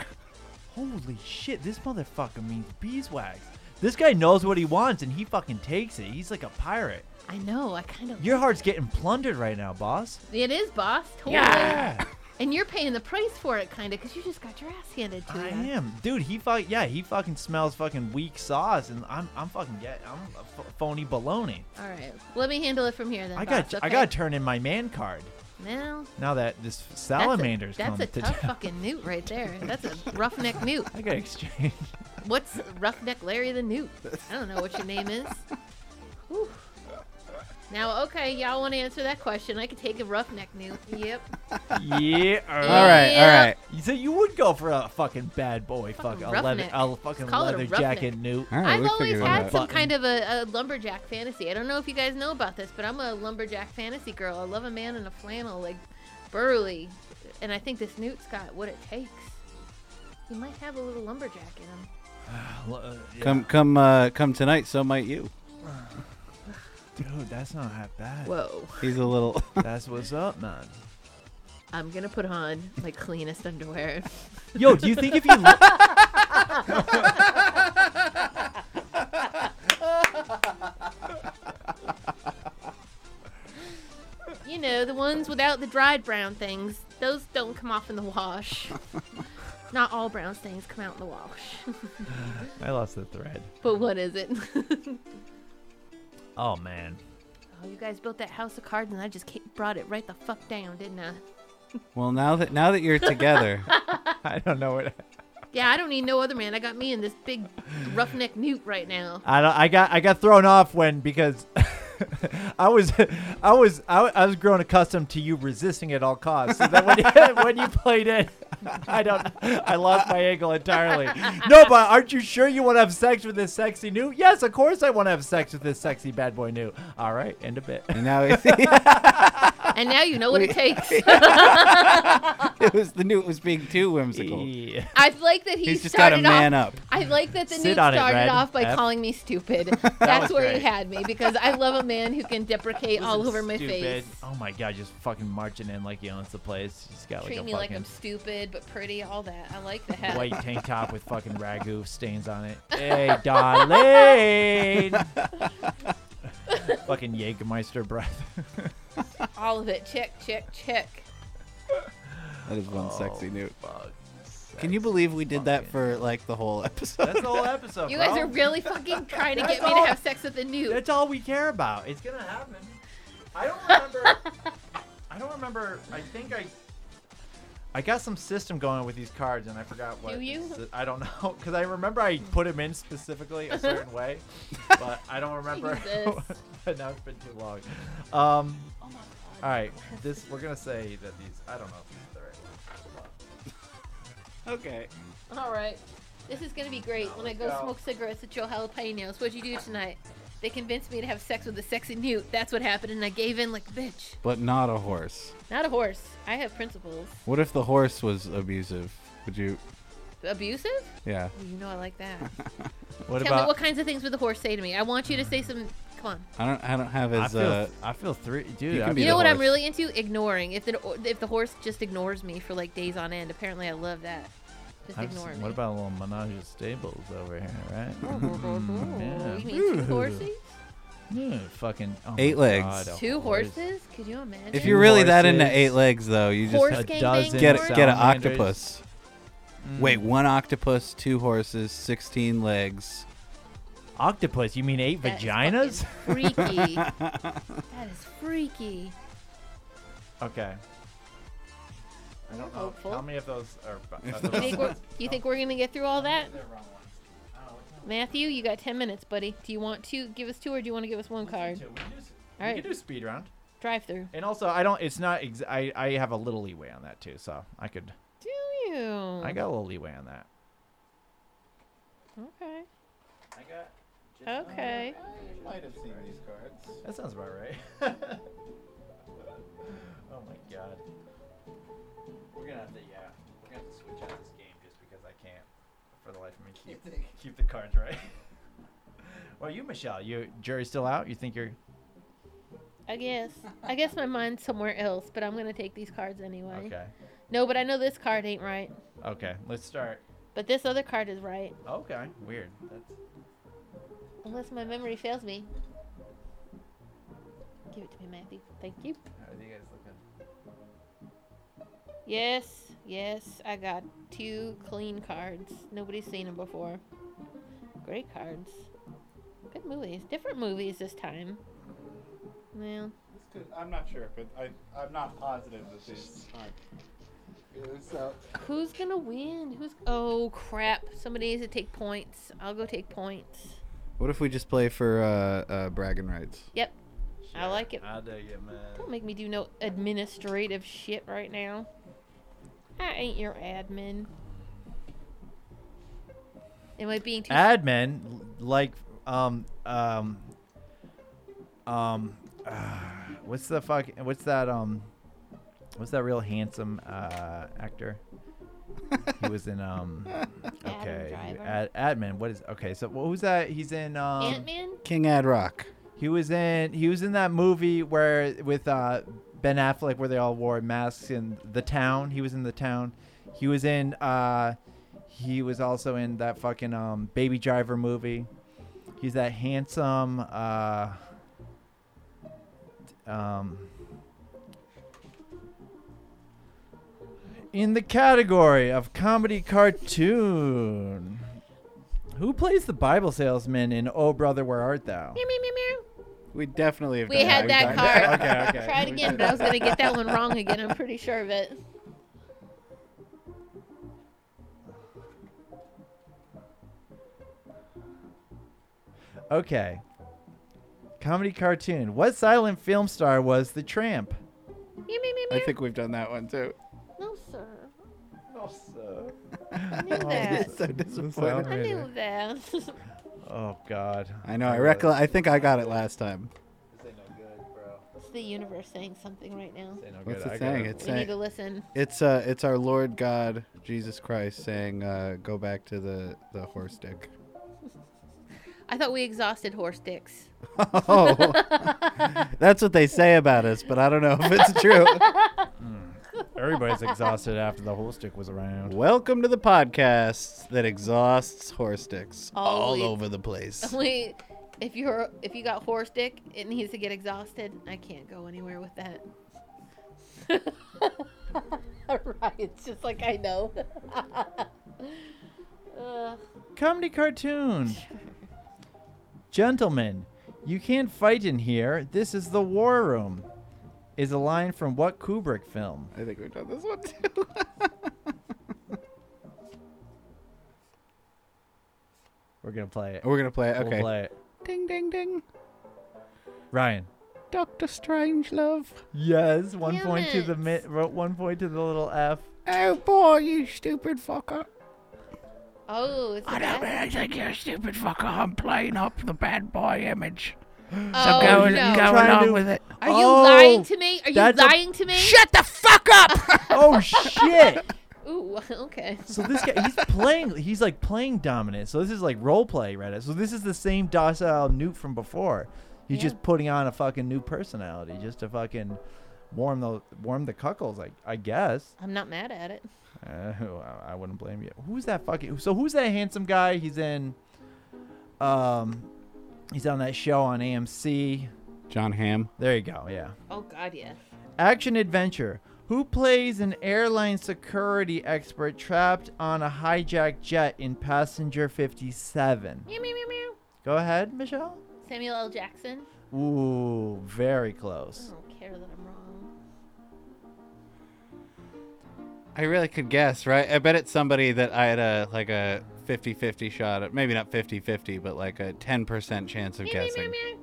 [SPEAKER 3] Holy shit, this motherfucker means beeswax. This guy knows what he wants and he fucking takes it. He's like a pirate.
[SPEAKER 2] I know. I kind of.
[SPEAKER 3] Your heart's getting plundered right now, boss.
[SPEAKER 2] It is, boss. Totally.
[SPEAKER 4] Oh, Yeah.
[SPEAKER 2] And you're paying the price for it, kind of, because you just got your ass handed to
[SPEAKER 3] I
[SPEAKER 2] you.
[SPEAKER 3] am, dude. He fuck yeah. He fucking smells fucking weak sauce, and I'm I'm fucking get I'm a f- phony baloney.
[SPEAKER 2] All right. Let me handle it from here then.
[SPEAKER 3] I got
[SPEAKER 2] boss,
[SPEAKER 3] I
[SPEAKER 2] okay?
[SPEAKER 3] got to turn in my man card
[SPEAKER 2] Now.
[SPEAKER 3] now that this
[SPEAKER 2] that's a-
[SPEAKER 3] salamander's
[SPEAKER 2] That's
[SPEAKER 3] come
[SPEAKER 2] a
[SPEAKER 3] to
[SPEAKER 2] tough
[SPEAKER 3] town.
[SPEAKER 2] fucking newt right there. That's a roughneck newt.
[SPEAKER 3] <laughs> I got to exchange.
[SPEAKER 2] What's Roughneck Larry the Newt? I don't know what your name is. Whew. Now, okay, y'all want to answer that question? I could take a Roughneck Newt. Yep.
[SPEAKER 3] <laughs> yeah.
[SPEAKER 1] All right, all right.
[SPEAKER 3] So you would go for a fucking bad boy, fuck
[SPEAKER 2] Fucking
[SPEAKER 3] a leather,
[SPEAKER 2] roughneck.
[SPEAKER 3] a fucking
[SPEAKER 2] Let's call it a
[SPEAKER 3] leather
[SPEAKER 2] roughneck.
[SPEAKER 3] jacket newt.
[SPEAKER 1] All right,
[SPEAKER 2] I've
[SPEAKER 1] we
[SPEAKER 2] always
[SPEAKER 1] figured it
[SPEAKER 2] had
[SPEAKER 1] out.
[SPEAKER 2] some
[SPEAKER 3] Button.
[SPEAKER 2] kind of a, a lumberjack fantasy. I don't know if you guys know about this, but I'm a lumberjack fantasy girl. I love a man in a flannel, like burly. And I think this Newt's got what it takes. He might have a little lumberjack in him.
[SPEAKER 3] Uh, yeah.
[SPEAKER 1] Come, come, uh, come tonight. So might you.
[SPEAKER 3] dude, that's not that bad.
[SPEAKER 2] Whoa.
[SPEAKER 1] He's a little. <laughs>
[SPEAKER 3] That's what's up, man.
[SPEAKER 2] I'm going to put on my cleanest underwear.
[SPEAKER 3] Yo, do you think <laughs> if you look,
[SPEAKER 2] <laughs> You know, the ones without the dried brown things. Those don't come off in the <laughs> wash. Not all brown stains come out in the wash. <laughs>
[SPEAKER 3] I lost the thread.
[SPEAKER 2] but what is it?
[SPEAKER 3] Oh man.
[SPEAKER 2] <laughs> oh, you guys built that house of cards and I just ca- brought it right the fuck down, didn't I?
[SPEAKER 1] Well, now that now that
[SPEAKER 2] <laughs>
[SPEAKER 1] you're together,
[SPEAKER 3] I don't know what
[SPEAKER 2] Yeah, I don't need no other man. I got me in this big roughneck newt right now.
[SPEAKER 3] I don't I got I got thrown off when because <laughs> I was, I was, I, wa- I was grown accustomed to you resisting at all costs. So then when you, <laughs> when you played it, I don't, I lost my angle entirely. No, but aren't you sure you want to have sex with this sexy new? Yes, of course I want to have sex with this sexy bad boy new. All right, end of it.
[SPEAKER 1] And now <laughs> it's,
[SPEAKER 2] And now you know
[SPEAKER 3] <laughs>
[SPEAKER 2] what it takes.
[SPEAKER 1] it was the newt was being too whimsical.
[SPEAKER 3] Yeah.
[SPEAKER 2] I like that he
[SPEAKER 1] He's just got
[SPEAKER 2] started
[SPEAKER 1] to man
[SPEAKER 2] off.
[SPEAKER 1] up.
[SPEAKER 2] I like that the
[SPEAKER 3] Sit
[SPEAKER 2] news
[SPEAKER 3] on it,
[SPEAKER 2] started
[SPEAKER 3] Red.
[SPEAKER 2] off by
[SPEAKER 3] F.
[SPEAKER 2] calling me
[SPEAKER 3] <laughs>
[SPEAKER 2] stupid. That's
[SPEAKER 3] was
[SPEAKER 2] where he
[SPEAKER 3] great.
[SPEAKER 2] had me because I love a man who can deprecate all
[SPEAKER 3] Listen,
[SPEAKER 2] over my
[SPEAKER 3] stupid.
[SPEAKER 2] face.
[SPEAKER 3] Oh my god, just fucking marching in like he owns the place. He's got like
[SPEAKER 2] Treat
[SPEAKER 3] a
[SPEAKER 2] me like
[SPEAKER 3] fucking
[SPEAKER 2] I'm stupid but pretty, all that. I like that.
[SPEAKER 3] white tank top with fucking ragu stains on it. Hey, darling. fucking Jägermeister breath.
[SPEAKER 2] All of it. Check, check, check.
[SPEAKER 1] That is one sexy newt.
[SPEAKER 3] Fuck.
[SPEAKER 1] Can you believe we did that for like the whole
[SPEAKER 3] That's
[SPEAKER 1] episode?
[SPEAKER 3] the whole episode.
[SPEAKER 2] You guys
[SPEAKER 3] bro.
[SPEAKER 2] are really fucking trying to
[SPEAKER 3] That's
[SPEAKER 2] get me
[SPEAKER 3] all-
[SPEAKER 2] to have sex with a nude.
[SPEAKER 3] That's all we care about. It's gonna happen.
[SPEAKER 2] <laughs>
[SPEAKER 3] I don't remember. I don't remember. I think I. I got some system going with these cards, and I forgot what.
[SPEAKER 2] Do you?
[SPEAKER 3] s- I don't know <laughs> because I remember I put them in specifically a
[SPEAKER 2] <laughs>
[SPEAKER 3] certain way, but I don't remember.
[SPEAKER 2] Jesus.
[SPEAKER 3] <laughs> but now it's been too long. Um. all right, this we're gonna say that these. I don't know if these are the right ones.
[SPEAKER 1] okay.
[SPEAKER 2] All right. This is going to be great. When I
[SPEAKER 3] let's
[SPEAKER 2] go,
[SPEAKER 3] go.
[SPEAKER 2] smoke cigarettes at Joe Jalapenos, what'd you do tonight? They convinced me to have sex with a sexy newt. That's what happened, and I gave in like a bitch.
[SPEAKER 1] But not a horse.
[SPEAKER 2] Not a horse. I have principles.
[SPEAKER 1] What if the horse was abusive? Would you?
[SPEAKER 2] Abusive?
[SPEAKER 1] Yeah.
[SPEAKER 2] Well, you know I like
[SPEAKER 1] <laughs>
[SPEAKER 2] that.
[SPEAKER 3] What
[SPEAKER 2] Tell me what kinds of things would the horse say to me? I want you to say some. Come on.
[SPEAKER 1] I don't. I don't have
[SPEAKER 3] I
[SPEAKER 1] as.
[SPEAKER 3] feel.
[SPEAKER 1] Uh,
[SPEAKER 3] I feel three, dude.
[SPEAKER 1] you
[SPEAKER 3] I
[SPEAKER 1] can be
[SPEAKER 2] You
[SPEAKER 1] the
[SPEAKER 2] know what I'm
[SPEAKER 1] horse.
[SPEAKER 2] really into? Ignoring. If the if the horse just ignores me for like days on end, apparently I love that. Just
[SPEAKER 3] I've
[SPEAKER 2] ignore
[SPEAKER 3] seen-
[SPEAKER 2] me. <laughs>
[SPEAKER 3] what about a little menage of stables over here, right? Mm-hmm.
[SPEAKER 2] Oh,
[SPEAKER 3] Yeah.
[SPEAKER 2] you mean two horses?
[SPEAKER 3] Yeah, fucking oh my
[SPEAKER 1] Eight legs.
[SPEAKER 3] God, a
[SPEAKER 2] Two
[SPEAKER 3] horse.
[SPEAKER 2] horses? Could you imagine?
[SPEAKER 1] if you're really that into
[SPEAKER 3] horses.
[SPEAKER 1] eight legs, though, you just
[SPEAKER 2] Horse
[SPEAKER 1] have-
[SPEAKER 3] A
[SPEAKER 2] gangbang
[SPEAKER 3] dozen
[SPEAKER 1] get
[SPEAKER 2] horse?
[SPEAKER 1] get an
[SPEAKER 3] salamanders.
[SPEAKER 1] octopus.
[SPEAKER 3] Mm.
[SPEAKER 1] Wait, one octopus, two horses, sixteen legs.
[SPEAKER 3] octopus? You mean eight
[SPEAKER 2] That is
[SPEAKER 3] vaginas?
[SPEAKER 2] fucking freaky. that is freaky.
[SPEAKER 3] <laughs> Okay.
[SPEAKER 2] I'm
[SPEAKER 3] How
[SPEAKER 2] hopeful.
[SPEAKER 3] many of those are?
[SPEAKER 1] <laughs>
[SPEAKER 2] You think we're, you think we're gonna get through all that? Matthew, you got ten minutes, buddy. Do you want to give us two, or do you want to give us one card?
[SPEAKER 3] We
[SPEAKER 2] Alright.
[SPEAKER 3] can do speed round,
[SPEAKER 2] Drive through.
[SPEAKER 3] and also I don't. It's not. Ex- I I have a little leeway on that too, so I could.
[SPEAKER 2] Do you?
[SPEAKER 3] I got a little leeway on that.
[SPEAKER 2] Okay.
[SPEAKER 3] I got.
[SPEAKER 2] Oh. Okay.
[SPEAKER 1] Might have seen these cards.
[SPEAKER 3] That sounds about right. <laughs> oh my god. We're gonna have to, yeah, we're gonna have to switch out this game just because I can't, for the life of me, keep, keep the cards right. <laughs> well, you, Michelle, you jury's still out. You think you're?
[SPEAKER 2] I guess. I guess my mind's somewhere else, but I'm gonna take these cards anyway.
[SPEAKER 3] Okay.
[SPEAKER 2] No, but I know this card ain't right.
[SPEAKER 3] Okay. Let's start.
[SPEAKER 2] But this other card is right.
[SPEAKER 3] Okay. Weird. That's.
[SPEAKER 2] Unless my memory fails me. Give it to me, Matthew. Thank you.
[SPEAKER 3] How are you guys looking?
[SPEAKER 2] Yes, yes, I got two clean cards. Nobody's seen them before. Great cards. Good movies. Different movies this time. Well,
[SPEAKER 4] I'm not sure, but I, I'm not positive that this is So,
[SPEAKER 2] who's gonna win? Who's. Oh, crap. Somebody needs to take points. I'll go take points.
[SPEAKER 1] What if we just play for uh, uh, bragging rights?
[SPEAKER 2] Yep. I like it.
[SPEAKER 3] I dig it,
[SPEAKER 2] Don't
[SPEAKER 3] man.
[SPEAKER 2] make me do no administrative shit right now. I ain't your admin. Am I being too.
[SPEAKER 3] Admin, l- like, um, um, um, what's the fuck? What's that? Um, what's that real handsome uh, actor? he was in
[SPEAKER 2] <laughs>
[SPEAKER 3] um.
[SPEAKER 2] Adam
[SPEAKER 3] Okay,
[SPEAKER 2] Driver.
[SPEAKER 3] Ad, admin. What is? Okay, so what was that? He's in um.
[SPEAKER 2] Ant Man?
[SPEAKER 1] King Ad Rock.
[SPEAKER 3] He was in. He was in that movie where with uh Ben Affleck where they all wore masks in the town. He was in the town. He was in. uh He was also in that fucking um Baby Driver movie. He's that handsome. uh Um. In the category of comedy cartoon, who plays the Bible salesman in Oh Brother Where Art Thou?
[SPEAKER 2] Meow, meow, meow, meow.
[SPEAKER 1] We definitely have
[SPEAKER 2] We
[SPEAKER 1] done
[SPEAKER 2] had that
[SPEAKER 1] We've
[SPEAKER 2] card.
[SPEAKER 1] done
[SPEAKER 2] <laughs>
[SPEAKER 1] that.
[SPEAKER 3] Okay, okay.
[SPEAKER 2] Tried again, but I was gonna get that one wrong again. I'm pretty sure of it.
[SPEAKER 3] Okay. Comedy cartoon. What silent film star was the tramp?
[SPEAKER 2] Meow, meow, meow,
[SPEAKER 1] I think we've done that one too.
[SPEAKER 2] meow. No, sir.
[SPEAKER 3] Oh, I
[SPEAKER 2] knew that.
[SPEAKER 1] so disappointed.
[SPEAKER 2] I knew that. <laughs>
[SPEAKER 3] Oh God.
[SPEAKER 1] I know. I reckon. I think I got it last time.
[SPEAKER 2] it's the universe saying something right now.
[SPEAKER 1] What's it saying? It's
[SPEAKER 2] We need
[SPEAKER 1] saying
[SPEAKER 2] to listen.
[SPEAKER 1] it's uh it's our Lord God Jesus Christ saying uh go back to the the horse dick.
[SPEAKER 2] I thought we exhausted horse dicks. <laughs>
[SPEAKER 1] <laughs> <laughs> Oh, that's what they say about us, but I don't know if it's <laughs> true.
[SPEAKER 3] Everybody's exhausted after the whole stick was around.
[SPEAKER 1] Welcome to the podcast that exhausts horse dicks all
[SPEAKER 2] Always.
[SPEAKER 1] over the place.
[SPEAKER 2] We, if you're if you got horse dick, it needs to get exhausted. I can't go anywhere with that. <laughs> right, it's just like I know. <laughs> Ugh.
[SPEAKER 3] Comedy cartoon. Gentlemen, you can't fight in here. This is the war room. Is a line from what Kubrick film?
[SPEAKER 1] <laughs> I think we've done this one too.
[SPEAKER 3] We're gonna play it.
[SPEAKER 1] We're gonna play it.
[SPEAKER 3] We'll
[SPEAKER 1] Okay.
[SPEAKER 3] play it.
[SPEAKER 1] Ding ding ding.
[SPEAKER 3] Ryan.
[SPEAKER 1] Doctor Strange Love.
[SPEAKER 3] Yes. One
[SPEAKER 2] Damn
[SPEAKER 3] point to the
[SPEAKER 2] it.
[SPEAKER 3] mi- ro- one point to the little F.
[SPEAKER 1] Oh boy, you stupid fucker.
[SPEAKER 2] Oh, it's I
[SPEAKER 4] don't really think you're a stupid fucker. I'm playing up the bad boy image.
[SPEAKER 2] oh,
[SPEAKER 4] going
[SPEAKER 2] no.
[SPEAKER 4] going
[SPEAKER 3] Trying
[SPEAKER 4] on
[SPEAKER 3] to-
[SPEAKER 4] with it.
[SPEAKER 2] Are you
[SPEAKER 3] Oh,
[SPEAKER 2] lying to me? Are you
[SPEAKER 3] that's a-
[SPEAKER 2] lying to me?
[SPEAKER 4] Shut the fuck <laughs> up!
[SPEAKER 3] Oh shit!
[SPEAKER 2] Ooh, <laughs> okay.
[SPEAKER 3] So this guy, he's playing. He's like playing dominant. So this is like role play Reddit. So this is the same docile Newt from before. He's
[SPEAKER 2] Yeah.
[SPEAKER 3] just putting on a fucking new personality just to fucking warm the warm the cuckles. I I guess.
[SPEAKER 2] I'm not mad at it.
[SPEAKER 3] Uh, I- I wouldn't blame you. Who's that fucking? So who's that handsome guy? He's in. Um, he's on that show on AMC.
[SPEAKER 1] John Ham.
[SPEAKER 3] There you go. Yeah.
[SPEAKER 2] Oh God, yes.
[SPEAKER 3] Action adventure. Who plays an airline security expert trapped on a hijacked jet in passenger 57?
[SPEAKER 2] Meow, meow, meow, meow.
[SPEAKER 3] Go ahead, Michelle.
[SPEAKER 2] Samuel L. Jackson.
[SPEAKER 3] Ooh, very
[SPEAKER 2] I
[SPEAKER 3] close.
[SPEAKER 2] don't care that I'm wrong.
[SPEAKER 1] I really could guess, right? I bet it's somebody that I had a like a 50-50 shot at. Maybe not 50-50, but like a 10% chance of
[SPEAKER 2] Meow, meow, meow,
[SPEAKER 1] guessing.
[SPEAKER 2] meow.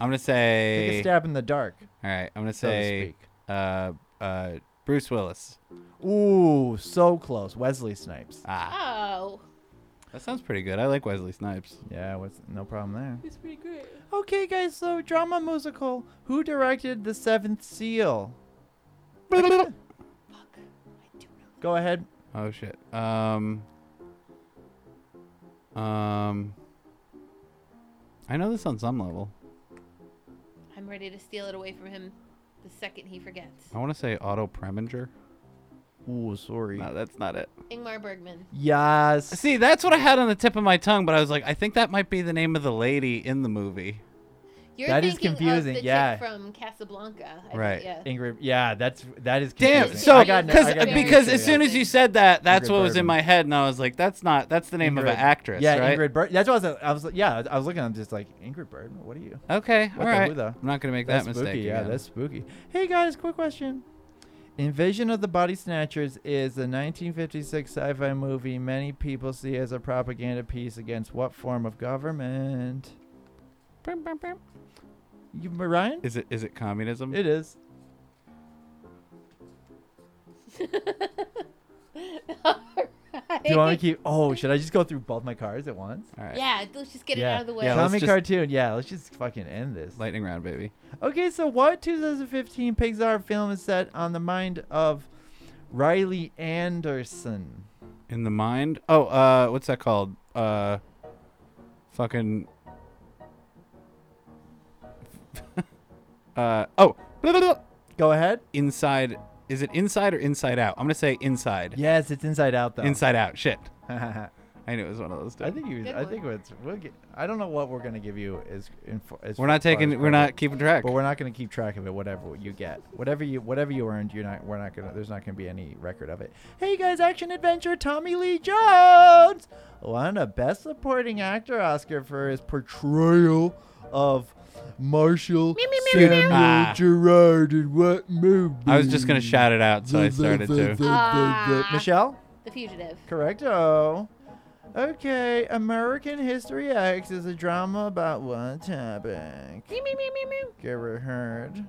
[SPEAKER 1] I'm going to
[SPEAKER 3] Take a
[SPEAKER 1] say
[SPEAKER 3] stab in the dark,
[SPEAKER 1] All right, I'm going to
[SPEAKER 3] so
[SPEAKER 1] say uh uh Bruce Willis.
[SPEAKER 3] to speak. Ooh, so close. Wesley Snipes.
[SPEAKER 1] Ah,
[SPEAKER 2] Oh.
[SPEAKER 1] that sounds pretty good. I like Wesley
[SPEAKER 3] <laughs>
[SPEAKER 1] Snipes.
[SPEAKER 3] Yeah, was no problem there.
[SPEAKER 2] It's pretty great.
[SPEAKER 3] Okay, guys, so drama musical. Who directed The Seventh Seal?
[SPEAKER 2] Fuck. I do know.
[SPEAKER 3] Go ahead.
[SPEAKER 1] Oh shit. Um. Um. I know this on some level.
[SPEAKER 2] I'm ready to steal it away from him the second he forgets.
[SPEAKER 1] I want to say Otto Preminger.
[SPEAKER 3] Ooh, sorry.
[SPEAKER 1] No, that's not it.
[SPEAKER 2] Ingmar Bergman.
[SPEAKER 3] Yes.
[SPEAKER 1] See, that's what I had on the tip of my tongue, but I was like, I think that might be the name of the lady in the movie.
[SPEAKER 2] You're
[SPEAKER 3] That is
[SPEAKER 2] thinking
[SPEAKER 3] confusing,
[SPEAKER 2] Of the
[SPEAKER 3] yeah.
[SPEAKER 2] Chick from Casablanca. I think,
[SPEAKER 1] Right.
[SPEAKER 2] yeah.
[SPEAKER 3] Ingrid. Yeah, that's that is.
[SPEAKER 1] Damn.
[SPEAKER 3] confusing.
[SPEAKER 1] So,
[SPEAKER 3] I got no-
[SPEAKER 1] because
[SPEAKER 3] I got no
[SPEAKER 1] because
[SPEAKER 3] picture
[SPEAKER 1] as
[SPEAKER 3] yet.
[SPEAKER 1] soon as you said that, that's
[SPEAKER 3] Ingrid
[SPEAKER 1] what was in
[SPEAKER 3] Bergman.
[SPEAKER 1] my head, and I was like, that's not. That's the name of an
[SPEAKER 3] Ingrid-
[SPEAKER 1] actress,
[SPEAKER 3] yeah,
[SPEAKER 1] right?
[SPEAKER 3] Ingrid Bird. That's what I was. I was like- yeah, I was looking. I'm just like Ingrid Bergman. What are you?
[SPEAKER 1] Okay,
[SPEAKER 3] What
[SPEAKER 1] all
[SPEAKER 3] the
[SPEAKER 1] right.
[SPEAKER 3] who, though?
[SPEAKER 1] I'm not gonna make
[SPEAKER 3] That's
[SPEAKER 1] that
[SPEAKER 3] spooky.
[SPEAKER 1] mistake.
[SPEAKER 3] Yeah,
[SPEAKER 1] again.
[SPEAKER 3] that's spooky. Hey guys, quick question. Invasion of the Body Snatchers is a 1956 sci-fi movie many people see as a propaganda piece against what form of government? You, Ryan?
[SPEAKER 1] Is it is it communism?
[SPEAKER 3] It is.
[SPEAKER 2] <laughs>
[SPEAKER 3] Do you want to keep? Oh, should I just go through both my cards at once?
[SPEAKER 1] all right.
[SPEAKER 2] Yeah, let's just get
[SPEAKER 3] yeah.
[SPEAKER 2] it out of the way.
[SPEAKER 1] Yeah, let's
[SPEAKER 3] Comic
[SPEAKER 1] just-
[SPEAKER 3] cartoon. Yeah, let's just fucking end this.
[SPEAKER 1] Lightning round, baby.
[SPEAKER 3] Okay, so what 2015 Pixar film is set on the mind of Riley Anderson?
[SPEAKER 1] In the mind? Oh, uh, what's that called? Uh, fucking. <laughs> uh, oh, <laughs> blah, blah, blah.
[SPEAKER 3] Go ahead.
[SPEAKER 1] inside. Is it inside or inside out? I'm gonna say inside.
[SPEAKER 3] <laughs> Yes, it's Inside Out though.
[SPEAKER 1] Inside out. Shit.
[SPEAKER 3] <laughs> I
[SPEAKER 1] I knew it was one of those. Two.
[SPEAKER 3] think you.
[SPEAKER 2] Good
[SPEAKER 3] I
[SPEAKER 2] one.
[SPEAKER 3] think it's. We'll get, I don't know what we're gonna give you is. Info, as
[SPEAKER 1] we're not
[SPEAKER 3] far as
[SPEAKER 1] taking. We're
[SPEAKER 3] credit,
[SPEAKER 1] not keeping track.
[SPEAKER 3] But we're not gonna keep track of it. Whatever you get, whatever you whatever you earned, you're not. We're not gonna. There's not gonna be any record of it. Hey guys, action adventure. Tommy Lee Jones won a Best Supporting Actor Oscar for his portrayal of Marshall
[SPEAKER 2] Meow, meow, meow, meow,
[SPEAKER 3] Samuel
[SPEAKER 2] meow.
[SPEAKER 1] Ah.
[SPEAKER 3] Gerard in what movie?
[SPEAKER 1] I was just gonna shout
[SPEAKER 3] <laughs>
[SPEAKER 1] it out, so I started to.
[SPEAKER 2] Ah.
[SPEAKER 3] Michelle.
[SPEAKER 2] The Fugitive.
[SPEAKER 3] Correcto. Okay, American History X is a drama about what topic?
[SPEAKER 2] Meow, meow, meow, meow, meow.
[SPEAKER 3] Ever heard?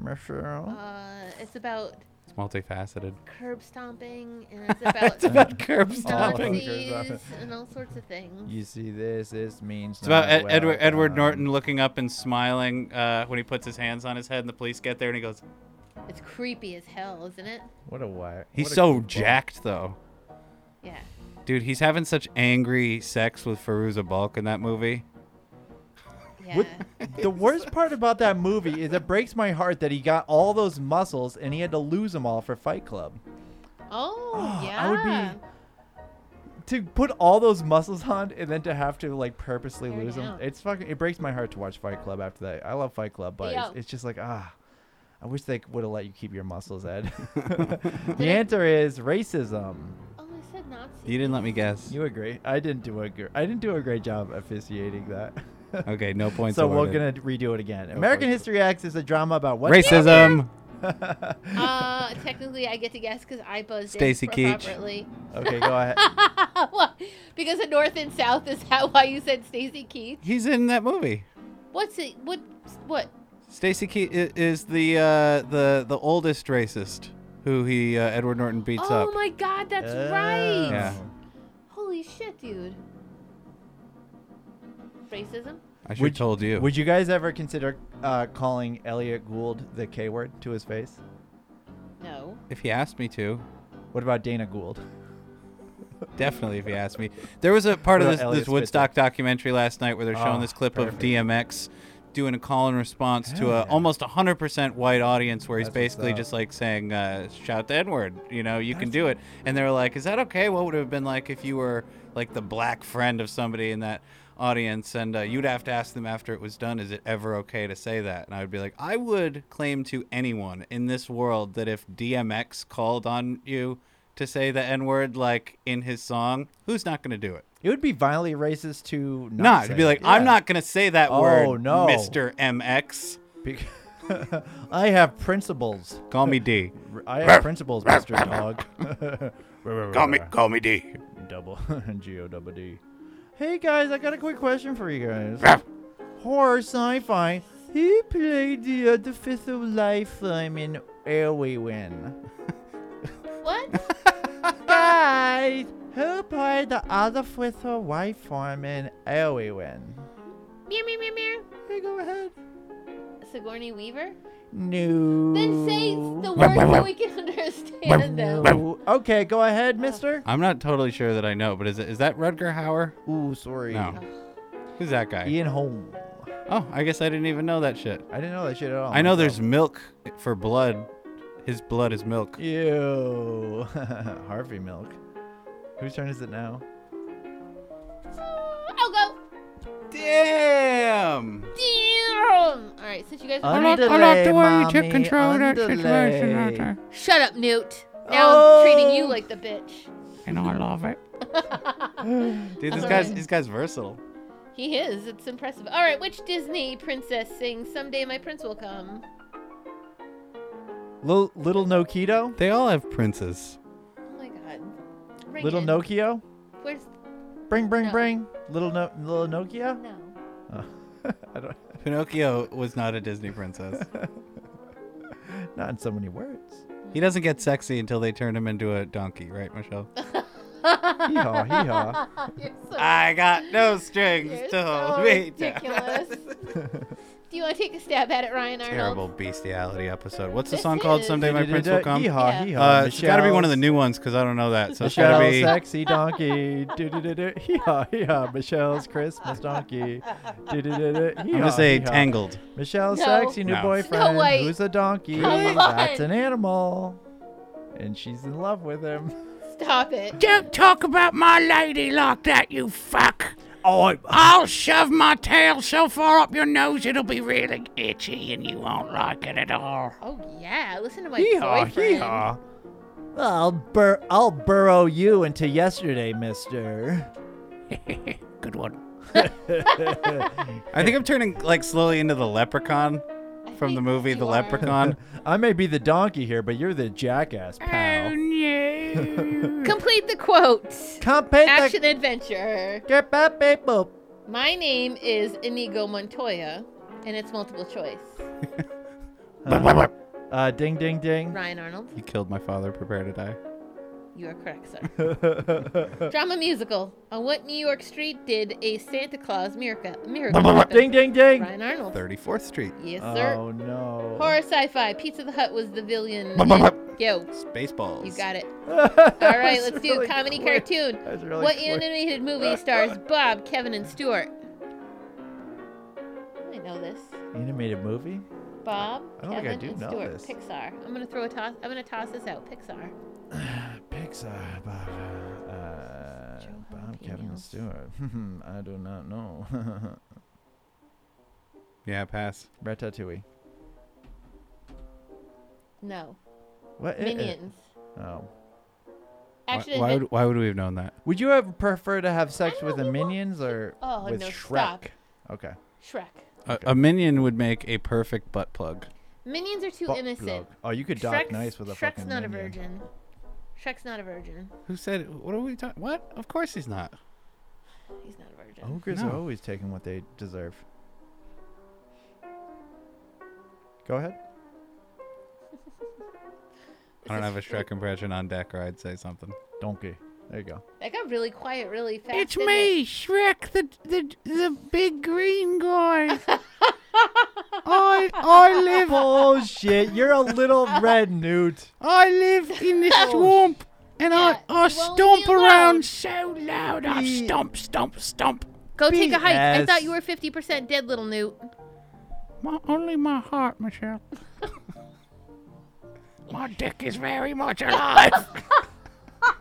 [SPEAKER 3] Referral?
[SPEAKER 2] Uh, it's about
[SPEAKER 1] It's multifaceted.
[SPEAKER 2] curb stomping and
[SPEAKER 3] <laughs>
[SPEAKER 2] it's
[SPEAKER 1] <laughs>
[SPEAKER 2] about,
[SPEAKER 1] It's about curb stomping.
[SPEAKER 3] stomping.
[SPEAKER 2] Nazis and all sorts of things.
[SPEAKER 3] You see this, this means
[SPEAKER 1] It's about
[SPEAKER 3] not
[SPEAKER 1] Ed-
[SPEAKER 3] well
[SPEAKER 1] Edward Edward
[SPEAKER 3] done.
[SPEAKER 1] Norton looking up and smiling uh, when he puts his hands on his head, and the police get there, and he goes,
[SPEAKER 2] It's creepy as hell, isn't it?
[SPEAKER 3] What a whack.
[SPEAKER 1] "He's
[SPEAKER 3] what a
[SPEAKER 1] so
[SPEAKER 3] goofball.
[SPEAKER 1] jacked, though,
[SPEAKER 2] Yeah.
[SPEAKER 1] dude. He's having such angry sex with Feruza Balk in that movie.
[SPEAKER 2] Yeah.
[SPEAKER 3] What- the worst part about that movie is it breaks my heart that he got all those muscles and he had to lose them all for Fight Club.
[SPEAKER 2] Oh, yeah.
[SPEAKER 3] <gasps> I would be- To put all those muscles on and then to have to like purposely
[SPEAKER 2] Tear
[SPEAKER 3] lose them,
[SPEAKER 2] down.
[SPEAKER 3] it's fucking. It breaks my heart to watch Fight Club after that. I love Fight Club, but it's,
[SPEAKER 2] Yo.
[SPEAKER 3] it's just like ah. I wish they would have let you keep your
[SPEAKER 2] <laughs>
[SPEAKER 3] muscles, Ed. <laughs> the answer is racism.
[SPEAKER 2] Oh, I said Nazi.
[SPEAKER 1] You didn't let me guess.
[SPEAKER 3] You agree? I didn't do a gr- I didn't do a great job officiating that. <laughs>
[SPEAKER 1] Okay, no points.
[SPEAKER 3] so we're
[SPEAKER 1] awarded.
[SPEAKER 3] gonna redo it again. American History X is a drama about what
[SPEAKER 1] racism.
[SPEAKER 2] uh, technically, I get to guess because I buzzed
[SPEAKER 1] Stacy
[SPEAKER 2] in
[SPEAKER 1] Keach.
[SPEAKER 2] properly.
[SPEAKER 3] <laughs>
[SPEAKER 2] <laughs>
[SPEAKER 3] okay, go ahead.
[SPEAKER 2] because the North and South is how why you said Stacy Keach.
[SPEAKER 1] He's in that movie.
[SPEAKER 2] What's it? What? What?
[SPEAKER 1] Stacy Key i- is the uh, the the oldest racist who he uh, Edward Norton beats
[SPEAKER 2] oh
[SPEAKER 1] up.
[SPEAKER 2] my God, that's
[SPEAKER 3] Oh.
[SPEAKER 2] right.
[SPEAKER 1] Yeah.
[SPEAKER 2] Holy shit, dude. Racism?
[SPEAKER 1] I should
[SPEAKER 3] Would-
[SPEAKER 1] have told you.
[SPEAKER 3] Would you guys ever consider uh, calling Elliot Gould the K word to his face?
[SPEAKER 2] No.
[SPEAKER 1] if he asked me to,
[SPEAKER 3] What about Dana Gould?
[SPEAKER 1] definitely if he asked me. There was a part of
[SPEAKER 3] What
[SPEAKER 1] this,
[SPEAKER 3] about
[SPEAKER 1] this
[SPEAKER 3] Elliot
[SPEAKER 1] Woodstock documentary last night where they're showing
[SPEAKER 3] Oh,
[SPEAKER 1] this clip
[SPEAKER 3] perfect.
[SPEAKER 1] of DMX doing a call and response to
[SPEAKER 3] Hell
[SPEAKER 1] a
[SPEAKER 3] yeah.
[SPEAKER 1] almost 100% white audience where he's
[SPEAKER 3] That's what's
[SPEAKER 1] basically
[SPEAKER 3] up.
[SPEAKER 1] just like saying uh, shout the n-word you know you can do it and they were like is that okay what would it have been like if you were like the black friend of somebody in that audience and uh, you'd have to ask them after it was done is it ever okay to say that and i would be like i would claim to anyone in this world that if dmx called on you to say the n-word like in his song who's not going to do it
[SPEAKER 3] It would be violently racist to not.
[SPEAKER 1] not
[SPEAKER 3] say
[SPEAKER 1] it'd be
[SPEAKER 3] it.
[SPEAKER 1] like
[SPEAKER 3] Yeah.
[SPEAKER 1] i'm not going to say that
[SPEAKER 3] Oh,
[SPEAKER 1] word
[SPEAKER 3] no.
[SPEAKER 1] mr mx
[SPEAKER 3] <laughs> Be- <laughs> I have principles.
[SPEAKER 1] call me
[SPEAKER 3] <laughs>
[SPEAKER 1] d
[SPEAKER 3] I have principles, Mister Dog. <laughs>
[SPEAKER 5] Call me, call me D.
[SPEAKER 3] double <laughs> G O double D. Hey guys, I got a quick question for you guys. Horror sci-fi. Who played the other fifth of life I'm in Erwin?
[SPEAKER 2] <laughs>
[SPEAKER 3] <laughs>
[SPEAKER 2] What?
[SPEAKER 3] Guys, who played the other fifth of life I'm in Erwin?
[SPEAKER 2] meow, meow, meow, meow.
[SPEAKER 3] Hey, go ahead.
[SPEAKER 2] Sigourney Weaver?
[SPEAKER 3] No.
[SPEAKER 2] Then say the word so we can <laughs> understand them.
[SPEAKER 3] No. Okay, go ahead,
[SPEAKER 1] Uh,
[SPEAKER 3] mister.
[SPEAKER 1] I'm not totally sure that I know, but is it is that Rudger Hauer?
[SPEAKER 3] Ooh, sorry.
[SPEAKER 1] No. Who's that guy?
[SPEAKER 3] Ian Holm.
[SPEAKER 1] Oh, I guess I didn't even know that shit.
[SPEAKER 3] I didn't know that shit at all.
[SPEAKER 1] I know there's milk for blood. His blood is milk.
[SPEAKER 3] Ew. <laughs> Harvey Milk. Whose turn is it now?
[SPEAKER 2] I'll go.
[SPEAKER 1] Damn.
[SPEAKER 2] Damn. All right, since you guys are
[SPEAKER 3] Underlay,
[SPEAKER 4] I'm not the one who took
[SPEAKER 3] mommy,
[SPEAKER 4] control of that situation
[SPEAKER 3] underlay.
[SPEAKER 4] right there.
[SPEAKER 2] Shut up, Newt. Now I'm treating you
[SPEAKER 3] Oh.
[SPEAKER 2] like the bitch.
[SPEAKER 4] And I love it.
[SPEAKER 1] Dude, this guy's this guy's versatile.
[SPEAKER 2] He is. It's impressive. All right, which Disney princess sings "Someday My Prince Will Come"?
[SPEAKER 3] Lil- little Nokito?
[SPEAKER 1] They all have princes.
[SPEAKER 2] Oh my God. Ring
[SPEAKER 3] Little
[SPEAKER 2] it.
[SPEAKER 3] Nokio?
[SPEAKER 2] Where's
[SPEAKER 3] Bring, bring,
[SPEAKER 2] No.
[SPEAKER 3] bring. Little no- little Nokia?
[SPEAKER 2] no?
[SPEAKER 3] Oh. I don't.
[SPEAKER 1] Pinocchio was not a Disney <laughs> princess.
[SPEAKER 3] Not in so
[SPEAKER 1] <laughs>
[SPEAKER 3] many words.
[SPEAKER 1] he doesn't get sexy until they turn him into a donkey,
[SPEAKER 2] <laughs>
[SPEAKER 1] right, Michelle?
[SPEAKER 3] Hee haw, hee haw.
[SPEAKER 2] Ah, You're so,
[SPEAKER 1] I got no strings
[SPEAKER 2] you're
[SPEAKER 1] to
[SPEAKER 2] so
[SPEAKER 1] hold me down.
[SPEAKER 2] ridiculous. Do you want to take a stab at it, Ryan Arnold?
[SPEAKER 1] Terrible bestiality episode. What's the
[SPEAKER 2] This
[SPEAKER 1] song called?
[SPEAKER 2] is-
[SPEAKER 1] Someday my prince will come.
[SPEAKER 3] Hee haw,
[SPEAKER 2] Yeah.
[SPEAKER 3] hee haw.
[SPEAKER 1] Uh, it's got to be one of the
[SPEAKER 3] Michelle's-
[SPEAKER 1] new ones because I don't know that. So it's got to
[SPEAKER 3] Michelle's
[SPEAKER 1] be.
[SPEAKER 3] sexy donkey. Do-do-do-do. Hee-haw, hee-haw. Michelle's
[SPEAKER 1] <laughs>
[SPEAKER 3] Christmas donkey. Do-do-do-do.
[SPEAKER 1] I'm
[SPEAKER 3] Hee-haw,
[SPEAKER 1] gonna say
[SPEAKER 3] hee-haw.
[SPEAKER 1] Tangled.
[SPEAKER 3] Michelle's
[SPEAKER 2] No.
[SPEAKER 3] sexy new
[SPEAKER 1] No.
[SPEAKER 3] boyfriend
[SPEAKER 2] White.
[SPEAKER 3] who's a donkey.
[SPEAKER 2] Come
[SPEAKER 3] That's
[SPEAKER 2] on.
[SPEAKER 3] an animal. And she's in love with him.
[SPEAKER 2] Stop it.
[SPEAKER 4] Don't talk about my lady like that, you fuck. I, I'll shove my tail so far up your nose it'll be really itchy and you won't like it at all.
[SPEAKER 2] Oh yeah, listen to <laughs> my
[SPEAKER 3] Hee-haw,
[SPEAKER 2] boyfriend.
[SPEAKER 3] hee-haw. I'll, bur- I'll burrow you into yesterday, mister.
[SPEAKER 4] Good one.
[SPEAKER 1] I think I'm turning like slowly into the leprechaun
[SPEAKER 2] I
[SPEAKER 1] from the
[SPEAKER 2] think
[SPEAKER 1] movie The
[SPEAKER 2] you are.
[SPEAKER 1] Leprechaun.
[SPEAKER 3] I may be the donkey here, but you're the jackass, pal.
[SPEAKER 4] Oh, no.
[SPEAKER 2] Complete the quote.
[SPEAKER 3] <laughs> Compete
[SPEAKER 2] Action adventure.
[SPEAKER 3] Get back, people.
[SPEAKER 2] My name is Inigo Montoya, and it's multiple choice.
[SPEAKER 3] Uh, uh, ding, ding, ding.
[SPEAKER 2] Ryan Arnold,
[SPEAKER 1] You killed my father. Prepare to die.
[SPEAKER 2] you are correct, sir.
[SPEAKER 3] <laughs>
[SPEAKER 2] Drama musical. On what New York street did a Santa Claus
[SPEAKER 3] <laughs>
[SPEAKER 2] miracle? miracle happen?
[SPEAKER 3] Ding, ding, ding.
[SPEAKER 2] Ryan Arnold.
[SPEAKER 1] 34th Street.
[SPEAKER 2] Yes, sir.
[SPEAKER 3] Oh no.
[SPEAKER 2] Horror
[SPEAKER 3] <laughs>
[SPEAKER 2] sci-fi. Pizza the Hut was the villain. Yo,
[SPEAKER 1] Spaceballs.
[SPEAKER 2] you
[SPEAKER 3] <laughs>
[SPEAKER 2] got it. All right, let's do comedy cartoon.
[SPEAKER 3] That's really
[SPEAKER 2] what
[SPEAKER 3] quick.
[SPEAKER 2] animated movie
[SPEAKER 3] <laughs>
[SPEAKER 2] stars Bob, Kevin, and Stuart? I know this.
[SPEAKER 3] Animated movie?
[SPEAKER 2] Bob,
[SPEAKER 3] I don't think I
[SPEAKER 2] Kevin,
[SPEAKER 3] do
[SPEAKER 2] and
[SPEAKER 3] know
[SPEAKER 2] Stuart.
[SPEAKER 3] this.
[SPEAKER 2] Pixar. I'm gonna throw a toss. I'm gonna toss this out. Pixar.
[SPEAKER 3] Pixar. Bob, uh,
[SPEAKER 2] Joe
[SPEAKER 3] Bob Kevin
[SPEAKER 2] Jalapenos.
[SPEAKER 3] and Stewart. <laughs> Hmm, I do not know. <laughs>
[SPEAKER 1] Yeah, pass.
[SPEAKER 3] Ratatouille.
[SPEAKER 2] No.
[SPEAKER 3] What? i- i-
[SPEAKER 2] Minions.
[SPEAKER 3] Oh.
[SPEAKER 1] Why,
[SPEAKER 2] Action.
[SPEAKER 1] why
[SPEAKER 2] adven-
[SPEAKER 1] would, why would we have known that?
[SPEAKER 3] Would you have prefer to have sex
[SPEAKER 2] don't
[SPEAKER 3] with the
[SPEAKER 2] know who
[SPEAKER 3] minions or
[SPEAKER 2] Oh,
[SPEAKER 3] with
[SPEAKER 2] no,
[SPEAKER 3] Shrek?
[SPEAKER 2] stop.
[SPEAKER 3] Okay.
[SPEAKER 2] Shrek.
[SPEAKER 1] A, a minion would make a perfect butt plug.
[SPEAKER 2] Minions are too
[SPEAKER 3] Butt
[SPEAKER 2] innocent.
[SPEAKER 3] plug. Oh, you could dock
[SPEAKER 2] Shrek's,
[SPEAKER 3] nice with a
[SPEAKER 2] Shrek's
[SPEAKER 3] fucking
[SPEAKER 2] not a
[SPEAKER 3] minion.
[SPEAKER 2] virgin. Shrek's not a virgin.
[SPEAKER 1] Who said? What are we talking? What? Of course he's not.
[SPEAKER 2] He's not a virgin.
[SPEAKER 3] Ogres are
[SPEAKER 1] No.
[SPEAKER 3] always taking what they deserve. Go ahead.
[SPEAKER 1] I don't have a Shrek impression on deck, or I'd say something.
[SPEAKER 3] Donkey. There you go.
[SPEAKER 2] That got really quiet really fast.
[SPEAKER 4] <laughs> It's
[SPEAKER 2] didn't
[SPEAKER 4] me, Shrek, the the the big green guy. I I
[SPEAKER 3] <laughs>
[SPEAKER 4] live
[SPEAKER 3] Bullshit! Oh, You're a little red newt.
[SPEAKER 4] I live in the swamp, and
[SPEAKER 2] Yeah,
[SPEAKER 4] I I
[SPEAKER 2] you won't
[SPEAKER 4] stomp
[SPEAKER 2] be alone.
[SPEAKER 4] around so loud. I stomp, stomp, stomp.
[SPEAKER 2] it? Go take a hike. I
[SPEAKER 3] BS.
[SPEAKER 2] thought you were 50% dead, little Newt.
[SPEAKER 4] My, only my
[SPEAKER 5] <laughs>
[SPEAKER 4] heart, Michelle. my dick is very much alive.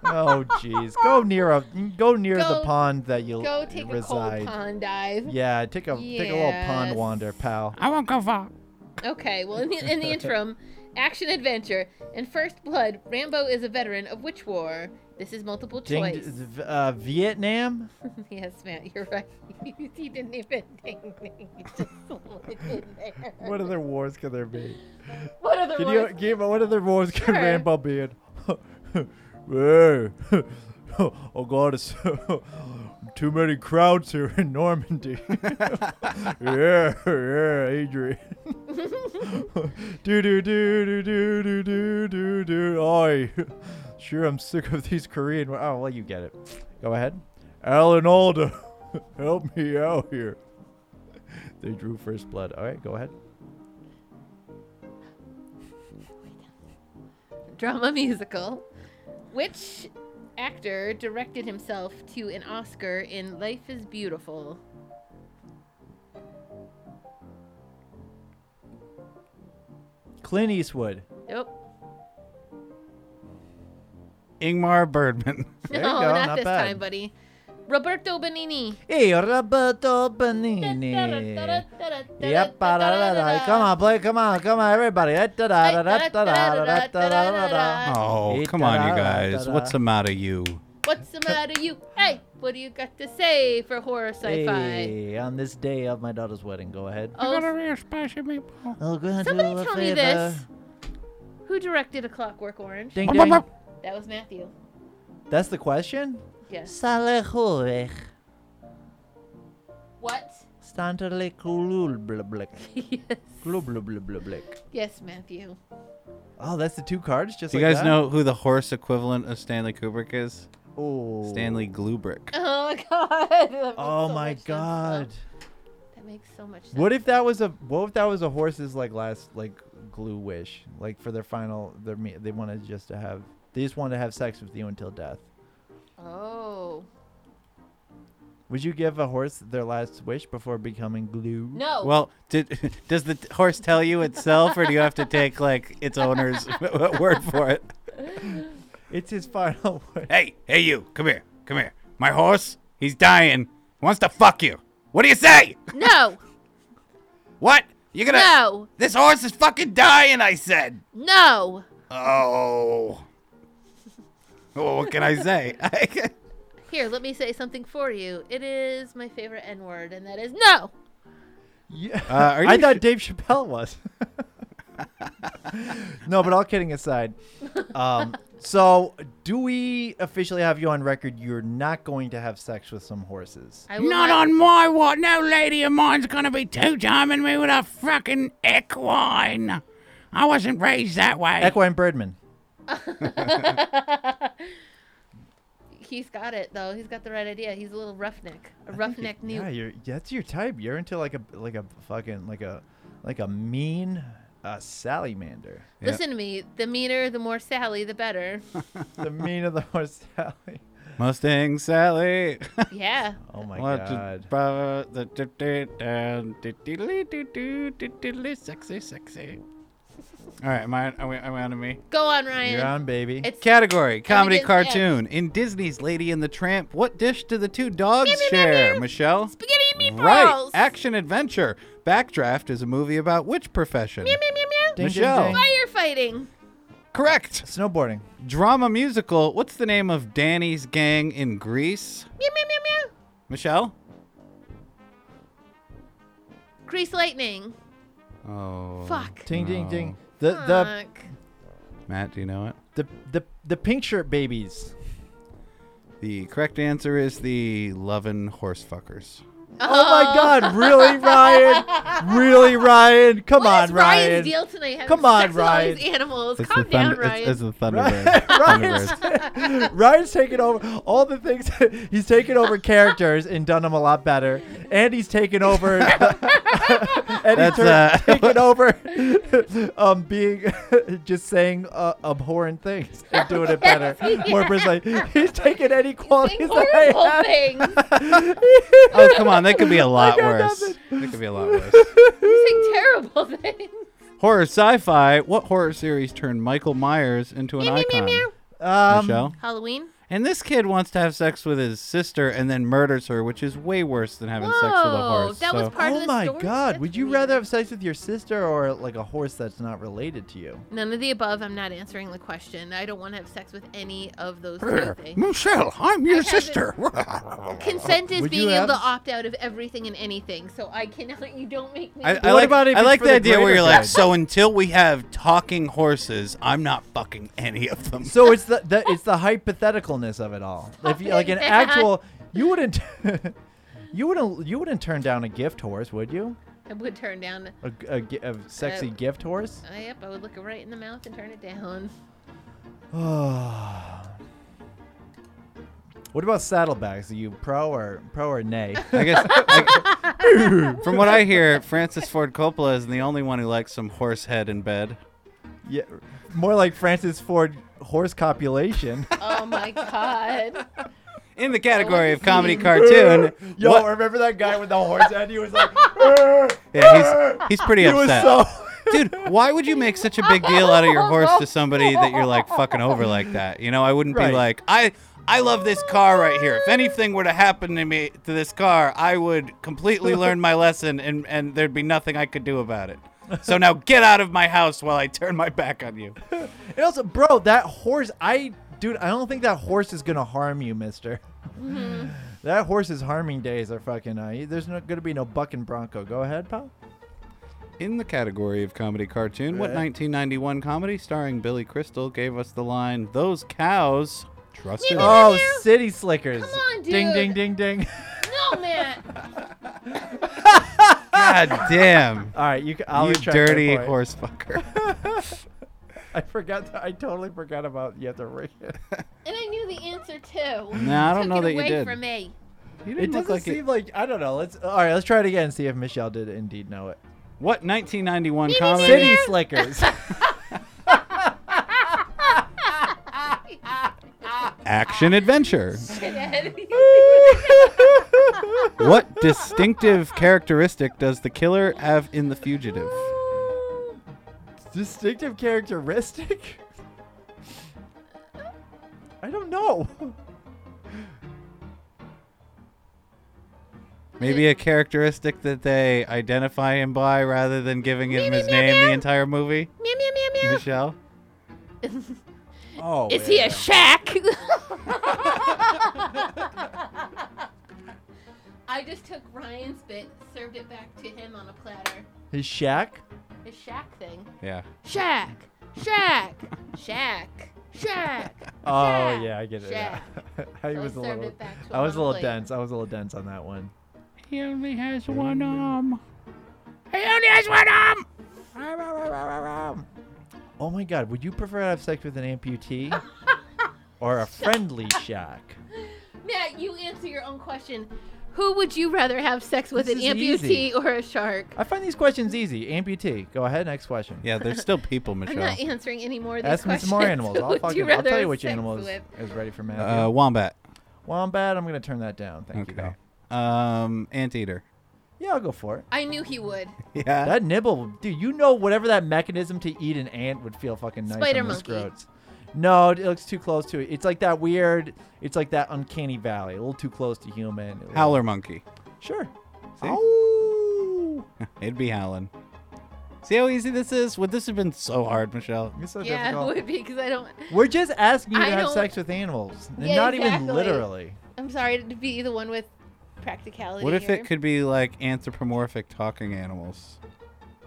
[SPEAKER 3] Oh jeez. Go near a go near
[SPEAKER 2] Go-
[SPEAKER 3] the pond that you
[SPEAKER 2] Go take a
[SPEAKER 3] reside.
[SPEAKER 2] cold pond dive.
[SPEAKER 3] Yeah, take a take a little
[SPEAKER 2] Yes.
[SPEAKER 3] pond wander, pal.
[SPEAKER 4] I won't go far.
[SPEAKER 2] Okay, well, in the, in the
[SPEAKER 3] <laughs>
[SPEAKER 2] interim, action adventure. In First Blood, Rambo is a veteran of which war? This is multiple
[SPEAKER 3] Ding,
[SPEAKER 2] choice.
[SPEAKER 3] d- uh, Vietnam.
[SPEAKER 2] yes, Matt, <laughs> you're right. he didn't even ding ding. He just <laughs> slid in there.
[SPEAKER 3] What other wars could there be?
[SPEAKER 2] What other
[SPEAKER 3] Can
[SPEAKER 2] wars?
[SPEAKER 3] you give what other <laughs> wars could
[SPEAKER 2] Sure.
[SPEAKER 3] Rambo be in? Hey. <laughs> oh god, it's <laughs> too many crowds here in Normandy. <laughs> yeah, yeah, Adrian. <laughs> do do do do do do do do do. I <laughs> sure I'm sick of these Korean. wa- Oh well, you get it. Go ahead, Alan Alda, <laughs> help me out here. They drew first blood. All right, go ahead.
[SPEAKER 2] drama musical. Which actor directed himself to an Oscar in Life is Beautiful?
[SPEAKER 3] Clint Eastwood.
[SPEAKER 2] Nope.
[SPEAKER 1] Ingmar
[SPEAKER 2] <laughs>
[SPEAKER 1] Bergman.
[SPEAKER 3] There you
[SPEAKER 2] no,
[SPEAKER 3] go,
[SPEAKER 2] not,
[SPEAKER 3] not
[SPEAKER 2] this
[SPEAKER 3] bad.
[SPEAKER 2] time, buddy. Roberto Benigni.
[SPEAKER 3] Hey, Roberto Benigni. Yep, ah, da, da, da. come on, play, come on, come on, everybody. Ah, da, da, da, da, da, da, da, da, da, da, da.
[SPEAKER 1] Oh, come on, you guys. What's the matter, you?
[SPEAKER 2] What's the matter, you? Hey, what do you got to say for horror sci-fi?
[SPEAKER 3] Hey, on this day of my daughter's wedding, go ahead.
[SPEAKER 2] Oh,
[SPEAKER 4] I got a real spicy meatball.
[SPEAKER 3] Oh, go ahead, do
[SPEAKER 2] somebody
[SPEAKER 3] a
[SPEAKER 2] tell me
[SPEAKER 3] favor.
[SPEAKER 2] this. Who directed A Clockwork Orange?
[SPEAKER 3] Ding ding.
[SPEAKER 2] That was Matthew.
[SPEAKER 3] That's the question?
[SPEAKER 2] Yes.
[SPEAKER 3] Salehorech.
[SPEAKER 2] What?
[SPEAKER 3] Stantele kulublublek.
[SPEAKER 2] <laughs> yes.
[SPEAKER 3] Kulublublek.
[SPEAKER 2] Yes, Matthew.
[SPEAKER 3] Oh, that's the two cards just
[SPEAKER 1] Do you
[SPEAKER 3] like
[SPEAKER 1] guys
[SPEAKER 3] that?
[SPEAKER 1] know who the horse equivalent of Stanley Kubrick is?
[SPEAKER 3] Oh.
[SPEAKER 1] Stanley Glubrick.
[SPEAKER 2] <laughs> Oh my god. <laughs> That makes
[SPEAKER 3] Oh
[SPEAKER 2] so
[SPEAKER 3] my
[SPEAKER 2] much sense now. That makes so much
[SPEAKER 3] god.
[SPEAKER 2] sense.
[SPEAKER 3] What if that was a what if that was a horse's like last like glue wish like for their final their me- they wanted just to have they just wanted to have sex with you until death.
[SPEAKER 2] Oh.
[SPEAKER 3] Would you give a horse their last wish before becoming glue?
[SPEAKER 2] No.
[SPEAKER 1] Well, did <laughs> does the t- horse tell you itself, or do you have to take like its owner's <laughs> word for it?
[SPEAKER 3] It's his final <laughs> wish.
[SPEAKER 5] Hey, hey, you, come here, come here. My horse, he's dying. Wants to fuck you. What do you say? <laughs>
[SPEAKER 3] <laughs>
[SPEAKER 2] no.
[SPEAKER 5] What? You're gonna.
[SPEAKER 2] No.
[SPEAKER 5] This horse is fucking dying, I said.
[SPEAKER 2] No.
[SPEAKER 5] Oh.
[SPEAKER 1] Well, what can I
[SPEAKER 2] <laughs>
[SPEAKER 1] <laughs> say? uh,
[SPEAKER 2] Here, let me say something for you. It is my favorite N word, and that is no.
[SPEAKER 3] Yeah.
[SPEAKER 1] Uh, are
[SPEAKER 3] I
[SPEAKER 1] you
[SPEAKER 3] thought Dave
[SPEAKER 1] <laughs> <laughs>
[SPEAKER 3] <laughs> Chappelle was. no, but all kidding aside, um, So, do we officially have you on record? You're not going to have sex with some horses.
[SPEAKER 2] I will
[SPEAKER 4] Not on my watch. No lady of mine's gonna be two timing me with a fucking equine. I wasn't raised that way.
[SPEAKER 3] Equine Birdman.
[SPEAKER 2] He's got it though. He's got the right idea. He's a little roughneck, a roughneck
[SPEAKER 3] Yeah,
[SPEAKER 2] newt.
[SPEAKER 3] you're that's your type. You're into like a like a fucking like a like a mean uh, salamander.
[SPEAKER 2] Listen to me. The meaner, the more Sally, the
[SPEAKER 3] <laughs>
[SPEAKER 2] better. <laughs>
[SPEAKER 3] the mean of the horse Sally.
[SPEAKER 1] Mustang <laughs> Sally.
[SPEAKER 2] yeah.
[SPEAKER 3] Oh my
[SPEAKER 1] What
[SPEAKER 3] god.
[SPEAKER 1] the-
[SPEAKER 4] Sexy, sexy.
[SPEAKER 1] All right, am I, am I, am I on to me?
[SPEAKER 2] Go on, Ryan.
[SPEAKER 3] You're on, baby.
[SPEAKER 2] It's
[SPEAKER 1] Category
[SPEAKER 2] Comedy,
[SPEAKER 1] comedy
[SPEAKER 2] yes.
[SPEAKER 1] cartoon. In Disney's Lady and the Tramp, what dish do the two dogs
[SPEAKER 2] Meow, meow, meow,
[SPEAKER 1] share,
[SPEAKER 2] meow.
[SPEAKER 1] Michelle?
[SPEAKER 2] spaghetti and meatballs.
[SPEAKER 1] Right. Action adventure. Backdraft is a movie about which profession?
[SPEAKER 2] Meow, meow, meow, meow.
[SPEAKER 3] Ding, ding,
[SPEAKER 1] Michelle.
[SPEAKER 3] ding.
[SPEAKER 2] Firefighting.
[SPEAKER 1] Correct.
[SPEAKER 3] Snowboarding.
[SPEAKER 1] Drama musical. What's the name of Danny's gang in Greece?
[SPEAKER 2] Meow, meow, meow, meow.
[SPEAKER 1] Michelle?
[SPEAKER 2] Grease lightning.
[SPEAKER 1] Oh.
[SPEAKER 2] Fuck.
[SPEAKER 3] Ding ding
[SPEAKER 1] No.
[SPEAKER 3] ding. The the
[SPEAKER 2] Fuck.
[SPEAKER 1] Matt, do you know it?
[SPEAKER 3] the the the pink shirt babies.
[SPEAKER 1] The correct answer is the Lovin' Horse Fuckers.
[SPEAKER 3] Oh my god,
[SPEAKER 2] <laughs>
[SPEAKER 3] really Ryan? Really Ryan? Come
[SPEAKER 2] What
[SPEAKER 3] on,
[SPEAKER 2] is
[SPEAKER 3] Ryan.
[SPEAKER 2] Ryan's deal tonight? Having
[SPEAKER 3] Come on,
[SPEAKER 2] sex with all
[SPEAKER 3] Ryan.
[SPEAKER 2] these animals.
[SPEAKER 1] It's
[SPEAKER 2] Calm
[SPEAKER 1] the
[SPEAKER 2] down,
[SPEAKER 1] thunder.
[SPEAKER 2] Ryan.
[SPEAKER 1] It's, it's the <laughs> Thunderbird.
[SPEAKER 3] Ryan's, Ryan's taken over all the things. <laughs> He's taken over characters and done them a lot better. And he's taken over. the- <laughs> and
[SPEAKER 1] That's,
[SPEAKER 3] he's tur-
[SPEAKER 1] uh, <laughs>
[SPEAKER 3] taken over <laughs> um, being <laughs> just saying uh, abhorrent things and doing
[SPEAKER 2] <laughs>
[SPEAKER 3] it better. More precisely, he's taken any
[SPEAKER 2] Saying
[SPEAKER 3] qualities that I
[SPEAKER 2] horrible
[SPEAKER 3] have. <laughs>
[SPEAKER 2] things.
[SPEAKER 1] oh, come on. That could be <laughs> a lot
[SPEAKER 3] got
[SPEAKER 1] worse.
[SPEAKER 3] nothing.
[SPEAKER 1] That could be a lot <laughs> worse.
[SPEAKER 2] Saying terrible things.
[SPEAKER 1] horror sci fi. What horror series turned Michael Myers into an
[SPEAKER 2] Meow, meow, meow,
[SPEAKER 1] icon?
[SPEAKER 2] meow.
[SPEAKER 3] Um,
[SPEAKER 1] Michelle?
[SPEAKER 2] Halloween.
[SPEAKER 1] And this kid wants to have sex with his sister and then murders her, which is way worse than having sex with a
[SPEAKER 2] Whoa,
[SPEAKER 1] horse.
[SPEAKER 2] that
[SPEAKER 1] so.
[SPEAKER 2] was part of
[SPEAKER 3] oh
[SPEAKER 2] the
[SPEAKER 3] my
[SPEAKER 2] story?
[SPEAKER 3] god,
[SPEAKER 2] That's
[SPEAKER 3] would you
[SPEAKER 2] weird.
[SPEAKER 3] rather have sex with your sister or like a horse that's not related to you?
[SPEAKER 2] None of the above. I'm not answering the question. I don't want to have sex with any of those three things.
[SPEAKER 4] Michelle, I'm your
[SPEAKER 2] I
[SPEAKER 5] <laughs>
[SPEAKER 2] haven't-
[SPEAKER 4] sister.
[SPEAKER 2] Consent is
[SPEAKER 3] Would
[SPEAKER 2] being
[SPEAKER 3] you
[SPEAKER 2] able to
[SPEAKER 3] have-
[SPEAKER 2] opt out of everything and anything. So I cannot. <laughs> You don't make me.
[SPEAKER 1] I,
[SPEAKER 2] do
[SPEAKER 1] I
[SPEAKER 3] what
[SPEAKER 1] like,
[SPEAKER 3] about if
[SPEAKER 1] I
[SPEAKER 3] it's
[SPEAKER 1] like
[SPEAKER 3] for
[SPEAKER 1] the,
[SPEAKER 3] the
[SPEAKER 1] idea where
[SPEAKER 3] greater
[SPEAKER 1] you're like,
[SPEAKER 3] good?
[SPEAKER 1] so until we have talking horses, I'm not fucking any of them.
[SPEAKER 3] So it's the, the it's the hypotheticalness of it all. If you like an
[SPEAKER 2] Stop it.
[SPEAKER 3] actual, you wouldn't, <laughs> you wouldn't, you wouldn't turn down a gift horse, would you?
[SPEAKER 2] I would turn down.
[SPEAKER 3] A, g- a gi- a sexy
[SPEAKER 2] Uh,
[SPEAKER 3] gift horse.
[SPEAKER 2] Uh, yep, I would look it right in the mouth and turn it down.
[SPEAKER 3] <sighs> what about saddlebags? Are you pro or pro or nay?
[SPEAKER 1] I guess. <laughs> I- from what I hear, Francis Ford Coppola is the only one who likes some horse head in bed.
[SPEAKER 3] yeah, more like Francis Ford horse copulation.
[SPEAKER 2] Oh my god.
[SPEAKER 1] In the category of <laughs> comedy
[SPEAKER 2] Mm.
[SPEAKER 1] cartoon,
[SPEAKER 3] <laughs> Yo,
[SPEAKER 1] what-
[SPEAKER 3] remember that guy with the horse head? He was <laughs> like,
[SPEAKER 1] yeah, he's he's pretty
[SPEAKER 3] he was
[SPEAKER 1] upset.
[SPEAKER 3] so.
[SPEAKER 1] Dude, why would you make such a big deal out of your horse to somebody that you're like fucking over like that? You know, I wouldn't
[SPEAKER 3] Right.
[SPEAKER 1] be like, I I love this car right here. If anything were to happen to me to this car, I would completely learn my lesson and and there'd be nothing I could do about it. So now get out of my house while I turn my back on you.
[SPEAKER 3] And also, bro, that horse, I, dude, I don't think that horse is gonna harm you, Mister. Mm-hmm. that horse's harming days are fucking. Uh, there's not gonna be no bucking bronco. Go ahead, pal.
[SPEAKER 1] In the category of comedy cartoon, what 1991 comedy starring Billy Crystal gave us the line, "Those cows trusted us."
[SPEAKER 3] Oh, city slickers.
[SPEAKER 2] Come on,
[SPEAKER 3] Ding, ding,
[SPEAKER 2] dude.
[SPEAKER 3] ding, <laughs> ding.
[SPEAKER 2] No, Matt.
[SPEAKER 1] God damn.
[SPEAKER 3] All right, you. ca- I'll
[SPEAKER 1] you
[SPEAKER 3] retract that
[SPEAKER 1] dirty
[SPEAKER 3] point.
[SPEAKER 1] horse fucker.
[SPEAKER 3] I forgot. I totally forgot about you have
[SPEAKER 1] <laughs>
[SPEAKER 3] to read it.
[SPEAKER 2] And I knew the answer too.
[SPEAKER 1] No, I
[SPEAKER 2] Took
[SPEAKER 1] don't know
[SPEAKER 2] it
[SPEAKER 1] that you
[SPEAKER 2] away
[SPEAKER 1] did.
[SPEAKER 2] From me.
[SPEAKER 1] You
[SPEAKER 3] It
[SPEAKER 1] didn't look
[SPEAKER 3] doesn't
[SPEAKER 1] like it-
[SPEAKER 3] seem like I don't know. Let's. All right, let's try it again and see if Michelle did indeed know it.
[SPEAKER 1] What 1991
[SPEAKER 3] City
[SPEAKER 1] comedy?
[SPEAKER 3] slickers.
[SPEAKER 1] Action adventure.
[SPEAKER 2] Shithead.
[SPEAKER 1] what distinctive characteristic does the killer have in The Fugitive?
[SPEAKER 3] Distinctive characteristic? I don't know.
[SPEAKER 1] Maybe a characteristic that they identify him by rather than giving him his name the entire movie?
[SPEAKER 2] meow, meow, meow, meow.
[SPEAKER 1] Michelle?
[SPEAKER 3] Oh,
[SPEAKER 2] Is he a <laughs> shack? I just took Ryan's bit, served it back to him on a platter.
[SPEAKER 3] his shack?
[SPEAKER 2] His shack thing.
[SPEAKER 1] Yeah.
[SPEAKER 2] Shack, shack, shack. Shaq.
[SPEAKER 3] Oh
[SPEAKER 2] Shaq,
[SPEAKER 3] yeah, I get it. <laughs> Yeah. I
[SPEAKER 2] So I
[SPEAKER 3] was a
[SPEAKER 2] served
[SPEAKER 3] little,
[SPEAKER 2] it back to
[SPEAKER 3] I was a
[SPEAKER 2] him on a
[SPEAKER 3] little
[SPEAKER 2] plate.
[SPEAKER 3] dense. I was a little dense on that one.
[SPEAKER 4] He only has one arm. He only has one arm.
[SPEAKER 3] Oh my God, would you prefer to have sex with an
[SPEAKER 2] <laughs>
[SPEAKER 3] amputee or a friendly Shaq?
[SPEAKER 2] Matt, you answer your own question. Who would you rather have sex with,
[SPEAKER 3] This
[SPEAKER 2] an
[SPEAKER 3] is
[SPEAKER 2] amputee
[SPEAKER 3] easy.
[SPEAKER 2] or a shark?
[SPEAKER 3] I find these questions easy. Amputee. Go ahead, next question.
[SPEAKER 1] Yeah, there's still people,
[SPEAKER 2] I'm
[SPEAKER 1] Michelle. Uh,
[SPEAKER 2] not answering any more of these
[SPEAKER 3] Ask me
[SPEAKER 2] questions.
[SPEAKER 3] some more animals.
[SPEAKER 2] <laughs> Who
[SPEAKER 3] I'll,
[SPEAKER 2] would
[SPEAKER 3] fucking,
[SPEAKER 2] you
[SPEAKER 3] I'll tell
[SPEAKER 2] rather
[SPEAKER 3] you which
[SPEAKER 2] have sex
[SPEAKER 3] animal is,
[SPEAKER 2] with?
[SPEAKER 3] is ready for Matthew.
[SPEAKER 1] Uh, wombat.
[SPEAKER 3] Wombat, I'm going to turn that down. Thank you,
[SPEAKER 1] Okay.
[SPEAKER 3] though.
[SPEAKER 1] Um, anteater.
[SPEAKER 3] Yeah, I'll go for it.
[SPEAKER 2] I knew he would.
[SPEAKER 1] Yeah.
[SPEAKER 3] That nibble, dude, you know whatever that mechanism to eat an ant would feel fucking nice
[SPEAKER 2] Spider
[SPEAKER 3] on those
[SPEAKER 2] monkey.
[SPEAKER 3] scrotes. No, it looks too close to it. It's like that weird, it's like that uncanny valley, a little too close to human. a little-
[SPEAKER 1] <laughs> Howler monkey. <laughs>
[SPEAKER 3] Sure.
[SPEAKER 1] See?
[SPEAKER 3] Ow.
[SPEAKER 1] It'd be howling. See how easy this is? Would this have been so hard, Michelle?
[SPEAKER 3] It's <laughs> so
[SPEAKER 2] yeah,
[SPEAKER 3] difficult.
[SPEAKER 2] it would be because I don't.
[SPEAKER 3] We're just asking you
[SPEAKER 2] I
[SPEAKER 3] to have
[SPEAKER 2] don't-
[SPEAKER 3] sex with animals. and
[SPEAKER 2] Yeah,
[SPEAKER 3] Not
[SPEAKER 2] exactly.
[SPEAKER 3] even literally.
[SPEAKER 2] I'm sorry to be the one with practicality.
[SPEAKER 1] What if
[SPEAKER 2] here.
[SPEAKER 1] it could be like anthropomorphic talking animals?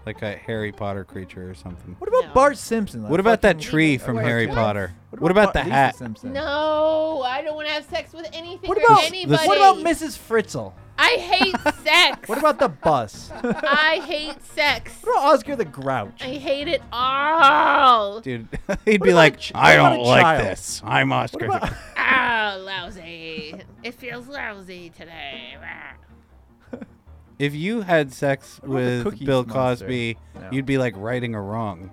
[SPEAKER 1] Like a Harry Potter creature or something.
[SPEAKER 3] What about
[SPEAKER 2] No.
[SPEAKER 3] Bart Simpson?
[SPEAKER 1] What about that
[SPEAKER 3] fucking-
[SPEAKER 1] tree
[SPEAKER 2] Or
[SPEAKER 1] from
[SPEAKER 2] what
[SPEAKER 1] Harry
[SPEAKER 2] about-
[SPEAKER 1] Potter? What about
[SPEAKER 3] Bart-
[SPEAKER 1] the
[SPEAKER 3] Lisa
[SPEAKER 1] hat?
[SPEAKER 3] Simpson?
[SPEAKER 2] No, I don't want to have sex with anything
[SPEAKER 3] What
[SPEAKER 2] or
[SPEAKER 3] about
[SPEAKER 2] anybody.
[SPEAKER 3] what about Mrs. Fritzl?
[SPEAKER 2] I
[SPEAKER 3] <laughs>
[SPEAKER 2] hate sex.
[SPEAKER 3] What about
[SPEAKER 2] <laughs>
[SPEAKER 3] the bus? what about
[SPEAKER 2] I hate sex.
[SPEAKER 3] Oscar the Grouch?
[SPEAKER 2] I hate it all.
[SPEAKER 1] <laughs> Dude, <laughs> he'd
[SPEAKER 3] What
[SPEAKER 1] be
[SPEAKER 3] about
[SPEAKER 1] like,
[SPEAKER 3] a ch-
[SPEAKER 1] I
[SPEAKER 3] what about
[SPEAKER 1] don't
[SPEAKER 3] a
[SPEAKER 1] like
[SPEAKER 3] child?
[SPEAKER 1] this. I'm Oscar. the-
[SPEAKER 2] Ah, lousy. It feels lousy today.
[SPEAKER 1] <laughs> If you had
[SPEAKER 3] <laughs>
[SPEAKER 1] sex
[SPEAKER 3] about the
[SPEAKER 1] with
[SPEAKER 3] cookies
[SPEAKER 1] Bill
[SPEAKER 3] monster?
[SPEAKER 1] Cosby,
[SPEAKER 3] No.
[SPEAKER 1] you'd be like righting a wrong.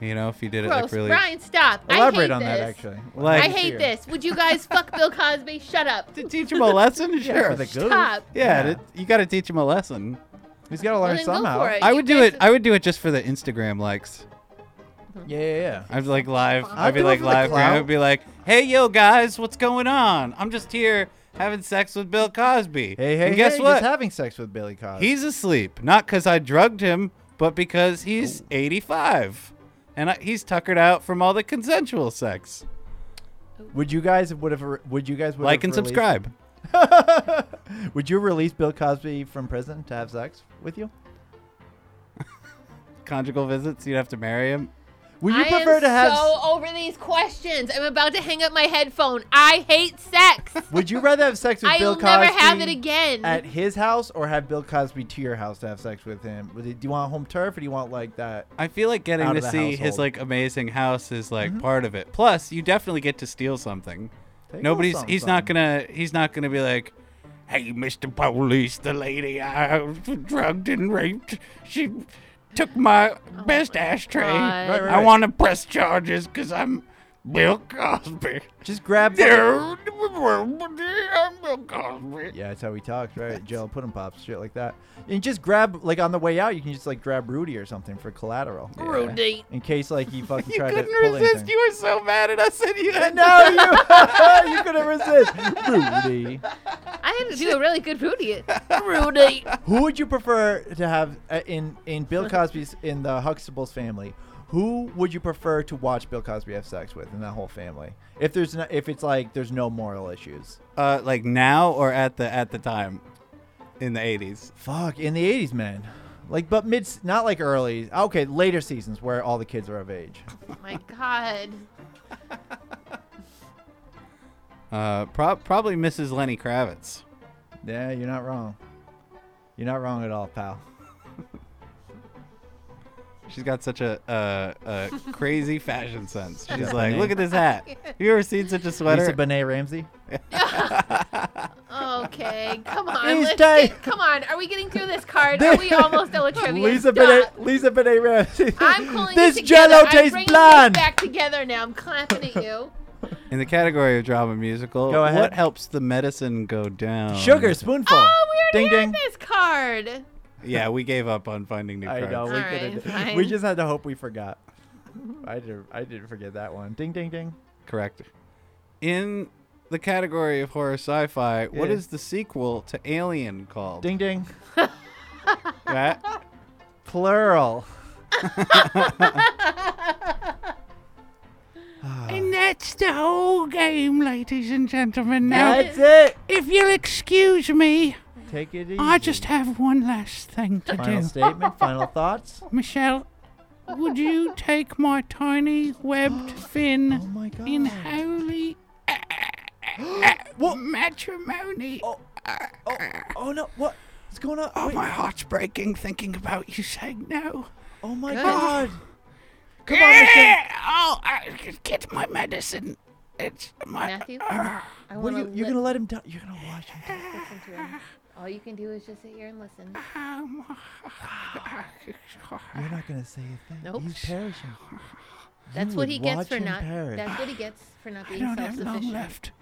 [SPEAKER 1] You know, if you did it
[SPEAKER 2] Gross.
[SPEAKER 1] like really.
[SPEAKER 2] Brian, stop. I
[SPEAKER 3] Elaborate
[SPEAKER 2] hate
[SPEAKER 3] on
[SPEAKER 2] this.
[SPEAKER 3] that actually.
[SPEAKER 1] Like-
[SPEAKER 2] I hate this. Would you guys fuck Bill Cosby? Shut up.
[SPEAKER 1] <laughs> To teach him a lesson?
[SPEAKER 3] <laughs> Yeah,
[SPEAKER 1] Sure.
[SPEAKER 3] for the goof.
[SPEAKER 2] Stop.
[SPEAKER 1] Yeah, th- you got to teach him a lesson.
[SPEAKER 3] he's got to
[SPEAKER 2] Well,
[SPEAKER 3] learn
[SPEAKER 2] then
[SPEAKER 3] somehow.
[SPEAKER 2] go for it.
[SPEAKER 1] I
[SPEAKER 2] You
[SPEAKER 1] would do
[SPEAKER 2] guys
[SPEAKER 1] it. I would do it just for the Instagram likes.
[SPEAKER 3] Yeah, yeah, yeah.
[SPEAKER 1] I'd be like live. I'd be
[SPEAKER 3] do it
[SPEAKER 1] like
[SPEAKER 3] for the
[SPEAKER 1] live.
[SPEAKER 3] clout.
[SPEAKER 1] I would be like, "Hey, yo, guys, what's going on? I'm just here having sex with Bill Cosby.
[SPEAKER 3] Hey, hey,
[SPEAKER 1] and guess
[SPEAKER 3] hey,
[SPEAKER 1] what?
[SPEAKER 3] Just having sex with Billy Cosby.
[SPEAKER 1] he's asleep. Not because I drugged him, but because he's
[SPEAKER 3] Oh.
[SPEAKER 1] 85, and I, he's tuckered out from all the consensual sex.
[SPEAKER 3] would you guys would have? Would you guys would
[SPEAKER 1] like and
[SPEAKER 3] have released-
[SPEAKER 1] subscribe.
[SPEAKER 3] <laughs> would you release Bill Cosby from prison to have sex with you?
[SPEAKER 1] Conjugal visits. You'd have to marry him.
[SPEAKER 3] Would you
[SPEAKER 2] I
[SPEAKER 3] prefer
[SPEAKER 2] am
[SPEAKER 3] to have?
[SPEAKER 2] so over these questions. I'm about to hang up my headphone. I hate sex.
[SPEAKER 3] <laughs> Would you rather have sex with
[SPEAKER 2] I
[SPEAKER 3] Bill
[SPEAKER 2] will
[SPEAKER 3] Cosby
[SPEAKER 2] never have it again.
[SPEAKER 3] at his house or have Bill Cosby to your house to have sex with him? Would it- Do you want home turf or do you want like that?
[SPEAKER 1] I feel like getting
[SPEAKER 3] Out
[SPEAKER 1] to
[SPEAKER 3] of
[SPEAKER 1] see
[SPEAKER 3] the
[SPEAKER 1] his
[SPEAKER 3] household. Mm-hmm.
[SPEAKER 1] like amazing house is like part of it. Plus, you definitely get to steal something.
[SPEAKER 3] Take
[SPEAKER 1] Nobody's.
[SPEAKER 3] some,
[SPEAKER 1] he's
[SPEAKER 3] some.
[SPEAKER 1] not gonna. He's not gonna be like.
[SPEAKER 5] Hey, Mr. Police, the lady I drugged and raped, she took my
[SPEAKER 4] Oh
[SPEAKER 5] best ashtray.
[SPEAKER 2] God. Right,
[SPEAKER 3] right,
[SPEAKER 5] I
[SPEAKER 3] right.
[SPEAKER 5] want to press charges because I'm Bill Cosby.
[SPEAKER 3] Just grab.
[SPEAKER 5] Dude, <laughs> I'm Bill Cosby.
[SPEAKER 3] Yeah, that's how we talked, right? Jail pudding pops, shit like that. And just grab like on the way out, you can just like grab Rudy or something for collateral.
[SPEAKER 2] Rudy.
[SPEAKER 3] In case like
[SPEAKER 1] <laughs>
[SPEAKER 3] he fucking
[SPEAKER 1] You
[SPEAKER 3] tried to
[SPEAKER 1] couldn't
[SPEAKER 3] pull
[SPEAKER 1] resist.
[SPEAKER 3] anything.
[SPEAKER 1] You were so mad at us, and you had
[SPEAKER 3] No,
[SPEAKER 1] <laughs>
[SPEAKER 3] you <laughs> you couldn't resist, Rudy.
[SPEAKER 2] I had to do a really good Rudy.
[SPEAKER 3] <laughs>
[SPEAKER 2] Rudy.
[SPEAKER 3] Who would you prefer to have uh, in in Bill Cosby's in the Huxtables family? Who would you prefer to watch Bill Cosby have sex with in that whole family? If there's no, if it's like there's no moral issues.
[SPEAKER 1] Uh, like now or at the at the time, in the eighties.
[SPEAKER 3] Fuck, in the 80s, man. Like but mid not like early. Okay, later seasons where all the kids are of age.
[SPEAKER 2] My God.
[SPEAKER 1] Uh, prob probably Mrs. Lenny Kravitz.
[SPEAKER 3] Yeah, you're not wrong. You're not wrong at all, pal.
[SPEAKER 1] She's got such a uh, a crazy fashion sense. She's
[SPEAKER 3] got
[SPEAKER 1] like,
[SPEAKER 3] banana.
[SPEAKER 1] look at this hat. Have you ever seen such a
[SPEAKER 3] Lisa
[SPEAKER 1] sweater?
[SPEAKER 3] Bonet Ramsey.
[SPEAKER 2] Okay, come on.
[SPEAKER 3] He's
[SPEAKER 2] Let's
[SPEAKER 3] dead.
[SPEAKER 2] get, come on. Are we getting through this card? Are
[SPEAKER 3] <laughs>
[SPEAKER 2] we almost done with trivia?
[SPEAKER 3] Lisa
[SPEAKER 2] Stop.
[SPEAKER 3] Bonet. Lisa Bonet Ramsey.
[SPEAKER 2] I'm
[SPEAKER 3] <laughs>
[SPEAKER 2] pulling
[SPEAKER 3] this
[SPEAKER 2] it together.
[SPEAKER 3] Jello
[SPEAKER 2] I'm
[SPEAKER 3] tastes
[SPEAKER 2] bringing
[SPEAKER 3] blood.
[SPEAKER 2] This back together now. I'm clapping at
[SPEAKER 3] <laughs>
[SPEAKER 2] you.
[SPEAKER 1] in the category of drama musical,
[SPEAKER 3] Go ahead.
[SPEAKER 1] what helps the medicine go down?
[SPEAKER 3] Sugar spoonful.
[SPEAKER 2] Oh, we already
[SPEAKER 3] ding ding.
[SPEAKER 2] had this card.
[SPEAKER 1] Yeah, we gave up on finding new
[SPEAKER 3] I
[SPEAKER 1] cards.
[SPEAKER 3] know we
[SPEAKER 2] Alright,
[SPEAKER 3] could
[SPEAKER 2] fine.
[SPEAKER 3] have. We just had to hope we forgot. I did. I didn't forget that one. Ding ding ding.
[SPEAKER 1] Correct. In the category of horror sci-fi, what
[SPEAKER 3] Yeah.
[SPEAKER 1] is the sequel to Alien called?
[SPEAKER 3] Ding ding.
[SPEAKER 1] Matt?
[SPEAKER 3] Plural.
[SPEAKER 4] <sighs> And that's the whole game, ladies and gentlemen. Now,
[SPEAKER 3] That's it.
[SPEAKER 4] if you'll excuse me,
[SPEAKER 3] Take it easy.
[SPEAKER 4] I just have one last thing to
[SPEAKER 3] final <laughs>
[SPEAKER 4] do.
[SPEAKER 3] statement. Final thoughts.
[SPEAKER 4] Michelle, Would you take my tiny webbed fin
[SPEAKER 3] Oh my god.
[SPEAKER 4] in holy matrimony?
[SPEAKER 3] Oh, oh, oh no, what? What's going on?
[SPEAKER 4] Oh,
[SPEAKER 3] Wait,
[SPEAKER 4] my heart's breaking thinking about you saying no.
[SPEAKER 3] oh my
[SPEAKER 2] Good.
[SPEAKER 3] god. Come on, let's go.
[SPEAKER 4] Yeah! Oh, I get my medicine. It's my.
[SPEAKER 3] <laughs>
[SPEAKER 2] Matthew, I
[SPEAKER 3] What
[SPEAKER 2] want
[SPEAKER 3] are you,
[SPEAKER 2] to
[SPEAKER 3] you're gonna let him down. You're gonna watch him. die.
[SPEAKER 2] listen to him. All you can do is just sit here and listen.
[SPEAKER 4] Um,
[SPEAKER 3] You're not gonna say a thing.
[SPEAKER 2] Nope.
[SPEAKER 3] He's perishing.
[SPEAKER 2] <sighs> That's
[SPEAKER 3] You
[SPEAKER 2] what
[SPEAKER 3] would
[SPEAKER 2] he gets
[SPEAKER 3] watch
[SPEAKER 2] for
[SPEAKER 3] him
[SPEAKER 2] not.
[SPEAKER 3] perish.
[SPEAKER 2] That's what he gets for not
[SPEAKER 4] I
[SPEAKER 2] being
[SPEAKER 4] don't have long
[SPEAKER 2] self-sufficient.
[SPEAKER 4] left.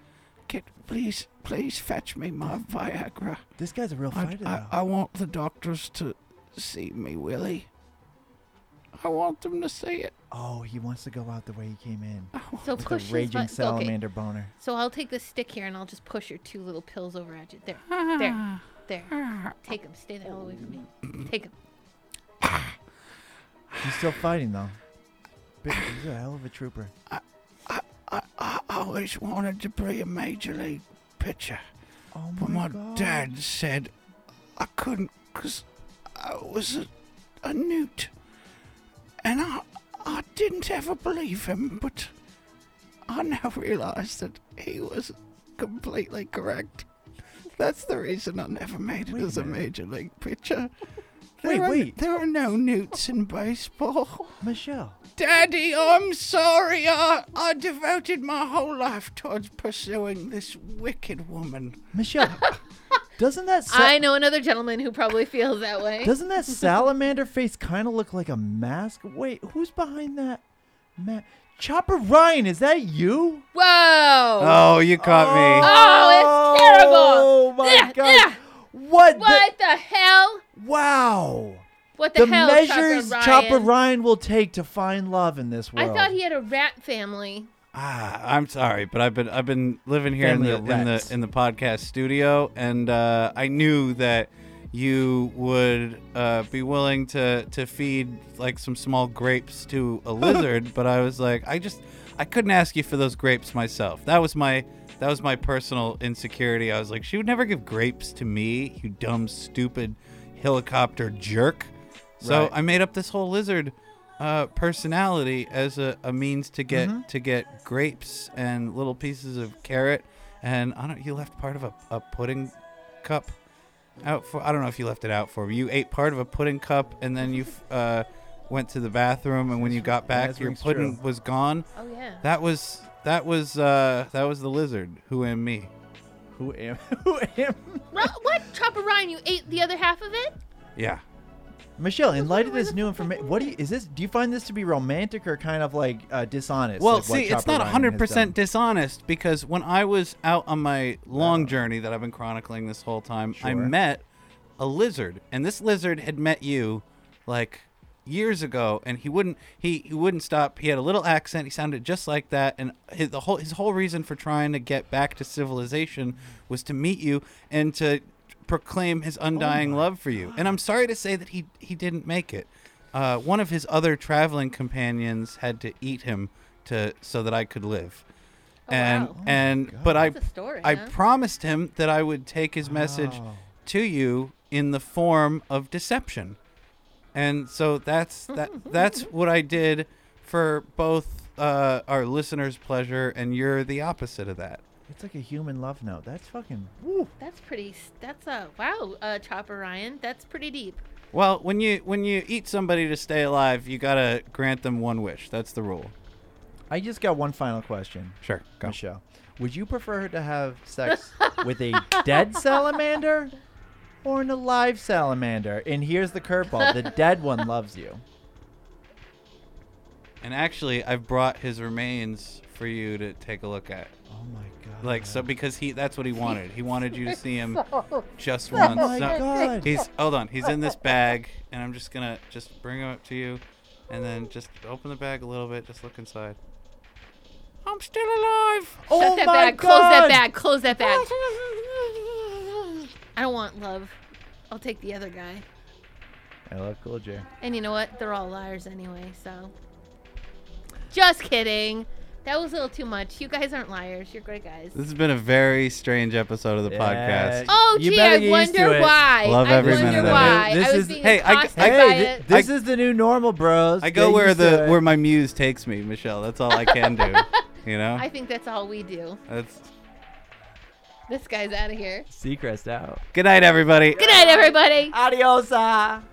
[SPEAKER 4] Get, please, please fetch me my Viagra.
[SPEAKER 3] This guy's a real
[SPEAKER 4] I,
[SPEAKER 3] fighter.
[SPEAKER 4] I,
[SPEAKER 3] though.
[SPEAKER 4] I want the doctors to see me, Willie. I want them to see it.
[SPEAKER 3] oh, he wants to go out the way he came in.
[SPEAKER 2] So
[SPEAKER 3] With
[SPEAKER 2] push
[SPEAKER 3] a raging
[SPEAKER 2] his butt. Okay,
[SPEAKER 3] salamander boner.
[SPEAKER 2] so I'll take this stick here and I'll just push your two little pills over at you. There, there, there. Take them. Stay the hell away from me. Take them.
[SPEAKER 3] He's still fighting though. But he's a hell of a trooper.
[SPEAKER 4] I always wanted to be a major league pitcher,
[SPEAKER 3] Oh
[SPEAKER 4] but
[SPEAKER 3] my
[SPEAKER 4] my
[SPEAKER 3] god.
[SPEAKER 4] dad said I couldn't because I was a, a newt, and I I didn't ever believe him. But I now realize that he was completely correct. That's the reason I never made it
[SPEAKER 3] Wait a
[SPEAKER 4] as a
[SPEAKER 3] minute.
[SPEAKER 4] major league pitcher.
[SPEAKER 3] Wait,
[SPEAKER 4] there
[SPEAKER 3] wait.
[SPEAKER 4] Are, there are no newts in baseball.
[SPEAKER 3] Michelle.
[SPEAKER 4] <laughs> Daddy, I'm sorry. I, I devoted my whole life towards pursuing this wicked woman.
[SPEAKER 2] <laughs>
[SPEAKER 3] Michelle. doesn't that sa-
[SPEAKER 2] I know another gentleman who probably feels that way.
[SPEAKER 3] doesn't that salamander face kind of look like a mask? Wait, who's behind that? Ma- Chopper Ryan, is that you?
[SPEAKER 2] Whoa!
[SPEAKER 1] Oh, you caught me.
[SPEAKER 2] Oh, it's terrible.
[SPEAKER 3] Oh my
[SPEAKER 2] Yeah,
[SPEAKER 3] god.
[SPEAKER 2] yeah.
[SPEAKER 3] What? the-
[SPEAKER 2] What the hell?
[SPEAKER 3] wow.
[SPEAKER 2] What the,
[SPEAKER 3] The,
[SPEAKER 2] hell,
[SPEAKER 3] measures
[SPEAKER 2] Chopper Ryan?
[SPEAKER 3] Chopper Ryan will take to find love in this
[SPEAKER 2] I
[SPEAKER 3] world.
[SPEAKER 2] thought he had a rat family.
[SPEAKER 1] Ah, I'm sorry, but I've been I've been living here in
[SPEAKER 3] Family
[SPEAKER 1] the
[SPEAKER 3] of
[SPEAKER 1] in the
[SPEAKER 3] rats.
[SPEAKER 1] in the podcast studio, and uh, I knew that you would uh, be willing to to feed like some small grapes to
[SPEAKER 3] <laughs>
[SPEAKER 1] a lizard, but I was like, I just I couldn't ask you for those grapes myself. That was my that was my personal insecurity. I was like, she would never give grapes to me, you dumb stupid helicopter jerk. So
[SPEAKER 3] Right.
[SPEAKER 1] I made up this whole lizard uh, personality as a, a means to get
[SPEAKER 3] Mm-hmm.
[SPEAKER 1] to get grapes and little pieces of carrot, and I don't. You left part of a, a pudding cup out for. I don't know if you left it out for. me. You ate part of a pudding cup, and then you f- uh, went to the bathroom, and when you got back,
[SPEAKER 3] That's
[SPEAKER 1] your
[SPEAKER 3] rings
[SPEAKER 1] pudding
[SPEAKER 3] true.
[SPEAKER 1] was gone.
[SPEAKER 2] Oh yeah.
[SPEAKER 1] That was that was uh, that was the lizard who am me.
[SPEAKER 3] Who am? <laughs> Who am?
[SPEAKER 2] Ro- what, Chopper Ryan? You ate the other half of it? Oh,
[SPEAKER 1] Yeah.
[SPEAKER 3] Michelle, in light of this new information, what do you, is this? Do you find this to be romantic or kind of like uh, dishonest?
[SPEAKER 1] Well,
[SPEAKER 3] like what
[SPEAKER 1] see, it's
[SPEAKER 3] Chopper
[SPEAKER 1] not
[SPEAKER 3] Ryan um, has
[SPEAKER 1] 100%
[SPEAKER 3] done?
[SPEAKER 1] dishonest because when I was out on my long journey that I've been chronicling this whole time, I
[SPEAKER 3] Sure.
[SPEAKER 1] met a lizard, and this lizard had met you like years ago and he wouldn't he, he wouldn't stop he had a little accent he sounded just like that and his, the whole his whole reason for trying to get back to civilization was to meet you and to proclaim his undying love for you and i'm sorry to say that he he didn't make it uh, one of his other traveling companions had to eat him to so that i could live
[SPEAKER 2] Oh,
[SPEAKER 1] and
[SPEAKER 2] wow.
[SPEAKER 1] and but i
[SPEAKER 2] That's a story,
[SPEAKER 1] i
[SPEAKER 2] huh?
[SPEAKER 1] promised him that i would take his message
[SPEAKER 3] Wow.
[SPEAKER 1] to you in the form of deception and so that's that
[SPEAKER 2] <laughs>
[SPEAKER 1] that's what i did for both uh, our listeners pleasure and you're the opposite of that
[SPEAKER 3] It's like a human love note. That's fucking.
[SPEAKER 2] That's pretty. s- That's a wow, uh, Chopper Ryan. That's pretty deep.
[SPEAKER 1] well when you when you eat somebody to stay alive you gotta grant them one wish that's the rule
[SPEAKER 3] I just got one final question,
[SPEAKER 1] sure go
[SPEAKER 3] Michelle. Would you prefer to have
[SPEAKER 2] <laughs>
[SPEAKER 3] sex with a dead salamander or an alive salamander? And here's the curveball:
[SPEAKER 2] <laughs>
[SPEAKER 3] the dead one loves you.
[SPEAKER 1] and actually i've brought his remains for you to take a look at
[SPEAKER 3] Oh my god!
[SPEAKER 1] like so because he that's what he wanted he wanted you to see <laughs> him just
[SPEAKER 3] Oh
[SPEAKER 1] once
[SPEAKER 3] my
[SPEAKER 1] not-
[SPEAKER 3] god!
[SPEAKER 1] He's hold on. He's in this bag, and I'm just gonna just bring him up to you, and then just open the bag a little bit. Just look inside.
[SPEAKER 4] I'm still alive.
[SPEAKER 3] oh
[SPEAKER 2] Shut that
[SPEAKER 3] my
[SPEAKER 2] bag.
[SPEAKER 3] god!
[SPEAKER 2] Close that bag. Close that bag.
[SPEAKER 4] <laughs>
[SPEAKER 2] I don't want love. I'll take the other guy.
[SPEAKER 3] I love Cool J.
[SPEAKER 2] And you know what? They're all liars anyway. So. Just kidding. That was a little too much. You guys aren't liars. You're great guys.
[SPEAKER 1] This has been a very strange episode of the podcast.
[SPEAKER 2] Oh,
[SPEAKER 3] You
[SPEAKER 2] gee,
[SPEAKER 3] better
[SPEAKER 2] I
[SPEAKER 3] get used to
[SPEAKER 2] wonder
[SPEAKER 3] it.
[SPEAKER 2] why.
[SPEAKER 1] Love
[SPEAKER 2] I
[SPEAKER 1] every minute
[SPEAKER 2] wonder
[SPEAKER 1] of it.
[SPEAKER 2] why.
[SPEAKER 3] This
[SPEAKER 2] I was
[SPEAKER 3] is-
[SPEAKER 2] being
[SPEAKER 1] Hey, I-
[SPEAKER 2] accosted
[SPEAKER 1] I-
[SPEAKER 2] by
[SPEAKER 3] Hey,
[SPEAKER 2] it.
[SPEAKER 3] th- this is the new normal, bros.
[SPEAKER 1] I go
[SPEAKER 3] Get
[SPEAKER 1] where
[SPEAKER 3] used to
[SPEAKER 1] the
[SPEAKER 3] it.
[SPEAKER 1] where my muse takes me, Michelle. That's all I can <laughs> do. You know?
[SPEAKER 2] I think that's all we do.
[SPEAKER 1] That's
[SPEAKER 2] This guy's out of here.
[SPEAKER 3] Seacrest out.
[SPEAKER 1] Good night everybody.
[SPEAKER 2] Good night, everybody.
[SPEAKER 3] Adiosa.